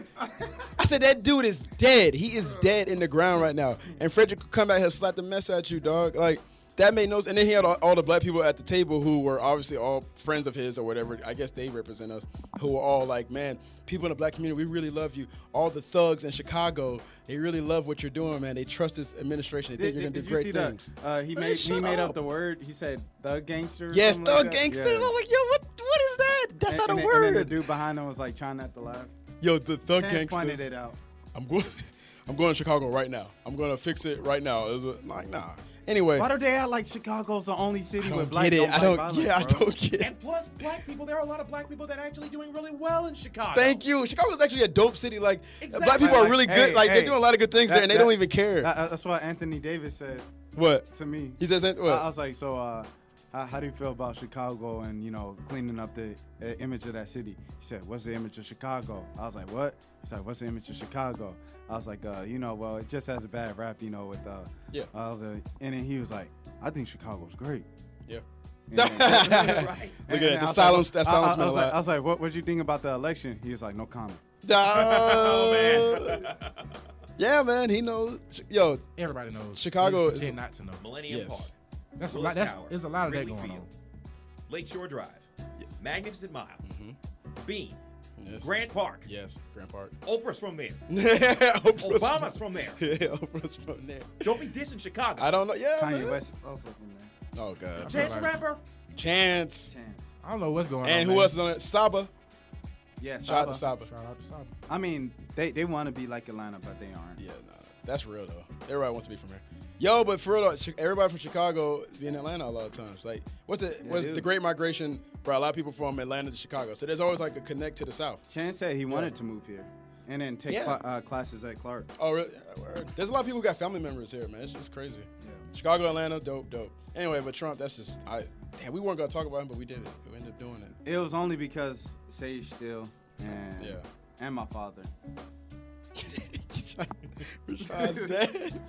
Speaker 1: I said that dude is dead. He is dead in the ground right now. And Frederick could come back here slap the mess at you, dog. Like. That made no sense. And then he had all, all the black people at the table who were obviously all friends of his or whatever. I guess they represent us, who were all like, man, people in the black community, we really love you. All the thugs in Chicago, they really love what you're doing, man. They trust this administration. They think
Speaker 4: Did,
Speaker 1: you're going
Speaker 4: did,
Speaker 1: to
Speaker 4: did
Speaker 1: do
Speaker 4: you see
Speaker 1: great
Speaker 4: that?
Speaker 1: things.
Speaker 4: Uh, he
Speaker 1: Man,
Speaker 4: made he
Speaker 1: shut
Speaker 4: made
Speaker 1: up.
Speaker 4: up the word. He said thug gangster. or
Speaker 1: Yes,
Speaker 4: something
Speaker 1: thug
Speaker 4: like that.
Speaker 1: gangsters.
Speaker 4: Yeah.
Speaker 1: I was like, yo, what, what is that? That's
Speaker 4: And-
Speaker 1: not
Speaker 4: and
Speaker 1: a
Speaker 4: then-
Speaker 1: word.
Speaker 4: And then the dude behind him was like trying not to laugh.
Speaker 1: yo, the thug
Speaker 4: Pants
Speaker 1: gangsters.
Speaker 4: pointed it out.
Speaker 1: I'm going. I'm going to Chicago right now. I'm going to fix it right now. It was like, nah. Anyway,
Speaker 4: Why do they act like Chicago's the only city
Speaker 1: I
Speaker 4: with
Speaker 1: don't
Speaker 4: black
Speaker 1: get it.
Speaker 4: don't
Speaker 1: I
Speaker 4: like
Speaker 1: don't.
Speaker 4: violence,
Speaker 1: yeah,
Speaker 4: bro.
Speaker 1: I don't get. it.
Speaker 3: And plus, black people, there are a lot of black people that are actually doing really well in Chicago.
Speaker 1: Thank you. Chicago's actually a dope city. Like
Speaker 3: Exactly.
Speaker 1: black people are
Speaker 4: Like,
Speaker 1: really
Speaker 4: hey,
Speaker 1: good. Like they're
Speaker 4: hey,
Speaker 1: doing a lot of good things
Speaker 4: that-
Speaker 1: there, and they
Speaker 4: that-
Speaker 1: don't even care.
Speaker 4: That- that- that's what Anthony Davis said
Speaker 1: what
Speaker 4: to me.
Speaker 1: he says? that-
Speaker 4: I,
Speaker 1: What?
Speaker 4: I was like, so uh, how, how do you feel about Chicago and you know cleaning up the uh, image of that city? He said, what's the image of Chicago? I was like, what? He's like, what's the image of Chicago? I was like, uh, you know, well, it just has a bad rap, you know, with uh,
Speaker 1: Yeah.
Speaker 4: all the. And then he was like, I think Chicago's great.
Speaker 1: yeah.
Speaker 4: And then-
Speaker 3: Right.
Speaker 1: Look at that.
Speaker 4: I
Speaker 1: The
Speaker 4: was
Speaker 1: silence.
Speaker 4: like-
Speaker 1: That
Speaker 4: I- I-
Speaker 1: silence
Speaker 4: I,
Speaker 1: meant a
Speaker 4: was like, I
Speaker 1: lot.
Speaker 4: was like, what? What'd you think about the election? He was like, no comment.
Speaker 1: Oh, man. yeah, man. He knows. Yo,
Speaker 2: Everybody knows
Speaker 1: Chicago
Speaker 2: They
Speaker 1: is-
Speaker 2: pretend not to know.
Speaker 3: Millennium
Speaker 1: Yes.
Speaker 3: Park.
Speaker 2: That's a
Speaker 3: Willis
Speaker 2: lot. That's
Speaker 3: Tower,
Speaker 2: there's a lot of that
Speaker 3: Wrigley
Speaker 2: going
Speaker 3: Field,
Speaker 2: on.
Speaker 3: Lakeshore Drive, Magnificent Mile, Bean,
Speaker 1: Mm-hmm. Yes.
Speaker 3: Grand Park.
Speaker 1: Yes, Grand Park.
Speaker 3: Obama's from there.
Speaker 1: Oprah's
Speaker 3: Obama's from there.
Speaker 1: Yeah, Oprah's from there.
Speaker 3: Don't be dissing Chicago.
Speaker 1: I don't know. Yeah. man.
Speaker 4: Kanye West is also from there.
Speaker 1: Oh God.
Speaker 3: Chance the
Speaker 2: Right.
Speaker 3: Rapper.
Speaker 1: Chance.
Speaker 4: Chance.
Speaker 2: I don't know what's going on.
Speaker 1: And
Speaker 2: man.
Speaker 1: who else is on it? Saba.
Speaker 4: Yeah,
Speaker 1: Shout out to Saba.
Speaker 4: Saba.
Speaker 2: Shout out to Saba.
Speaker 4: I mean, they, they want to be like Atlanta, but they aren't.
Speaker 1: Yeah, nah, that's real though. Everybody wants to be from here. Yo, but for real, though, Chi- everybody from Chicago be in Atlanta a lot of times. Like, what's the what's
Speaker 4: dude.
Speaker 1: the Great Migration brought a lot of people from Atlanta to Chicago. So there's always like a connect to the South.
Speaker 4: Chance said he wanted to move here and then take
Speaker 1: Yeah.
Speaker 4: cla- uh, classes at Clark.
Speaker 1: Oh, really? Yeah, word. There's a lot of people who got family members here, man. It's just crazy.
Speaker 4: Yeah.
Speaker 1: Chicago, Atlanta, dope, dope. Anyway, but Trump, that's just I. Damn, we weren't gonna talk about him, but we did it. We ended up doing it.
Speaker 4: It was only because Sage Still and
Speaker 1: Yeah.
Speaker 4: and my father.
Speaker 1: Rashad's dead.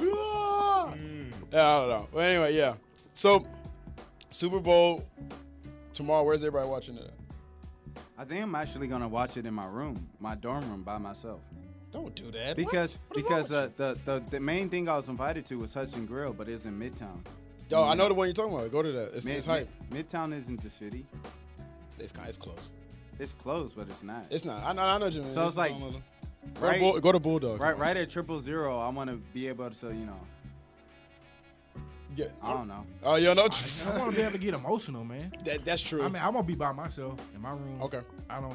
Speaker 1: Ah! Yeah, I don't know. But anyway, yeah. So Super Bowl tomorrow. Where's everybody watching it? at?
Speaker 4: I think I'm actually gonna watch it in my room, my dorm room, by myself.
Speaker 1: Don't do that.
Speaker 4: Because
Speaker 1: What? What is wrong
Speaker 4: because
Speaker 1: with
Speaker 4: uh, the, the the main thing I was invited to was Hudson Grill, but it was in Midtown.
Speaker 1: you?
Speaker 4: uh,
Speaker 1: yo, I know the one you're talking about. Go to that. It's,
Speaker 4: Mid-
Speaker 1: it's hype.
Speaker 4: Mid- Midtown isn't the city.
Speaker 1: It's kind. It's close.
Speaker 4: It's closed, but it's not.
Speaker 1: It's not. I know. I know what you. mean.
Speaker 4: So it's like,
Speaker 1: on the- go, to
Speaker 4: right-
Speaker 1: Bull, go to Bulldog.
Speaker 4: right right at triple zero. I want to be able to, you know,
Speaker 1: Yeah.
Speaker 4: I don't know.
Speaker 1: Oh, you know.
Speaker 2: I want to be able to get emotional, man.
Speaker 1: that, that's true.
Speaker 2: I mean, I'm gonna be by myself in my room.
Speaker 1: Okay.
Speaker 2: I don't.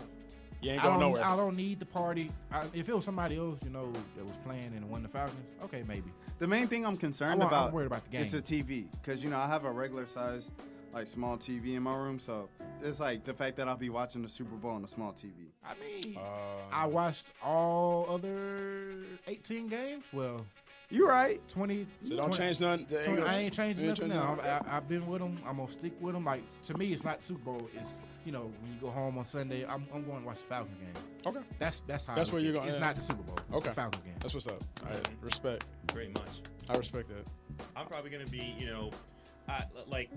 Speaker 1: you ain't
Speaker 2: I
Speaker 1: going
Speaker 2: don't.
Speaker 1: nowhere.
Speaker 2: I don't need the party. I, if it was somebody else, you know, that was playing and won the Falcons, okay, maybe.
Speaker 4: The main thing I'm concerned
Speaker 2: I'm- I'm
Speaker 4: about,
Speaker 2: worried about the
Speaker 4: is the
Speaker 2: game.
Speaker 4: TV because you know I have a regular size, like small TV in my room, so it's like the fact that I'll be watching the Super Bowl on a small TV.
Speaker 2: I mean,
Speaker 1: Uh,
Speaker 2: I watched all other 18 games. Well,
Speaker 4: You're right.
Speaker 2: 20.
Speaker 1: So don't
Speaker 2: 20
Speaker 1: change nothing. There
Speaker 2: So
Speaker 1: go-
Speaker 2: I ain't changing
Speaker 1: you
Speaker 2: nothing
Speaker 1: changing
Speaker 2: now.
Speaker 1: nothing.
Speaker 2: I, I, I've been with them. I'm gonna stick with them. Like to me, it's not Super Bowl. It's you know when you go home on Sunday, I'm, I'm going to watch the Falcons game.
Speaker 1: Okay.
Speaker 2: That's that's how.
Speaker 1: That's
Speaker 2: I
Speaker 1: where
Speaker 2: look
Speaker 1: you're
Speaker 2: at
Speaker 1: gonna-
Speaker 2: it. It's
Speaker 1: yeah.
Speaker 2: not the Super Bowl. It's
Speaker 1: Okay.
Speaker 2: the Falcons game.
Speaker 1: That's what's up. All right. Respect.
Speaker 3: Very much.
Speaker 1: I respect that.
Speaker 3: I'm probably gonna be, you know, uh, l- like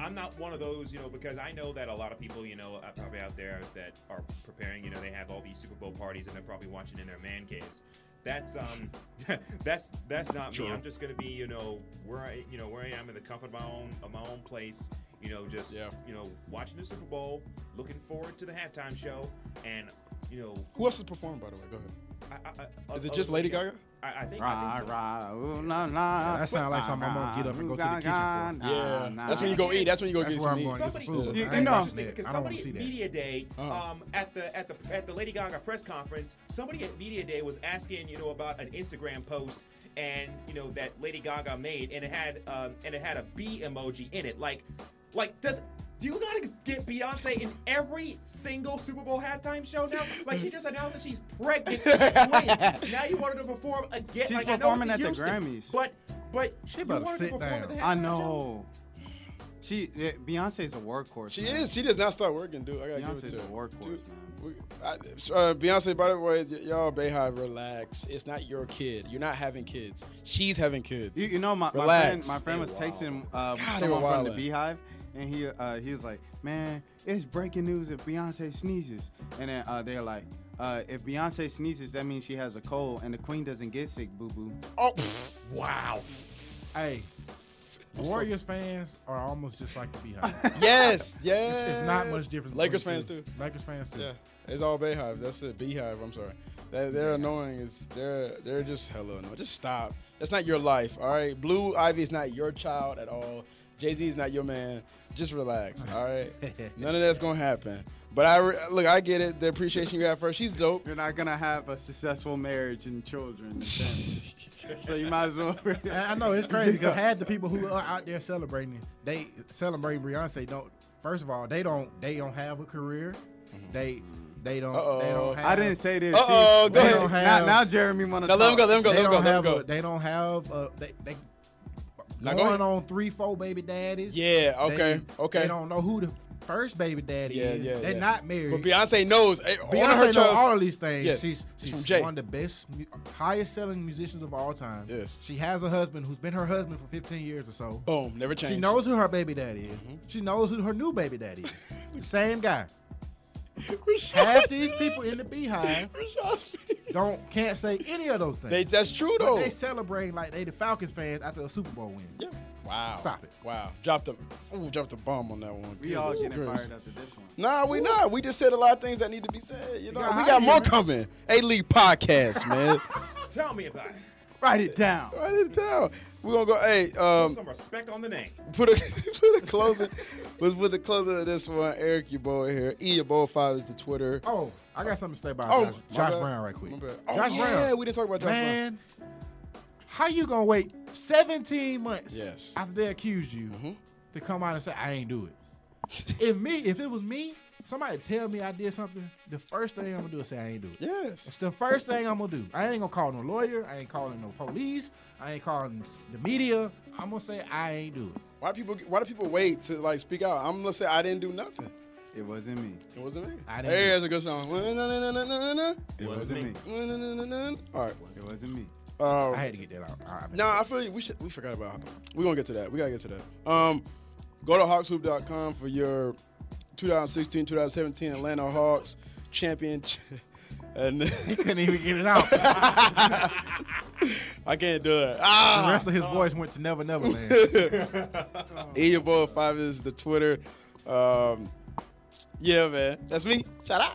Speaker 3: I'm not one of those, you know, because I know that a lot of people, you know, uh, are probably out there that are preparing. You know, they have all these Super Bowl parties and they're probably watching in their man caves. that's um, that's that's not
Speaker 1: True.
Speaker 3: me. I'm just gonna be you know where I you know where I am in the comfort of my own of my own place. You know, just
Speaker 1: Yeah.
Speaker 3: you know watching the Super Bowl, looking forward to the halftime show, and you know,
Speaker 1: Who else is performing, by the way? Go ahead.
Speaker 3: I, I, I,
Speaker 1: Is it
Speaker 3: other
Speaker 1: just Lady
Speaker 3: than-
Speaker 1: Gaga?
Speaker 3: I, I think. I
Speaker 4: Rah,
Speaker 3: think so.
Speaker 4: rah, ooh, nah, nah.
Speaker 2: that sound like something I'm gonna get up and go to the kitchen for.
Speaker 4: Nah,
Speaker 1: yeah,
Speaker 4: nah.
Speaker 1: that's when you go eat. That's when you go
Speaker 2: That's
Speaker 1: get
Speaker 2: where
Speaker 1: some
Speaker 2: I'm
Speaker 1: meat.
Speaker 2: going.
Speaker 3: Somebody,
Speaker 2: Food.
Speaker 3: you,
Speaker 4: I ain't
Speaker 3: you
Speaker 4: watching
Speaker 3: know, interesting
Speaker 2: that.
Speaker 3: because
Speaker 2: I don't
Speaker 3: somebody
Speaker 2: wanna see
Speaker 3: at
Speaker 2: that.
Speaker 3: media day,
Speaker 1: Uh-huh.
Speaker 3: um, at the at the at the Lady Gaga press conference, somebody at media day was asking, you know, about an Instagram post and you know that Lady Gaga made, and it had um, and it had a bee emoji in it. Like, like does do you gotta get Beyonce in every single Super Bowl halftime show now? Like, you just announced that she's pregnant. with twins. now you wanted to perform again.
Speaker 4: She's
Speaker 3: like, I know it's
Speaker 4: performing
Speaker 3: in
Speaker 4: at the
Speaker 3: Houston,
Speaker 4: Grammys.
Speaker 3: but but she
Speaker 2: about to
Speaker 3: wanted
Speaker 2: sit
Speaker 3: to perform
Speaker 2: down.
Speaker 3: at the halftime
Speaker 4: I
Speaker 3: show?
Speaker 4: know. She yeah, Beyonce's a workhorse.
Speaker 1: She
Speaker 4: man.
Speaker 1: is. She does not stop working, dude. I gotta give it
Speaker 4: Beyonce's
Speaker 1: to
Speaker 4: a
Speaker 1: her.
Speaker 4: workhorse,
Speaker 1: Dude,
Speaker 4: man.
Speaker 1: we- I- uh, Beyonce, by the way, y- y'all, Beehive, relax. It's not your kid. You're not having kids. She's having kids.
Speaker 4: You, you know, my, my
Speaker 1: Relax.
Speaker 4: friend, my friend
Speaker 3: They
Speaker 4: was
Speaker 3: wild.
Speaker 4: texting uh,
Speaker 1: God, they were
Speaker 4: someone from the
Speaker 1: wildin'.
Speaker 4: Beehive, and he uh, he was like, "Man, it's breaking news if Beyonce sneezes." And then uh, they're like, uh, "If Beyonce sneezes, that means she has a cold, and the queen doesn't get sick, boo boo."
Speaker 1: oh, pff,
Speaker 3: Wow.
Speaker 2: Hey, Warriors fans are almost just like the Beehive.
Speaker 1: yes, yes.
Speaker 2: It's, it's not much different.
Speaker 1: Lakers
Speaker 2: between
Speaker 1: fans
Speaker 2: the
Speaker 1: too.
Speaker 2: two. Lakers fans too.
Speaker 1: Yeah, it's all Beehive. That's it. Beehive. I'm sorry. They're, they're annoying. It's they're they're just hella annoying. Just stop. That's not your life. All right. Blue Ivy is not your child at all. Jay Z is not your man. Just relax. All right. None of that's gonna happen. But I re- look. I get it. The appreciation you have for her. She's dope.
Speaker 4: You're not gonna have a successful marriage and children, and family. so you might as well.
Speaker 2: I I know it's crazy because had the people who are out there celebrating, they celebrating Beyonce don't. First of all, they don't they don't have a career. They they don't
Speaker 1: Mm-hmm.
Speaker 2: they
Speaker 1: Uh-oh.
Speaker 2: don't. Have,
Speaker 4: I didn't say this.
Speaker 1: Uh-oh, go
Speaker 4: She- they
Speaker 1: ahead.
Speaker 4: don't
Speaker 2: Have-
Speaker 4: Now, now Jeremy wanna.
Speaker 1: Now let him go.
Speaker 4: talk.
Speaker 1: Let him go.
Speaker 2: They
Speaker 1: Let him go. Let
Speaker 2: don't
Speaker 1: him
Speaker 2: have
Speaker 1: go.
Speaker 2: a, they don't have a, they they
Speaker 1: Now go
Speaker 2: going
Speaker 1: ahead.
Speaker 2: on three four baby daddies.
Speaker 1: Yeah, okay,
Speaker 2: They-
Speaker 1: okay.
Speaker 2: They don't know who the first baby daddy
Speaker 1: Yeah,
Speaker 2: is.
Speaker 1: yeah,
Speaker 2: They're
Speaker 1: yeah.
Speaker 2: not married.
Speaker 1: But Beyonce knows. eh,
Speaker 2: Beyonce
Speaker 1: on her
Speaker 2: knows
Speaker 1: charts-
Speaker 2: all of these things.
Speaker 1: Yeah,
Speaker 2: She's
Speaker 1: she's
Speaker 2: she's
Speaker 1: from Jay.
Speaker 2: one of the best, mu- highest selling musicians of all time.
Speaker 1: Yes.
Speaker 2: She has a husband who's been her husband for 15 years or so.
Speaker 1: Boom. Never changed.
Speaker 2: She knows who her baby daddy is.
Speaker 1: Mm-hmm.
Speaker 2: She knows who her new baby daddy is. Same guy. Half these people in the beehive don't can't say any of those things.
Speaker 1: They, that's true
Speaker 2: but
Speaker 1: though.
Speaker 2: they celebrate like they the Falcons fans after a Super Bowl win.
Speaker 1: yeah. Wow.
Speaker 2: Stop it.
Speaker 1: Wow. Dropped the. Ooh, dropped the bomb on that one.
Speaker 4: We all
Speaker 1: Good
Speaker 4: getting
Speaker 1: gracious.
Speaker 4: fired after this one.
Speaker 1: Nah, we not. We just said a lot of things that need to be said. You know,
Speaker 2: got
Speaker 1: we
Speaker 2: hot
Speaker 1: got
Speaker 2: here,
Speaker 1: more
Speaker 2: man.
Speaker 1: coming. A League podcast, man.
Speaker 3: Tell me about it.
Speaker 4: Write it down.
Speaker 1: I didn't tell. We gonna go. Hey,
Speaker 3: Put
Speaker 1: um,
Speaker 3: some respect on the name.
Speaker 1: put a put a closing. with with the closing of this one, Eric Yabo here. E Yabo five is the Twitter.
Speaker 2: Oh, I got something to say about
Speaker 1: Oh,
Speaker 2: Josh,
Speaker 1: my
Speaker 2: Josh
Speaker 1: bad.
Speaker 2: Brown right quick.
Speaker 1: My bad. Oh,
Speaker 2: Josh Brown.
Speaker 1: yeah, we didn't talk about Josh Brown.
Speaker 2: Man, how you gonna wait 17 months
Speaker 1: Yes. Mm-hmm.
Speaker 2: after they accuse you to come out and say I ain't do it? if me, if it was me, somebody tell me I did something, the first thing I'm gonna do is say I ain't do it.
Speaker 1: Yes.
Speaker 2: It's the first thing I'm gonna do. I ain't gonna call no lawyer. I ain't calling no police. I ain't calling the media. I'm gonna say I ain't do it.
Speaker 1: Why do people? Why do people wait to like speak out? I'm gonna say I didn't do nothing.
Speaker 4: It wasn't me.
Speaker 1: It wasn't me.
Speaker 2: I didn't
Speaker 1: Hey,
Speaker 2: do-
Speaker 1: that's a good song. Wa-na-na-na-na-na-na.
Speaker 4: It
Speaker 3: Wasn't
Speaker 4: wasn't
Speaker 3: me.
Speaker 4: me.
Speaker 1: Wa-na-na-na-na-na. All right.
Speaker 4: It wasn't me.
Speaker 1: Um,
Speaker 2: I had to get that out. I- I-
Speaker 1: No, I feel you. We should. We forgot about. We're gonna get to that. We gotta get to that. Um, go to hawkshoop.com for your 2016-2017 Atlanta Hawks championship. And
Speaker 2: He couldn't even get it out. the
Speaker 1: I can't do that. Ah,
Speaker 2: rest of his voice went to Never Never Land.
Speaker 1: E your boy five is the Twitter. Um, yeah, man, that's me. Shout out.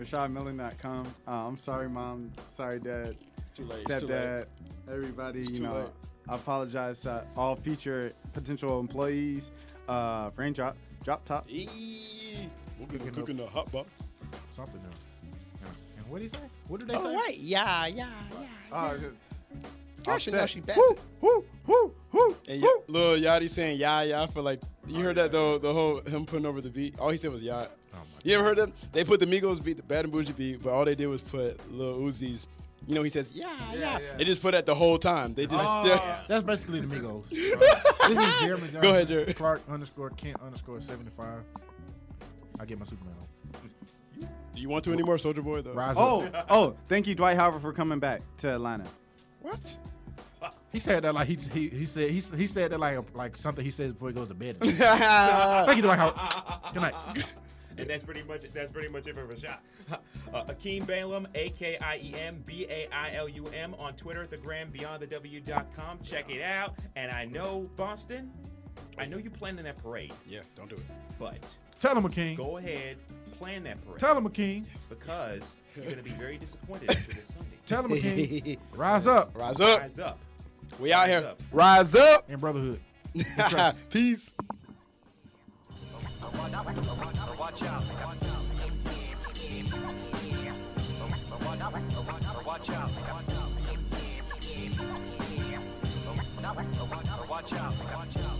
Speaker 4: RashadMillen.com. Uh, I'm sorry, mom. Sorry, dad.
Speaker 1: Too late. Too late.
Speaker 4: Stepdad. Everybody,
Speaker 1: It's
Speaker 4: you
Speaker 1: too
Speaker 4: know,
Speaker 1: late.
Speaker 4: I apologize to all future potential employees. Uh, frame drop, drop top.
Speaker 1: E- We're cooking,
Speaker 2: Cooking
Speaker 1: cooking the hot box.
Speaker 2: Something else. Yeah. And what do you say? What do they say?
Speaker 1: yeah, yeah,
Speaker 4: Uh,
Speaker 1: Actually, now
Speaker 4: Offset.
Speaker 1: she back. Woo, woo, woo, woo. And y- Lil Yachty saying yeah, yeah. I feel like you heard that though. The whole him putting over the beat. All he said was yeah.
Speaker 2: my
Speaker 1: you ever heard them? They put the Migos beat, the Bad and Bougie beat, but all they did was put Lil Uzi's. You know, he says yeah, yeah.
Speaker 4: yeah.
Speaker 1: They just put that the whole time. They just.
Speaker 4: Oh.
Speaker 1: yeah.
Speaker 2: That's basically the Migos. this is Jeremy Johnson.
Speaker 1: Go ahead, Jerry.
Speaker 2: Clark underscore Kent underscore 75. I get my Superman on.
Speaker 1: Do you want to anymore, Soldier Boy? Though.
Speaker 2: Rise
Speaker 4: oh,
Speaker 2: up.
Speaker 4: oh, thank you, Dwight Howard, for coming back to Atlanta.
Speaker 1: What?
Speaker 2: He said that like he he, he said he, he said that like like something he says before he goes to bed.
Speaker 1: yeah,
Speaker 2: Thank you, Dwight Howard. Good night.
Speaker 3: and that's pretty much that's pretty much it for Rashad. Uh, Akeem Balaam, A K I E M B A I L U M on Twitter, the gram beyond the W.com. Check it out. And I know Boston, I know you planning that parade,
Speaker 1: Yeah, don't do it.
Speaker 3: but
Speaker 2: Tell him, Akeem.
Speaker 3: go ahead, plan that parade
Speaker 2: Tell him, Akeem.
Speaker 3: because you're gonna be very disappointed after this Sunday.
Speaker 2: Tell him, Akeem. Rise up
Speaker 1: Rise up.
Speaker 3: Rise up.
Speaker 1: We out here.
Speaker 3: up.
Speaker 1: Rise up.
Speaker 2: in brotherhood.
Speaker 1: Peace.
Speaker 5: Watch out. Watch out. Watch out.